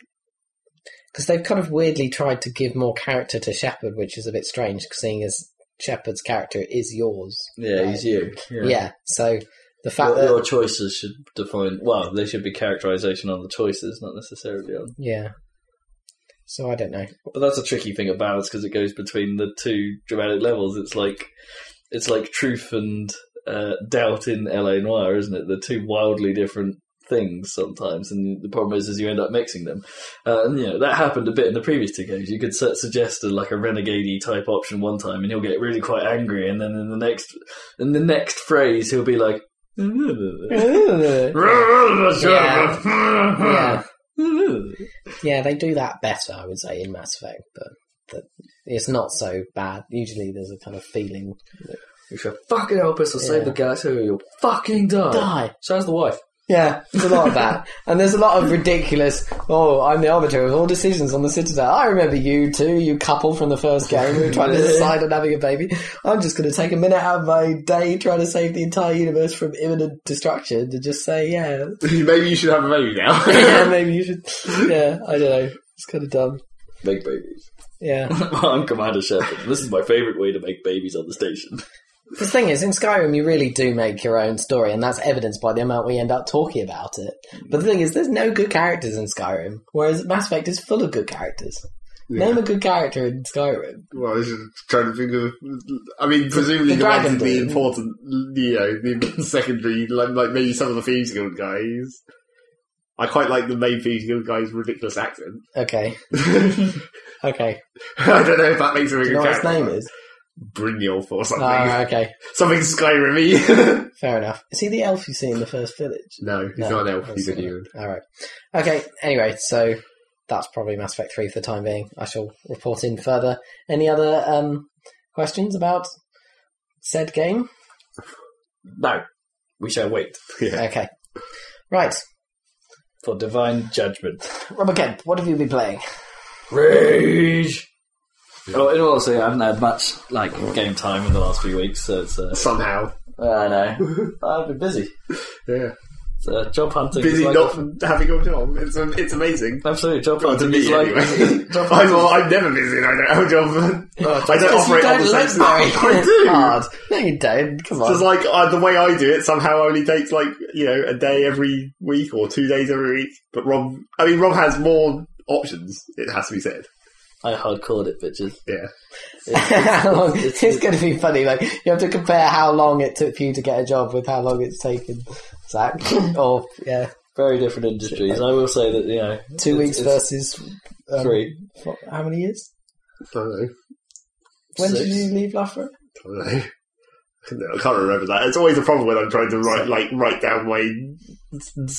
because they've kind of weirdly tried to give more character to Shepard, which is a bit strange, seeing as Shepard's character is yours. Yeah, he's you. Yeah. so the fact Your, that your choices should define. Well, they should be characterization on the choices, not necessarily on. yeah. So I don't know. But that's a tricky thing about balance because it goes between the two dramatic levels. It's like it's like truth and uh, doubt in La Noir, isn't it? They're two wildly different things sometimes, and the problem is, is you end up mixing them. Uh, and you know that happened a bit in the previous two games. You could su- suggest a, like a renegade type option one time, and he'll get really quite angry, and then in the next in the next phrase, he'll be like. yeah. yeah, yeah, they do that better, I would say, in Mass Effect, but but it's not so bad. Usually, there's a kind of feeling You should fucking help us or save Yeah. the galaxy or you'll fucking die. die. So has the wife. Yeah, there's a lot of that, and there's a lot of ridiculous. Oh, I'm the arbiter of all decisions on the Citadel. I remember you two, you couple from the first game, who were trying to decide on having a baby. I'm just going to take a minute out of my day trying to save the entire universe from imminent destruction to just say, yeah, Maybe you should have a baby now. yeah, maybe you should. Yeah, I don't know. It's kind of dumb. Make babies. Yeah. I'm Commander Shepard. This is my favourite way to make babies on the station. The thing is, in Skyrim, you really do make your own story, and that's evidenced by the amount we end up talking about it. But the thing is, there's no good characters in Skyrim, whereas Mass Effect is full of good characters. Name a good character in Skyrim. Well, this is trying to think of. I mean, presumably the the, ones dragon the dude. important, you know, the secondary, like, like maybe some of the Thieves Guild guys. I quite like the main Thieves Guild guy's ridiculous accent. Okay, I okay. don't know if that makes him a Do good you know what his character. name is? Brynjolf or something. Oh, okay. something Skyrim-y. Fair enough. Is he the elf you see in the first village? no, he's No, not an elf. that's He's a not- human. All right. Okay. Anyway, so that's probably Mass Effect three for the time being. I shall report in further. Any other um, questions about said game? No. We shall wait Yeah. Okay. Right. for divine judgment. Robert Kemp, what have you been playing? Rage! Oh, in all honesty, I haven't had much like game time in the last few weeks, so it's. Uh, Somehow. I know. I've been busy. Yeah. It's, uh, job hunting. is Busy like not having a job. It's, um, it's amazing. Absolutely, job Oh, Well, to hunting is me, like. anyway. job I'm, hunting well, I'm never busy and I don't have a job. I don't Oh, Because you operate on the don't same look very I do. hard. No, you don't. Come on. Because like uh, the way I do it, somehow only takes like you know a day every week or two days every week. But Rob, I mean Rob has more options. It has to be said. I hardcored it, bitches. Yeah, How long- it's- it's going to be funny. Like you have to compare how long it took for you to get a job with how long it's taken Zach. or yeah, Very different industries. I will say that, you know. two it's- weeks it's versus um, Three. what- how many years? I don't know. When Six. did you leave Loughborough? I don't know. No, I can't remember that. It's always a problem when I'm trying to write like write down my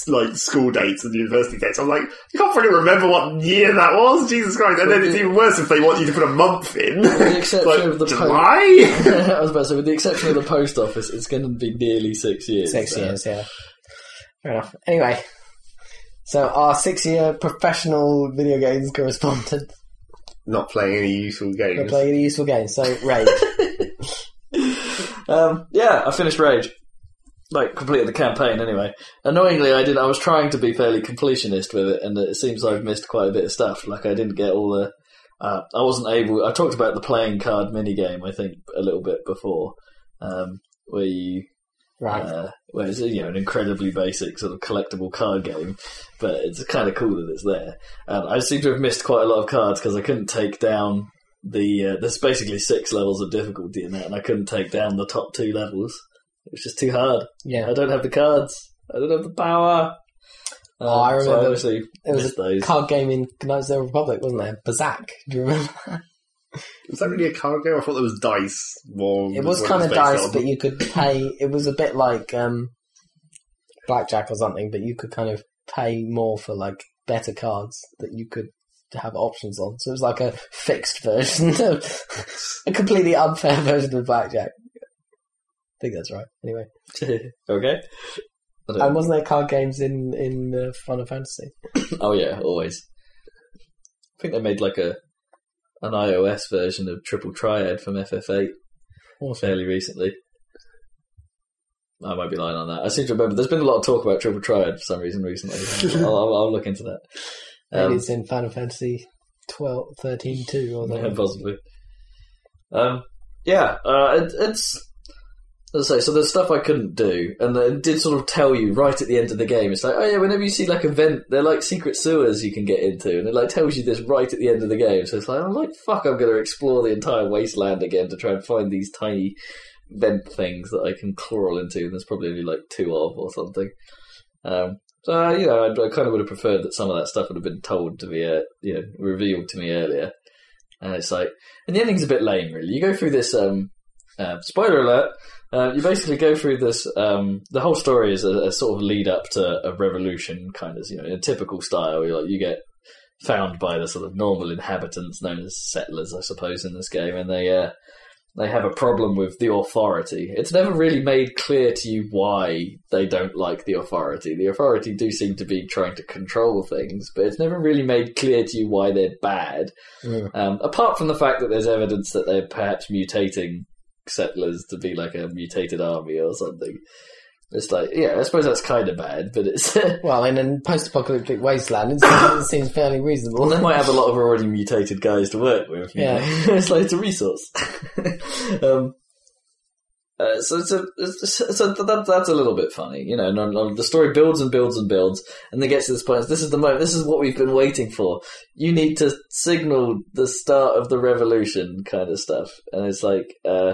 like school dates and university dates. I'm like, I can't fucking remember what year that was. Jesus Christ! And then it's even worse if they want you to put a month in. the exception like, of the po- July. I was about to say, with the exception of the post office, it's going to be nearly six years. Six So, years. Yeah. Fair enough. Anyway, so our six-year professional video games correspondent. Not playing any useful games. We're playing a useful game. So rage. Um, yeah, I finished Rage. Like, completed the campaign anyway. Annoyingly, I didn't. I was trying to be fairly completionist with it, and it seems I've missed quite a bit of stuff. Like, I didn't get all the. Uh, I wasn't able. I talked about the playing card minigame, I think, a little bit before, um, where you Right. Uh, well, it's you know an incredibly basic sort of collectible card game, but it's kind of cool that it's there. Um, I seem to have missed quite a lot of cards because I couldn't take down the. Uh, there's basically six levels of difficulty in that, and I couldn't take down the top two levels. It was just too hard. Yeah. I don't have the cards. I don't have the power. Uh, Oh, I so remember. obviously It was missed a those. card game in Knights of the Republic, wasn't there? Bazak. Do you remember? Was that really a card game? I thought there was dice. More It was what kind of based dice, on. but you could pay. It was a bit like um, blackjack or something, but you could kind of pay more for like better cards that you could have options on. So it was like a fixed version of a completely unfair version of blackjack. I think that's right. Anyway, Okay. I don't- and wasn't there card games in in uh, Final Fantasy? oh yeah, always. I think they made like a an iOS version of Triple Triad from FF8 fairly recently. I might be lying on that. I seem to remember there's been a lot of talk about Triple Triad for some reason recently. I'll, I'll, I'll look into that. Maybe Um, it's in Final Fantasy 12, 13 too, or Yeah, something. possibly. Um, yeah, uh, it, it's let's say so. There's stuff I couldn't do, and it did sort of tell you right at the end of the game. It's like, oh yeah, whenever you see like a vent, they're like secret sewers you can get into, and it like tells you this right at the end of the game. So it's like, I'm like, fuck, I'm going to explore the entire wasteland again to try and find these tiny vent things that I can crawl into. And there's probably only like two of or something. Um, so uh, you know, I, I kind of would have preferred that some of that stuff would have been told to me, uh, you know, revealed to me earlier. And it's like, and the ending's a bit lame, really. You go through this. Um, uh, spoiler alert. Uh, you basically go through this. Um, the whole story is a, a sort of lead up to a revolution, kind of, you know, in a typical style. You like you get found by the sort of normal inhabitants, known as settlers, I suppose, in this game, and they uh, they have a problem with the authority. It's never really made clear to you why they don't like the authority. The authority do seem to be trying to control things, but it's never really made clear to you why they're bad. Mm. Um, apart from the fact that there's evidence that they're perhaps mutating settlers to be like a mutated army or something. It's like, yeah, I suppose that's kind of bad, but it's. well, Well, in a post-apocalyptic wasteland, it seems, it seems fairly reasonable. they might have a lot of already mutated guys to work with. you Yeah. know? it's like it's a resource. um, uh, so so, so, so that, that's a little bit funny, you know. And, and the story builds and builds and builds, and then gets to this point. This is the moment. This is what we've been waiting for. You need to signal the start of the revolution, kind of stuff. And it's like, uh,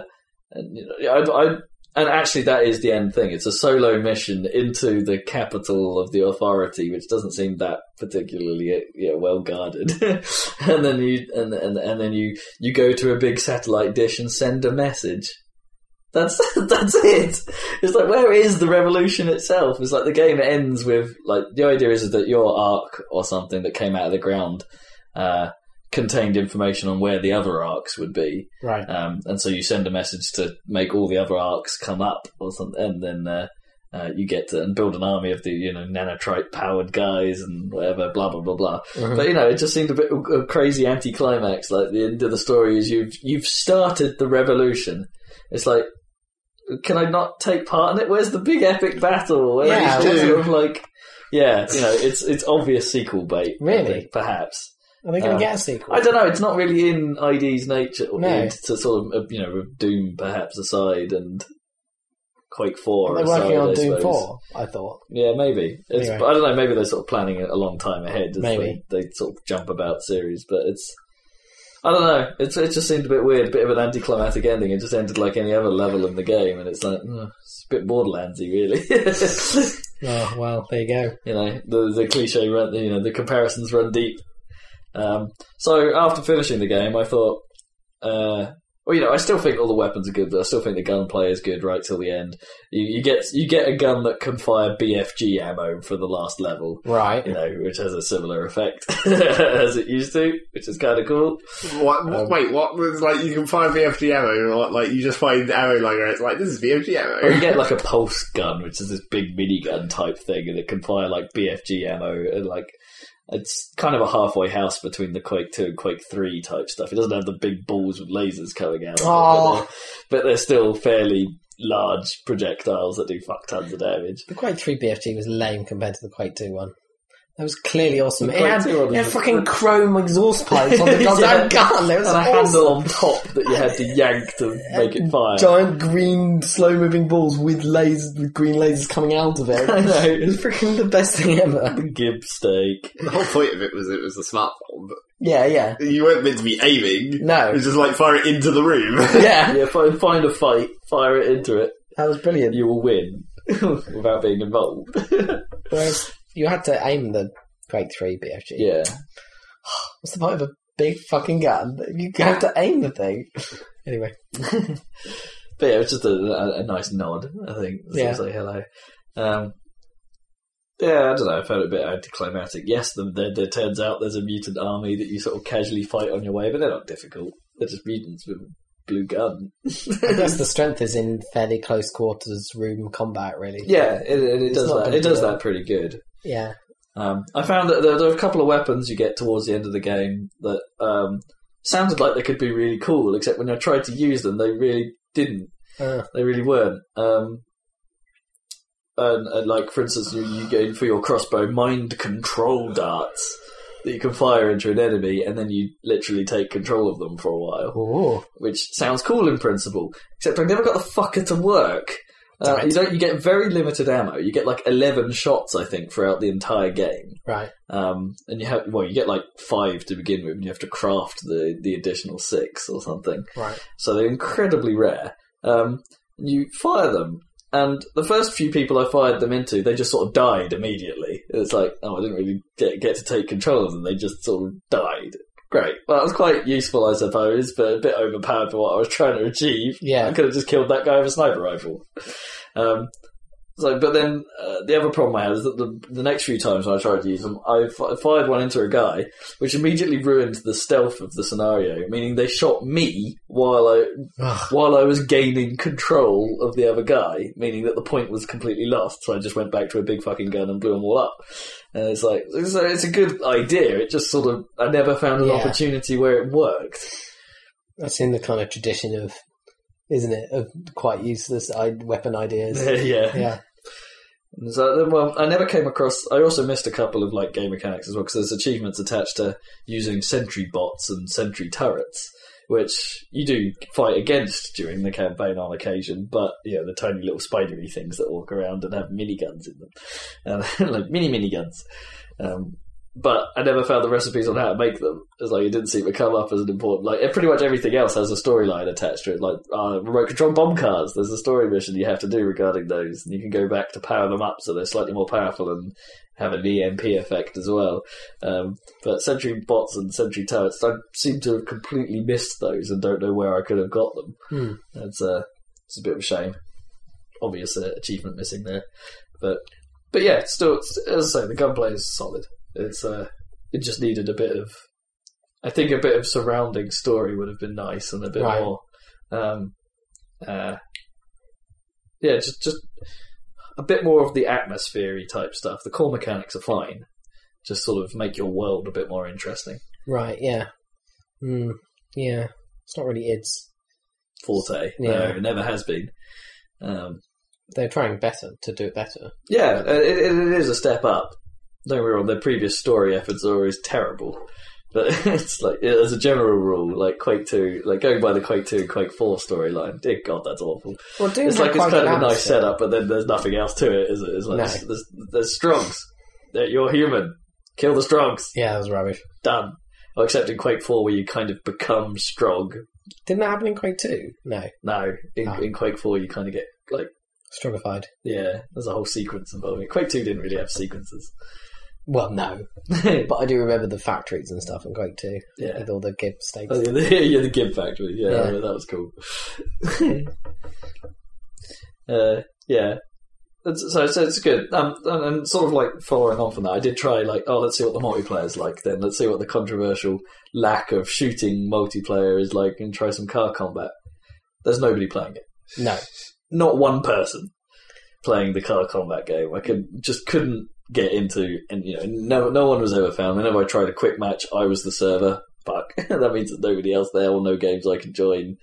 and you know, yeah, I, I, and actually, that is the end thing. It's a solo mission into the capital of the authority, which doesn't seem that particularly uh, yeah, well guarded. and then you, and, and and then you, you go to a big satellite dish and send a message. That's that's it. It's like where is the revolution itself? It's like the game ends with like the idea is that your arc or something that came out of the ground uh, contained information on where the other arcs would be, Right. um, and so you send a message to make all the other arcs come up or something, and then uh, uh, you get to and build an army of the you know nanotrite powered guys and whatever, blah blah blah blah. Mm. Mhm. But you know, it just seemed a bit of a crazy anticlimax. Like the end of the story is you've you've started the revolution. It's like, can I not take part in it? Where's the big epic battle? Where Yeah, is dude. the sort of like, yeah, you know, it's it's obvious sequel bait, I Really? think, perhaps. Are they going to Uh, get a sequel? I don't know. It's not really in ID's nature or No. need to sort of uh, you know with Doom perhaps aside and Quake Four. They're aside, working I on Doom suppose. Four. I thought. Yeah, maybe. It's, Anyway. but I don't know. Maybe they're sort of planning it a long time ahead. As Maybe. they, they sort of jump about series, but it's. I don't know. It's, it just seemed a bit weird, a bit of an anticlimactic ending. It just ended like any other level in the game, and it's like "Ugh, it's a bit Borderlandsy, really. Oh well, there you go. you know the the cliche run you know the comparisons run deep um, so after finishing the game i thought uh, well you know i still think all the weapons are good i still think the gunplay is good right till the end you, you get you get a gun that can fire bfg ammo for the last level Right. you know which has a similar effect as it used to which is kind of cool What, Um, wait, what? It's like you can find VFG ammo, or like you just find ammo longer. It's like this is VFG Or you ammo. get like a pulse gun, which is this big minigun type thing, and it can fire like BFG ammo and like it's kind of a halfway house between the Quake Two and Quake Three type stuff. It doesn't have the big balls with lasers coming out, of it, Aw. but, they're, but they're still fairly large projectiles that do fuck tons of damage. The Quake Three BFG was lame compared to the Quake Two one. That was clearly awesome. The It Quake had, 2 one it had was- fucking chrome exhaust pipes on Yeah. the goddamn gun. It was and a awesome. handle on top that you had to yank to make it fire. Giant green, slow-moving balls with lasers, with green lasers coming out of it. I know. It was freaking the best thing ever. The Gib steak. the whole point of it was it was a smartphone. Yeah, yeah. But you weren't meant to be aiming. It No, was just like fire it into the room. yeah, Yeah, find, find a fight, fire it into it, that was brilliant. you will win without being involved. Whereas you had to aim the Quake 3 BFG. Yeah. What's the point of a big fucking gun? You have to aim the thing. Anyway, But yeah, it was just a, a, a nice nod, I think. It was Yeah. like, hello. Um, Yeah, I don't know. I found it a bit anticlimactic. Yes, the, the, the, turns out there's a mutant army that you sort of casually fight on your way, but they're not difficult. They're just mutants with a blue gun. I guess the strength is in fairly close quarters room combat, really. yeah, it, it, it It's does not that. gonna It does do that pretty good. Yeah. Um, I found that there, there are a couple of weapons you get towards the end of the game that um, sounded like they could be really cool, except when I tried to use them, they really didn't. Uh, They really weren't. Um, and, and like, for instance, you, you gain for your crossbow mind control darts that you can fire into an enemy, and then you literally take control of them for a while ooh. which sounds cool in principle, except I never got the fucker to work. Uh, Damn it. you don't. You get very limited ammo. You get like eleven shots, I think, throughout the entire game. Right. Um, and you have well, you get like five to begin with, and you have to craft the the additional six or something. Right. So they're incredibly rare. Um, you fire them, and the first few people I fired them into, they just sort of died immediately. It's like, oh, I didn't really get, get to take control of them. They just sort of died. Great. Well, that was quite useful, I suppose, but a bit overpowered for what I was trying to achieve. I Yeah. could have just killed that guy with a sniper rifle. Um, so, but then uh, the other problem I had is that the, the next few times when I tried to use them, I fi- fired one into a guy, which immediately ruined the stealth of the scenario. Meaning they shot me while I Ugh. while I was gaining control of the other guy, meaning that the point was completely lost. So I just went back to a big fucking gun and blew them all up. And it's like, so it's a good idea. It just sort of, I never found an Yeah. opportunity where it worked. That's in the kind of tradition of, isn't it, of quite useless I- weapon ideas. yeah. yeah. And So then, well, I never came across. I also missed a couple of like game mechanics as well because there's achievements attached to using sentry bots and sentry turrets, which you do fight against during the campaign on occasion. But you know the tiny little spidery things that walk around and have miniguns in them, and like mini miniguns. Um, but I never found the recipes on how to make them. It's like it didn't seem to come up as an important. Like and pretty much everything else has a storyline attached to it. Like uh, remote control bomb cars. There's a story mission you have to do regarding those, and you can go back to power them up so they're slightly more powerful and have an EMP effect as well. Um, but sentry bots and sentry turrets, I seem to have completely missed those and don't know where I could have got them. Hmm. That's a it's a bit of a shame. Obvious uh, achievement missing there, but but yeah, still, it's, as I say, the gunplay is solid. It's uh, it just needed a bit of, I think, a bit of surrounding story would have been nice and a bit Right. more, um, uh, yeah, just just a bit more of the atmosphere type stuff. The core mechanics are fine, just sort of make your world a bit more interesting. Right. Yeah. Mm. Yeah. It's not really its. Forte, Yeah. no, it never has been. Um, They're trying better to do it better. Yeah, uh, it, it, it is a step up. Don't get me wrong, their previous story efforts are always terrible. But it's like, as a general rule, like Quake 2, like going by the Quake 2 and Quake 4 storyline, dear God, that's awful. Well, Doom It's had like, it's quite kind of a balance nice setup, but then there's nothing else to it, is it? It's like, No. there's, there's, there's strongs. They're- You're human. Kill the strongs. Yeah, that was rubbish. Done. Well, except in Quake 4, where you kind of become strong. Didn't that happen in Quake Two? No, No, in, No. in Quake 4, you kind of get, like, strongified. yeah, there's a whole sequence involving it. Quake 2 didn't really have sequences. Well, no, but I do remember the factories and stuff in Quake Two yeah. with all the gib stakes. Oh, yeah, the, yeah, the Gib Factory. Yeah, Yeah. that was cool. uh, yeah. It's, so, so it's good. Um, and, and sort of like following on from that, I did try like, oh, let's see what the multiplayer's like then. Let's see what the controversial lack of shooting multiplayer is like and try some car combat. There's nobody playing it. No, Not one person playing the car combat game. I could just couldn't get into and you know, no no one was ever found. Whenever I tried a quick match, I was the server. Fuck. that means that nobody else there or no games I can join.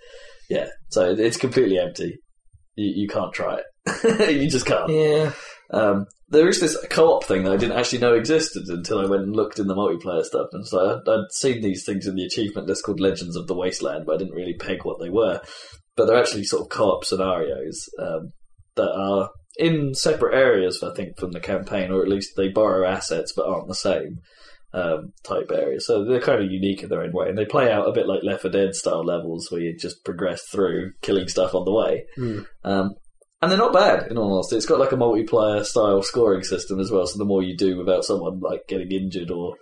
Yeah. So it- it's completely empty. You, you can't try it. you just can't. yeah, Um, there is this co-op thing that I didn't actually know existed until I went and looked in the multiplayer stuff, and so I'd, I'd seen these things in the achievement list called Legends of the Wasteland, but I didn't really peg what they were. But they're actually sort of co-op scenarios um, that are in separate areas, I think, from the campaign, or at least they borrow assets but aren't the same um, type areas. So they're kind of unique in their own way, and they play out a bit like Left 4 Dead style levels, where you just progress through killing stuff on the way. Hmm. Um, and they're not bad, in all honesty. It's got like a multiplayer style scoring system as well, so the more you do without someone like getting injured or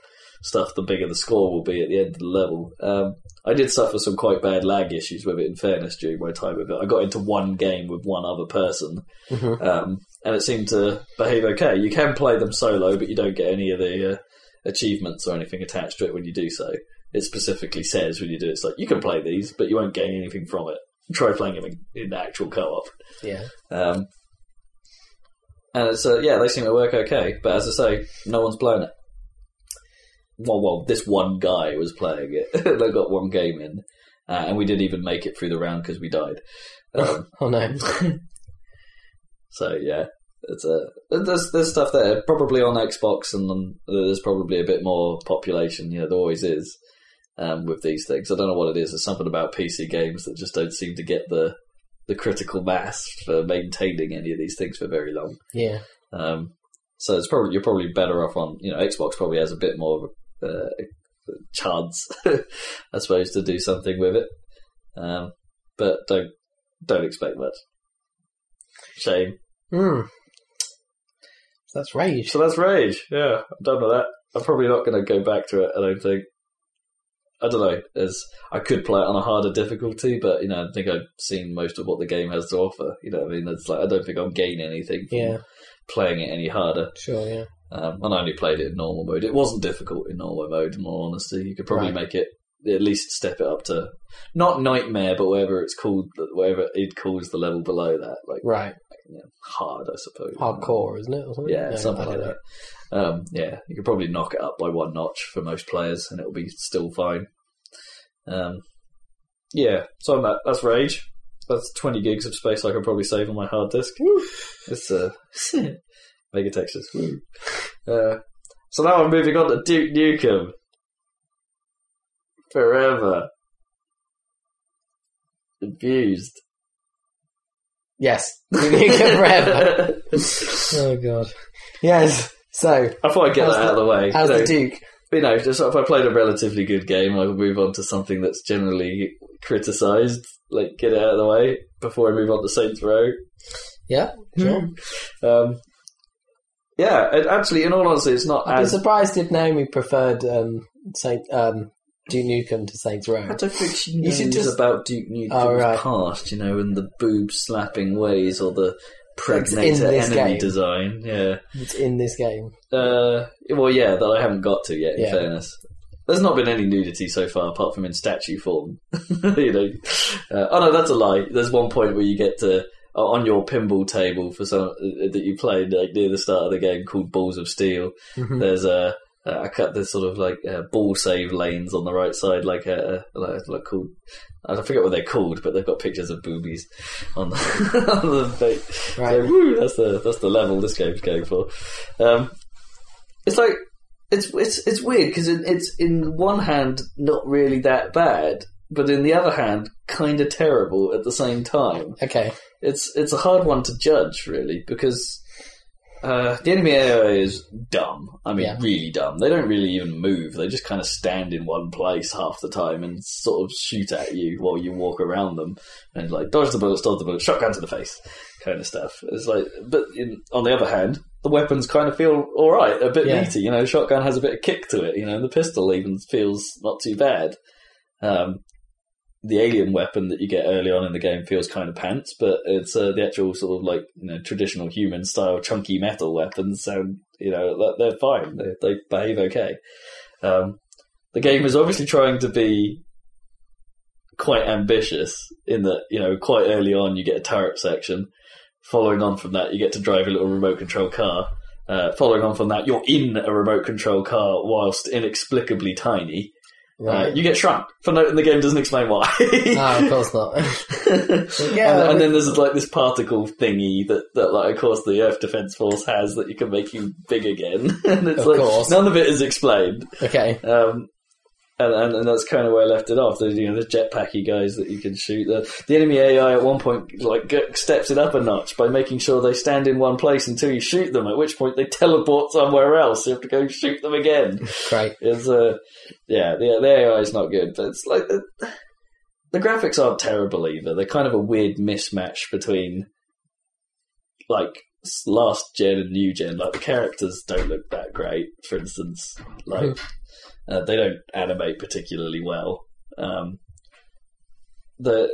stuff, the bigger the score will be at the end of the level. Um, I did suffer some quite bad lag issues with it, in fairness, during my time with it. I got into one game with one other person, Mhm. um, and it seemed to behave okay. You can play them solo, but you don't get any of the uh, achievements or anything attached to it when you do so. It specifically says when you do it, it's like, you can play these, but you won't gain anything from it. Try playing them in, in actual co op. Yeah. Um, and it's uh, yeah, they seem to work okay. But as I say, no one's blown it. Well, well, this one guy was playing it. they got one game in, uh, and we didn't even make it through the round because we died. Um, Oh no. so yeah, it's uh, there's there's stuff there probably on Xbox, and on, there's probably a bit more population. You know, there always is um, with these things. I don't know what it is. There's something about PC games that just don't seem to get the the critical mass for maintaining any of these things for very long. yeah. Um, so it's probably you're probably better off on you know Xbox probably has a bit more of a uh, chance, I suppose, to do something with it. Um, but don't don't expect much. Shame. Hmm. So that's rage. So that's Rage. Yeah, I'm done with that. I'm probably not going to go back to it. I don't think. I don't know. As I could play it on a harder difficulty, but you know, I think I've seen most of what the game has to offer. You know, what I mean, it's like I don't think I'll gain anything from Yeah. playing it any harder. Sure. Yeah. Um, and I only played it in normal mode. It wasn't difficult in normal mode, in all honesty. You could probably Right. make it at least step it up to not nightmare, but whatever it's called, whatever it calls the level below that, like Right. you know, hard, I suppose. Hardcore, isn't it? Or something? Yeah, No, something I like don't that. Um, yeah, you could probably knock it up by one notch for most players, and it'll be still fine. Um, yeah, so I'm at, that's Rage. That's 20 gigs of space I could probably save on my hard disk. It's uh, mega textures. Woo. Uh, so now I'm moving on to Duke Nukem. Forever. Abused. Yes. Forever. oh god. Yes. So I thought I'd get How's that out of the way. how's You know, the Duke? you know, just if I played a relatively good game, I would move on to something that's generally criticised, like get it out of the way before I move on to Saints Row. Yeah. Sure. Um, yeah, and actually, in all honesty, it's not I'd be as. surprised if Naomi preferred um, Saint um, Duke Nukem to Saints Row. I don't think she You knows should just- about Duke Nukem's Oh, right. past, you know, and the boob slapping ways or the in pregnator this enemy game. design. Yeah. It's in this game. Uh, well, yeah, that I haven't got to yet. In Yeah. fairness, there's not been any nudity so far, apart from in statue form. you know, uh, oh no, that's a lie. There's one point where you get to uh, on your pinball table for some uh, that you played like near the start of the game called Balls of Steel. Mhm. There's a uh, I cut this sort of like uh, ball save lanes on the right side, like a like, like called I forget what they're called, but they've got pictures of boobies on the, on the plate. So, Right. woo, that's the that's the level this game's going for. Um, it's like it's it's it's weird because it, it's in one hand not really that bad, but in the other hand, kind of terrible at the same time. Okay. It's it's a hard one to judge really because. Uh, the enemy AI is dumb. I mean, Yeah. really dumb. They don't really even move. They just kind of stand in one place half the time and sort of shoot at you while you walk around them and like dodge the bullets, dodge the bullets, shotgun to the face, kind of stuff. It's like, but in, on the other hand, the weapons kind of feel all right, a bit Yeah. meaty. You know, the shotgun has a bit of kick to it. You know, and the pistol even feels not too bad. Um, the alien weapon that you get early on in the game feels kind of pants, but it's uh, the actual sort of like you know traditional human style chunky metal weapons sound you know like, they're fine. They, they behave okay. Um, the game is obviously trying to be quite ambitious in that you know quite early on you get a turret section. Following on from that, you get to drive a little remote control car. Uh, following on from that, you're in a remote control car whilst inexplicably tiny. Uh, Right. Ah. you get shrunk for no, and the game doesn't explain why. no, of course not. and, and then there's like this particle thingy that, that like of course the Earth Defense Force has that you can make you big again, and it's Of like course. none of it is explained. okay. Um, and, and, and that's kind of where I left it off. There's you know the jetpacky guys that you can shoot. The, the enemy AI at one point like g- steps it up a notch by making sure they stand in one place until you shoot them. At which point they teleport somewhere else. You have to go shoot them again. Great. It's uh, yeah, the, the AI is not good, but it's like the, the graphics aren't terrible either. They're kind of a weird mismatch between like s- last gen and new gen. Like the characters don't look that great, for instance. Like Uh, they don't animate particularly well. Um, the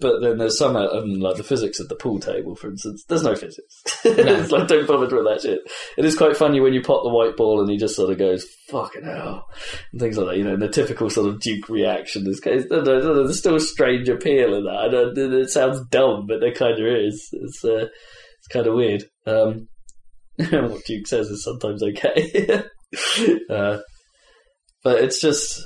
but then there's some of them, like the physics at the pool table, for instance. There's no physics. it's like don't bother with that shit. It is quite funny when you pop the white ball and he just sort of goes "fucking hell" and things like that. You know, and the typical sort of Duke reaction. There's, there's, there's still a strange appeal in that. I don't, it sounds dumb, but there kind of is. It's uh, it's kind of weird. Um, what Duke says is sometimes okay. uh, but it's just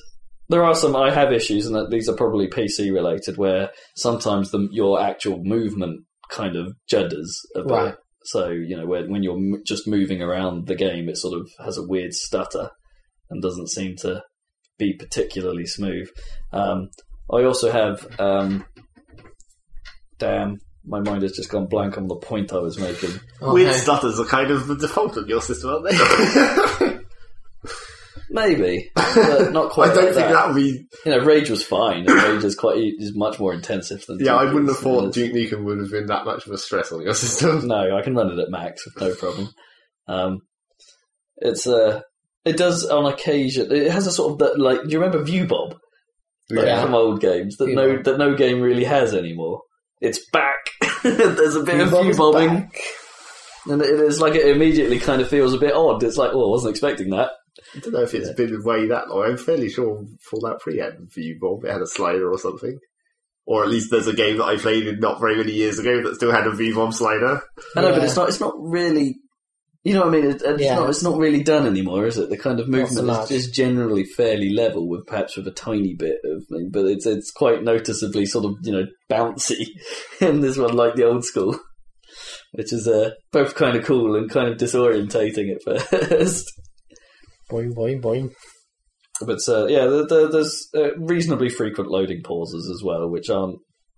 there are some I have issues, and that these are probably PC related, where sometimes the, your actual movement kind of judders a bit. Right. So you know, where, when you're m- just moving around the game, it sort of has a weird stutter and doesn't seem to be particularly smooth. Um, I also have, um, damn, my mind has just gone blank on the point I was making. Oh, Weird no. stutters are kind of the default on your system, aren't they? Maybe, but not I quite. don't like think that would be. You know, Rage was fine. and Rage is quite e-, is much more intensive than. Yeah, I wouldn't have Duke's. thought Duke Nukem would have been that much of a stress on your system. No, I can run it at max with no problem. Um, it's uh, it does on occasion. It has a sort of that like. Do you remember View Bob? Like, Yeah. From old games that no ViewBob. that no game really has anymore. It's back. There's a bit of View Bobbing, and it is like it immediately kind of feels a bit odd. It's like, oh, I wasn't expecting that. I don't know if it's been away that long. I'm fairly sure Fallout 3 had view bob. It had a slider or something. Or at least there's a game that I played in not very many years ago that still had a view bob slider. I know, but Yeah. it's not. It's not really. You know what I mean? It, it's Yeah. not. It's not really done anymore, is it? The kind of Not so movement much. is just generally fairly level, with perhaps with a tiny bit of, but it's it's quite noticeably sort of you know bouncy in this one, like the old school, which is uh, both kind of cool and kind of disorientating at first. Boing, boing, boing. But uh, yeah, there, there, there's uh, reasonably frequent loading pauses as well, which aren't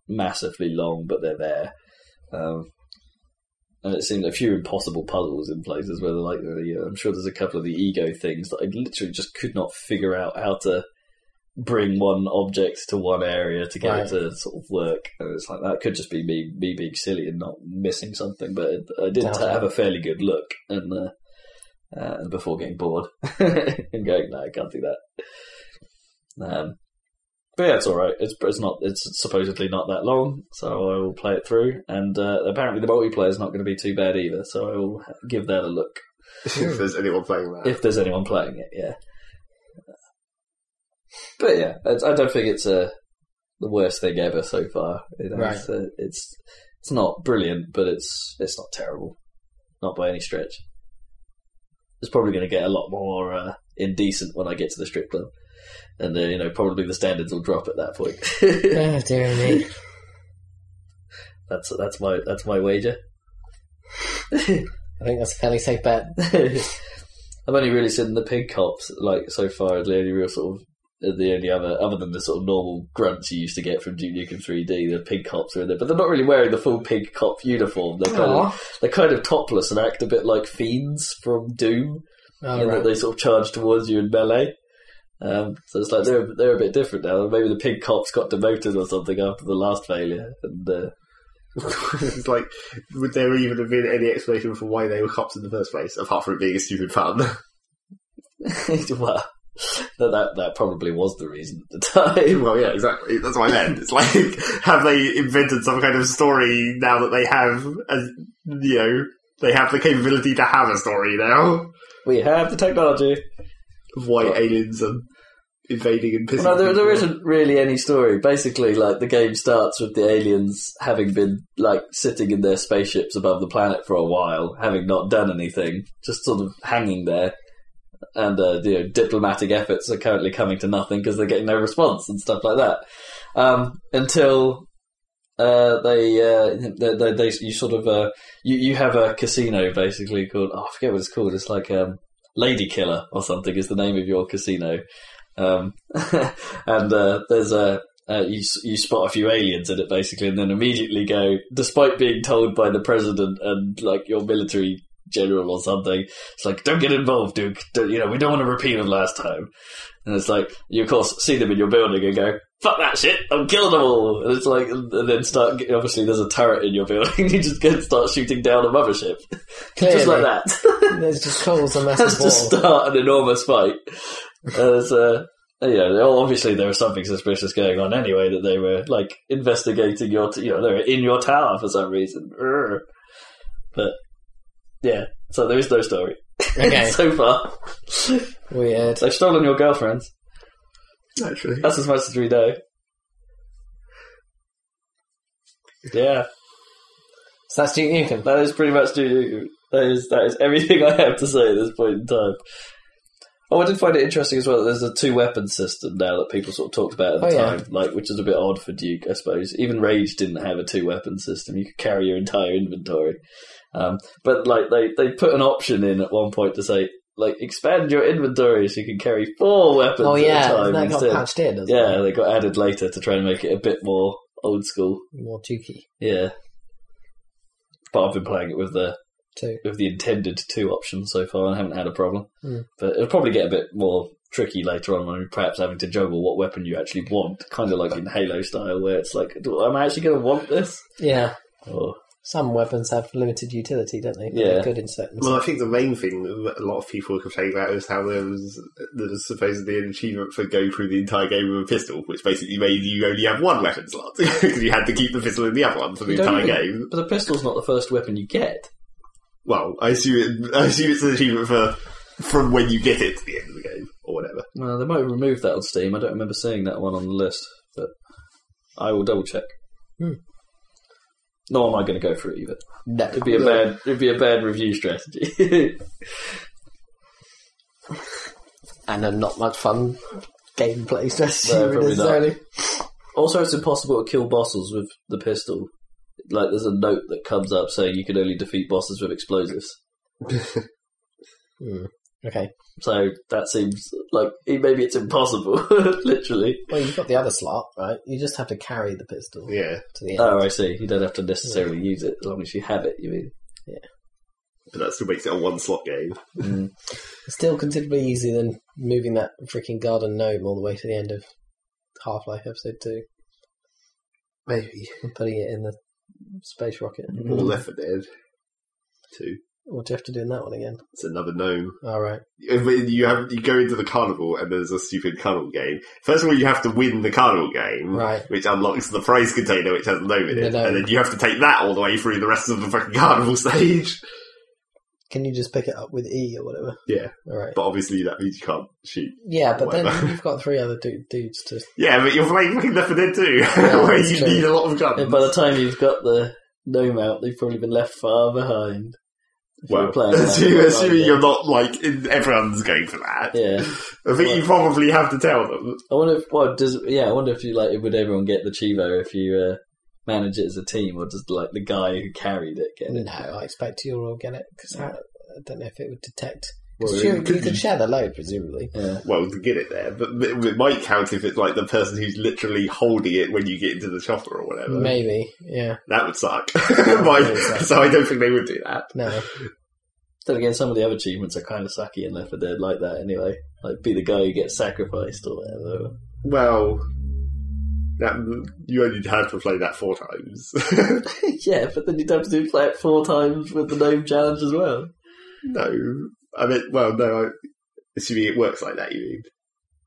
massively long, but they're there. Um, and it seemed a few impossible puzzles in places where, like, the, uh, I'm sure there's a couple of the ego things that I literally just could not figure out how to bring one object to one area to get Right. it to sort of work. And it's like that could just be me, me being silly and not missing something. But it, I did Sounds ta- have a fairly good look and. Uh, uh, and before getting bored and going, no, I can't do that. Um, but yeah, it's all right. It's it's not. It's supposedly not that long, so I will play it through. And uh, apparently, the multiplayer is not going to be too bad either, so I will give that a look if there's anyone playing that. if there's anyone playing it. Yeah. But yeah, it's, I don't think it's uh, the worst thing ever so far. You know, Right. It's, uh, it's it's not brilliant, but it's it's not terrible, not by any stretch. It's probably going to get a lot more uh, indecent when I get to the strip club, and uh, you know probably the standards will drop at that point. Oh, dear me. that's that's my that's my wager. I think that's a fairly safe bet. I've only really seen the pig cops like so far. The only real sort of the only other other than the sort of normal grunts you used to get from Duke Nukem 3D. The pig cops are in there, but they're not really wearing the full pig cop uniform. They're kind Aw. of they're kind of topless and act a bit like fiends from Doom, Oh, in right. that they sort of charge towards you in melee. Um, so it's like they're they're a bit different now. Maybe the pig cops got demoted or something after the last failure, and uh, it's like, would there even have been any explanation for why they were cops in the first place, apart from it being a stupid fun? well, that, that that probably was the reason at the time. well, yeah, exactly. That's what I meant. It's like, have they invented some kind of story now that they have, a, you know, they have the capability to have a story now We have the technology. of why Right. aliens are invading and pissing? Well, no, there, there people. isn't really any story. Basically, like the game starts with the aliens having been like sitting in their spaceships above the planet for a while, having not done anything, just sort of hanging there. And uh, you know, diplomatic efforts are currently coming to nothing because they're getting no response and stuff like that. Um, until uh, they, uh, they, they, they, you sort of, uh, you, you have a casino basically called, oh, I forget what it's called. It's like um, Lady Killer or something is the name of your casino. Um, and uh, there's a uh, you s- you spot a few aliens in it basically, and then immediately go, despite being told by the president and like your military general or something, it's like don't get involved, Duke. Don't, you know we don't want to repeat of last time. And it's like you of course see them in your building and go. Fuck that shit! I'm killing them all, and it's like, and then start. Obviously, there's a turret in your building. You just go and start shooting down a mothership, just Clearly. like that. There's just calls a massive Has wall. to start an enormous fight. As, uh, you know, they all- obviously there was something suspicious going on anyway that they were like investigating your, t- you know, they were in your tower for some reason. Urgh. But yeah, so there is no story Okay, so far. weird. They've stolen your girlfriends. Actually, That's as much as we know. Yeah, So that's Duke Nukem. that is pretty much do. That is that is everything I have to say at this point in time. Oh, I did find it interesting as well. that There's a two weapon system now that people sort of talked about at the Oh, yeah. time, like which is a bit odd for Duke, I suppose. Even Rage didn't have a two weapon system. You could carry your entire inventory, um, but like they they put an option in at one point to say like expand your inventory so you can carry four weapons. Oh at a yeah, time and that got instead. patched in. doesn't Yeah, it? they got added later to try and make it a bit more old school. more Dukey Yeah. But I've been playing it with the too. with the intended two option so far and haven't had a problem. Hmm. But it'll probably get a bit more tricky later on when you're perhaps having to juggle what weapon you actually want, kind of like in Halo style, where it's like, do, am I actually going to want this? Yeah, Or, some weapons have limited utility, don't they? But Yeah. they're good in certain. well, I think the main thing that a lot of people were complaining about is how there was, there was supposedly an achievement for going through the entire game with a pistol, which basically made you only have one weapon slot because you had to keep the pistol in the other one for the You don't entire even- game. but the pistol's not the first weapon you get. Well, I assume it, I assume it's an achievement for from when you get it to the end of the game or whatever. Well, they might have removed that on Steam. I don't remember seeing that one on the list, but I will double check. Hmm. Nor am I going to go for it either. No. It'd be a bad, it'd be a bad review strategy. and a not much fun gameplay strategy No, probably necessarily. also, it's impossible to kill bosses with the pistol. Like, there's a note that comes up saying you can only defeat bosses with explosives. Hmm. Okay. So that seems like it- maybe it's impossible, literally. Well, you've got the other slot, right? You just have to carry the pistol Yeah, to the end. Oh, I see. You don't have to necessarily use it as long as you have it. You mean? but that still makes it a one slot game. It's still considerably easier than moving that freaking garden gnome all the way to the end of Half Life Episode 2 Maybe Mm-hmm. and putting it in the space rocket. or Left 4 Dead. Two. What do you have to do in that one again? It's another gnome. All right. If You have you go into the carnival and there's a stupid carnival game. First of all, you have to win the carnival game, Right. Which unlocks the prize container, which has a gnome in it, The gnome. and then you have to take that all the way through the rest of the fucking carnival stage. Can you just pick it up with E or whatever? Yeah, All right. but obviously that means you can't shoot. yeah, but then whatever. you've got three other du- dudes to. Yeah, but you're playing fucking Left 4 Dead too, where that's you true. need a lot of guns. And by the time you've got the gnome out, they've probably been left far behind. If Well, you're playing that assuming, online assuming game. you're not like in, everyone's going for that, Yeah, I think Well- you probably have to tell them. I wonder if well, does yeah, I wonder if you like would everyone get the chivo if you uh, manage it as a team, or does like the guy who carried it get it? No, I expect you'll all get it because I, I don't know if it would detect. 'Cause Well, it sure, you could could be. share the load, presumably. Yeah, Well, to get it there, but it it might count if it's like the person who's literally holding it when you get into the chopper or whatever. Maybe, yeah. That would suck. would Might- suck. so I don't think they would do that. No, then again, some of the other achievements are kind of sucky and Left 4 Dead like that anyway. Like be the guy who gets sacrificed or whatever. Well, that, you only had to play that four times. yeah, but then you'd have to do play it four times with the gnome challenge as well. no, I mean, well, no. I, assuming it works like that, you mean?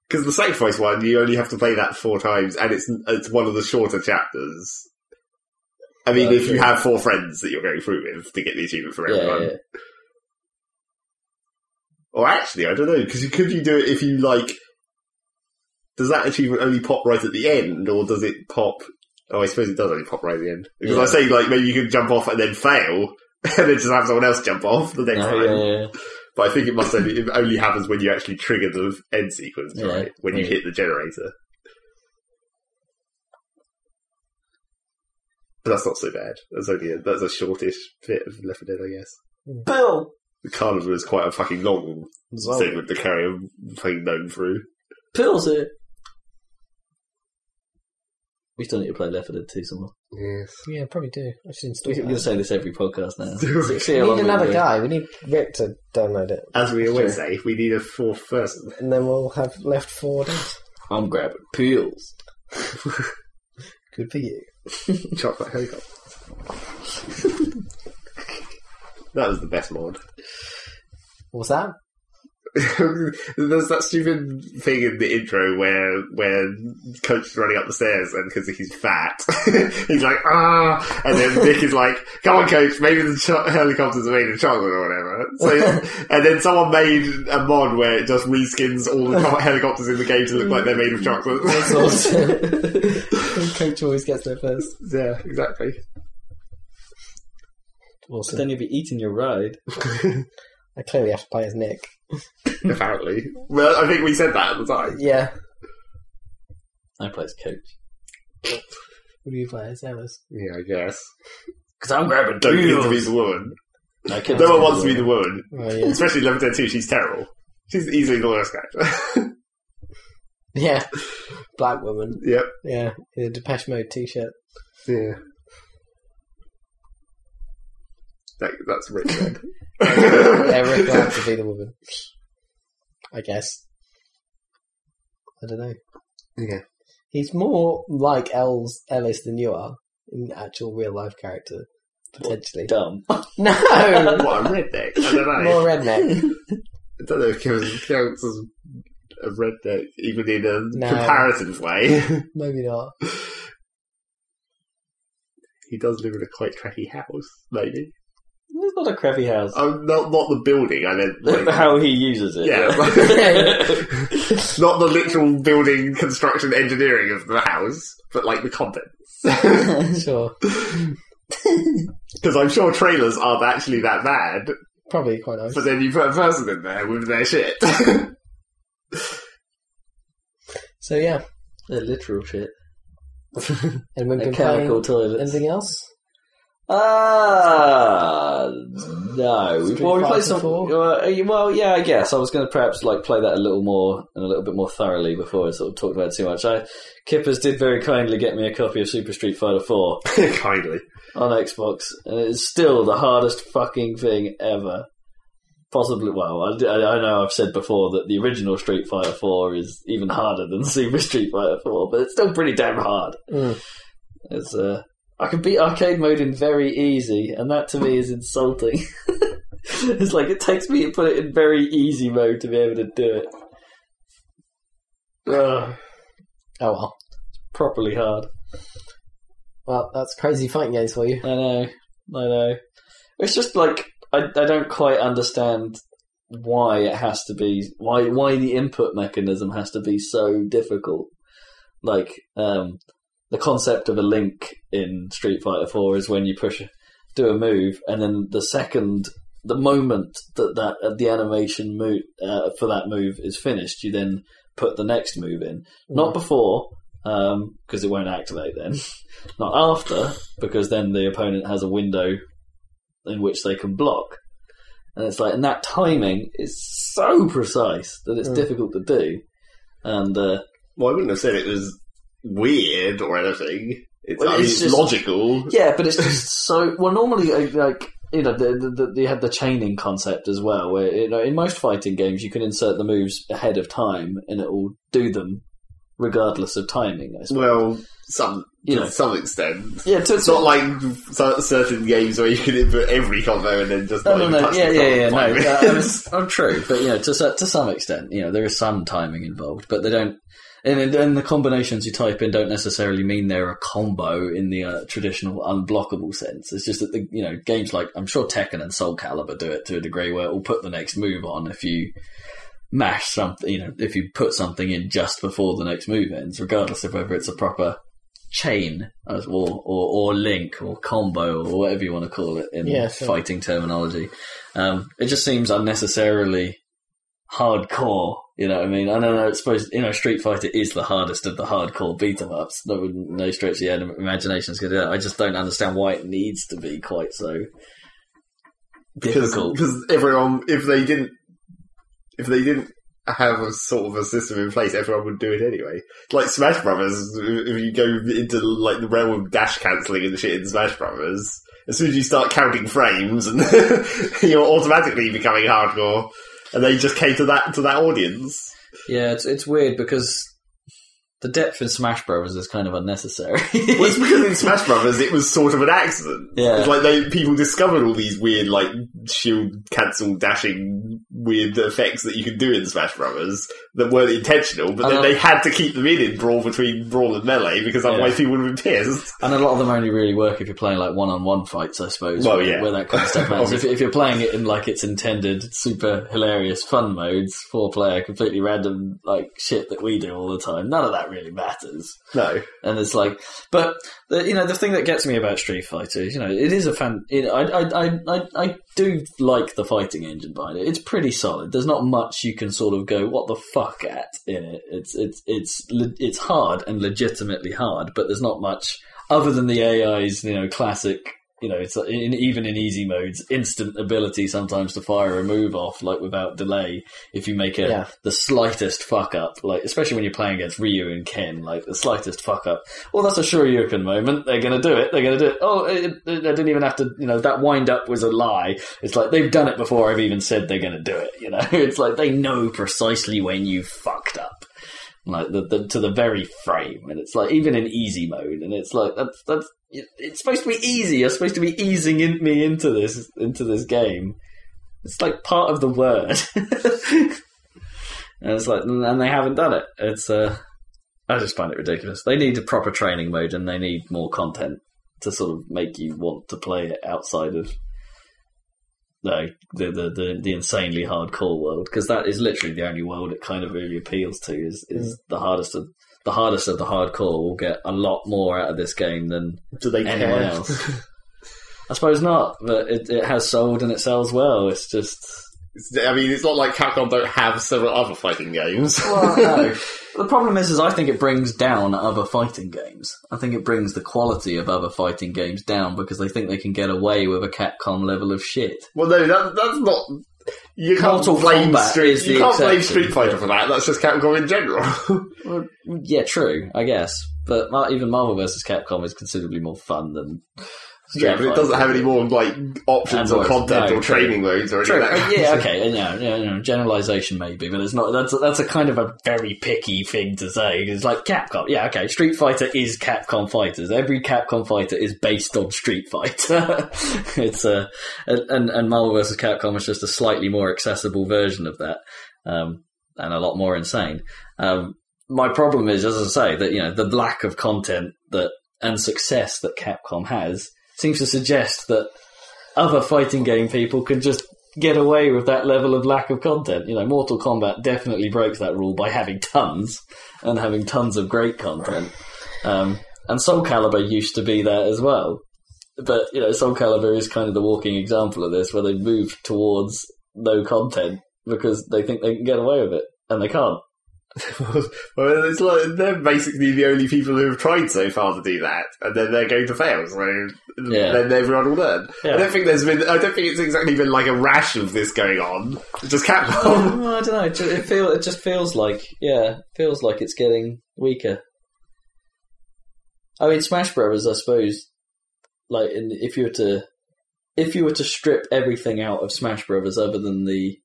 Because the sacrifice one, you only have to play that four times, and it's it's one of the shorter chapters. I mean, if you Okay. have four friends that you're going through with to get the achievement for Yeah, everyone. yeah, Or actually, I don't know, because could you do it if you like? Does that achievement only pop right at the end, or does it pop? Oh, I suppose it does only pop right at the end. Because I Yeah. say like maybe you could jump off and then fail, and then just have someone else jump off the next No, time. yeah, yeah. But I think it must only it only happens when you actually trigger the end sequence, Yeah. right? When you Yeah. hit the generator. But that's not so bad. That's only a, that's a shortish bit of Left 4 Dead, I guess. Bill. The carnival is quite a fucking long Zog. segment to carry a fucking gnome through. Pills here. We still need to play Left 4 Dead 2 some more. Yes. yeah, probably do. I should install We're going to that. say this every podcast now. Do we? See We how long need we another do. guy. We need Rick to download it, As we always say, we need a fourth person. and then we'll have left four days. I'm grabbing pills. Good for you. Chocolate helicopter. that was the best mod. What's that? there's that stupid thing in the intro where where Coach is running up the stairs, and because he's fat, he's like ah, and then Dick is like, "Come on, Coach, maybe the cho- helicopters are made of chocolate or whatever." So, and then someone made a mod where it just reskins all the co- helicopters in the game to look like they're made of chocolate. Coach always gets there first. yeah, exactly. But Awesome. then you'll be eating your ride. I clearly have to play as Nick. Apparently, well, I think we said that at the time. Yeah. I play as coach. Who do you play as? Ellis. Yeah, I guess. Because I'm grabbing Don't need to be the woman. No, kids No one do wants to be that. the woman. Oh, yeah. Especially level 10 2, she's terrible. She's easily the worst character. yeah. Black woman. yep. Yeah. In a Depeche Mode t shirt. Yeah. That, that's really good. Eric will have to be the woman. I guess. I don't know. Yeah. He's more like Ellis, Ellis than you are in actual real life character, potentially. Dumb. No! what a redneck. I don't know. More redneck. I don't know if Kevin counts as a redneck, even in a No. comparative way. Maybe not. he does live in a quite cracky house, maybe. It's not a crappy house. Um, not, not the building, I meant. like- How he uses it. Yeah. yeah. not the literal building construction engineering of the house, but like the contents. Sure. Because I'm sure trailers aren't actually that bad, Probably quite nice. but then you put a person in there with their shit. So, yeah. They're literal shit. Anyone They're been chemical playing toilets. anything else? Ah, no. Street well, we Fighter played some. 4? Well, uh, well, yeah, I guess I was going to perhaps like play that a little more and a little bit more thoroughly before I sort of talked about it too much. I Kippers did very kindly get me a copy of Super Street Fighter Four Kindly. on Xbox, and it's still the hardest fucking thing ever. Possibly, well, I, I- I know I've said before that the original Street Fighter 4 is even harder than Super Street Fighter 4, but it's still pretty damn hard. Mm. It's, uh, I can beat arcade mode in very easy, and that to me is insulting. it's like it takes me to put it in very easy mode to be able to do it. Ugh, Oh, well. properly hard. Well, that's crazy fighting games for you. I know, I know. It's just like I, I don't quite understand why it has to be why why the input mechanism has to be so difficult. Like um, the concept of a link in Street Fighter Four is when you push do a move, and then the second the moment that that uh, the animation move uh, for that move is finished, you then put the next move in. Not before, because it won't activate then. Not after, because then the opponent has a window in which they can block. And it's like, and that timing is so precise that it's Mm. difficult to do. And uh, Well, I wouldn't have said it was weird or anything. It's, Well, I mean, it's it's just- logical. yeah, but it's just so well. Normally, uh, like you know, the, the, the, you had the chaining concept as well, where you know, in most fighting games you can insert the moves ahead of time and it will do them regardless of timing. I suppose. Well, some You know. to some extent. yeah, to, It's not like cer- certain games where you can input every combo and then just No, not no, even no. touch Yeah, Oh, the yeah, combo yeah. for No, five uh, I mean, minutes. it's- I'm true, but you know, to so- to some extent, you know, there is some timing involved, but they don't. And, and, and the combinations you type in don't necessarily mean they're a combo in the uh, traditional unblockable sense. It's just that the you know games like I'm sure Tekken and Soul Calibur do it to a degree where it will put the next move on if you mash something. You know, if you put something in just before the next move ends, regardless of whether it's a proper chain as- or, or or link or combo or whatever you want to call it in Yeah, sure. fighting terminology. Um, it just seems unnecessarily hardcore. You know what I mean? I don't know. It's supposed you know Street Fighter is the hardest of the hardcore beat 'em ups. No, no stretch of the anim- imagination's going to do that. I just don't understand why it needs to be quite so difficult. because everyone if they didn't if they didn't have a sort of a system in place everyone would do it anyway like smash brothers if you go into like the realm of dash cancelling and shit in smash brothers as soon as you start counting frames and you're automatically becoming hardcore and they just cater that to that audience Yeah, it's it's weird because the depth in Smash Brothers is kind of unnecessary. well, it's because in Smash Brothers it was sort of an accident. Yeah. It's like they people discovered all these weird like shield cancel dashing weird effects that you can do in Smash Brothers that weren't intentional, but I then love- they had to keep them in in Brawl between Brawl and Melee because otherwise Yeah. people would have been pissed. And a lot of them only really work if you're playing like one-on-one fights, I suppose. Well, where- yeah. where that kind of stuff happens. if, if you're playing it in like its intended, super hilarious fun modes, four-player, completely random like shit that we do all the time, none of that really matters. No. And it's like, but the, you know, the thing that gets me about Street Fighter, is, you know, it is a fan. You know, I, I, I, I, I do like the fighting engine behind it. It's pretty solid. There's not much you can sort of go, what the fuck at in it. It's, it's, it's, le- it's hard and legitimately hard, but there's not much other than the AI's, you know, classic. You know, it's in, even in easy modes, instant ability sometimes to fire a move off like without delay if you make a Yeah. the slightest fuck up, like especially when you're playing against Ryu and Ken, like the slightest fuck up. Well, that's a Shoryuken moment. They're gonna do it. They're gonna do it. Oh, it, it, I didn't even have to. You know, that wind up was a lie. It's like they've done it before. I've even said they're gonna do it. You know, it's like they know precisely when you fucked up. Like the, the to the very frame, and it's like even in easy mode, and it's like that's that's it- it's supposed to be easy. You're supposed to be easing in, me into this into this game. It's like part of the word. And it's like, and they haven't done it. It's, uh, I just find it ridiculous. They need a proper training mode and they need more content to sort of make you want to play it outside of, no, the, the, the, the insanely hardcore world. Cause that is literally the only world it kind of really appeals to is, is the hardest of, the hardest of the hardcore will get a lot more out of this game than Do they anyone care? else. I suppose not, but it, it has sold and it sells well. It's just, It's- I mean, it's not like Capcom don't have several other fighting games. Well, no. Uh, the problem is, is I think it brings down other fighting games. I think it brings the quality of other fighting games down because they think they can get away with a Capcom level of shit. Well, no, that, that's not. You can't Mortal blame Kombat Street. is the You can't blame exception. Street Fighter for that. That's just Capcom in general. Well, yeah, true, I guess. But Mar- even Marvel vs. Capcom is considerably more fun than. Street yeah, but it Fighter. doesn't have any more like options And or worse. content No, or true. training modes or anything. True. like uh, that. Yeah. Okay. and Yeah. Yeah. You know, generalization maybe, but it's not. That's that's a kind of a very picky thing to say. It's like Capcom. Yeah. Okay. Street Fighter is Capcom fighters. Every Capcom fighter is based on Street Fighter. it's a and and- and Marvel vs. Capcom is just a slightly more accessible version of that, um, and a lot more insane. Um, my problem is, as I say, that you know the lack of content that and success that Capcom has seems to suggest that other fighting game people can just get away with that level of lack of content. You know, Mortal Kombat definitely breaks that rule by having tons and having tons of great content. Um, and Soul Calibur used to be that as well. But, you know, Soul Calibur is kind of the walking example of this where they move towards no content because they think they can get away with it and they can't. well, it's like they're basically the only people who have tried so far to do that, and then they're going to fail. So Yeah. then everyone will learn. Yeah. I don't think there's been. I don't think it's exactly been like a rash of this going on. It's just Capcom. I don't know. It ju- it feel it just feels like yeah, feels like it's getting weaker. I mean, Smash Brothers, I suppose. Like, in, if you were to, if you were to strip everything out of Smash Brothers other than the,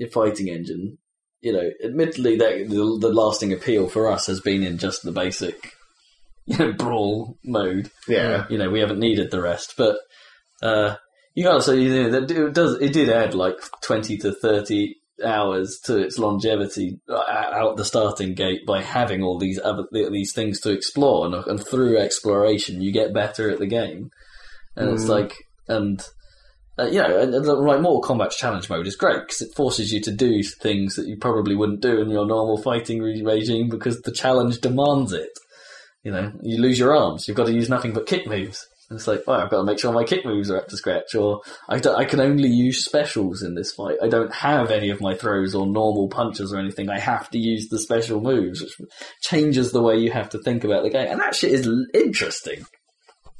the fighting engine, you know, admittedly, that the, the lasting appeal for us has been in just the basic, you know, brawl mode yeah. you know, we haven't needed the rest. But uh, you gotta say, you know, that it does. It did add like twenty to thirty hours to its longevity uh, out the starting gate by having all these other these things to explore, and, and through exploration, you get better at the game. And it's Mm. like, and uh, you know, and, and like Mortal Kombat's challenge mode is great because it forces you to do things that you probably wouldn't do in your normal fighting re- regime because the challenge demands it. You know, you lose your arms, you've got to use nothing but kick moves. And it's like, well, I've got to make sure my kick moves are up to scratch, or I, don't- I can only use specials in this fight. I don't have any of my throws or normal punches or anything. I have to use the special moves, which changes the way you have to think about the game. And that shit is l- interesting.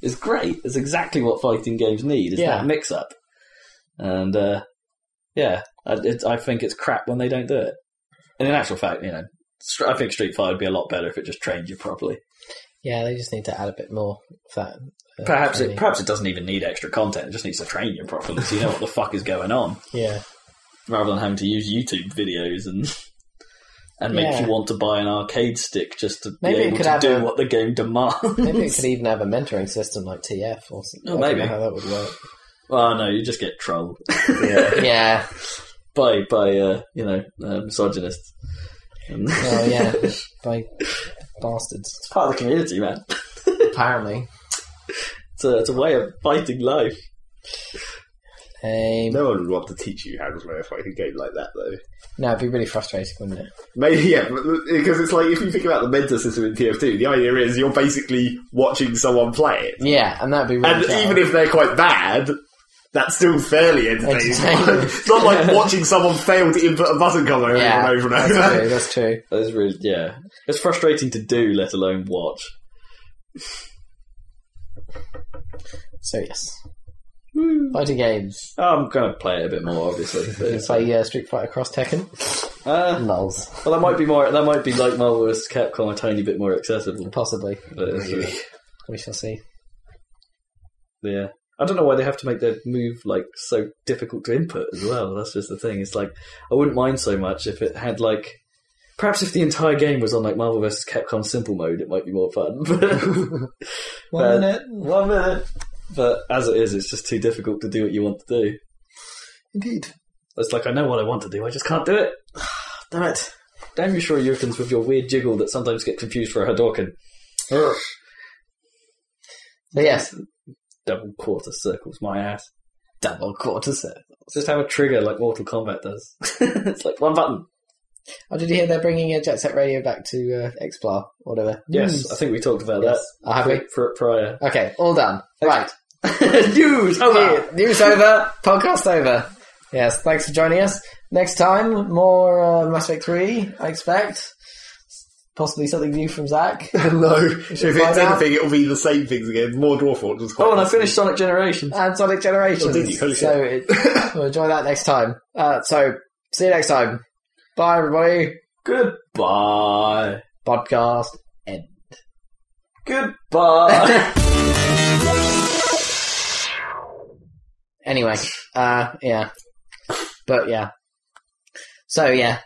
It's great. It's exactly what fighting games need. Is Yeah. that mix up? And uh, yeah, I, it, I think it's crap when they don't do it. And in actual fact, you know, Str- I think Street Fighter would be a lot better if it just trained you properly. Yeah, they just need to add a bit more of that. uh, Perhaps it training. perhaps it doesn't even need extra content. It just needs to train you properly, so you know what the fuck is going on, yeah. rather than having to use YouTube videos and and make Yeah. you want to buy an arcade stick just to Maybe be it able could to have do a- what the game demands. Maybe it could even have a mentoring system like TF or something. Oh, I don't maybe. know how that would work. well, no, you just get trolled. Yeah. Yeah. by by uh, you know uh, misogynists. And- Oh yeah, by bastards. it's part of the community, man. Apparently, It's a, it's a way of fighting life. um, No one would want to teach you how to play a fighting game like that, though. no, it'd be really frustrating, wouldn't it? Maybe, yeah, but- because it's like if you think about the mentor system in TF2, the idea is you're basically watching someone play it. Yeah, and that'd be really. And jarring. even if they're quite bad, that's still fairly entertaining. Entertaining. it's not like watching someone fail to input a button combo over yeah, and over and that's over. true. That's true. That is really yeah. It's frustrating to do, let alone watch. So yes, fighting games. I'm gonna play it a bit more, obviously. You But, play uh, Street Fighter Cross Tekken. uh, Lulz, well, that might be more. That might be like Marvel vs. Capcom, a tiny bit more accessible. possibly. But it's, uh, We shall see. yeah, I don't know why they have to make their move like so difficult to input as well. That's just the thing. It's like I wouldn't mind so much if it had like. Perhaps if the entire game was on like Marvel vs. Capcom simple mode, it might be more fun. One Uh, minute. One minute. But as it is, it's just too difficult to do what you want to do. Indeed. It's like I know what I want to do, I just can't do it. Damn it. Damn you, sure Yurkins, with your weird jiggle that sometimes get confused for a Hadouken. Ugh. So yes, Double quarter circles my ass. double quarter set. Just have a trigger like Mortal Kombat does. it's like one button. Oh, did you hear they're bringing uh, Jet Set Radio back to uh, Xplar or whatever? Yes, I think we talked about Yes. Oh, have we? that for, prior. Okay, all done. Right. News over. Yeah, News over. Podcast over. Yes, thanks for joining us. Next time, more uh, Mass Effect 3, I expect. Possibly something new from Zach. no, if it's find out. anything, it'll be the same things again. More Dwarf was quite Oh, and I finished Sonic Generations. And Sonic Generations. Oh, did you? Holy so it, we'll enjoy that next time. Uh, so, see you next time. Bye, everybody. Goodbye. Podcast end. Goodbye. Anyway, uh, yeah. But yeah. So, yeah.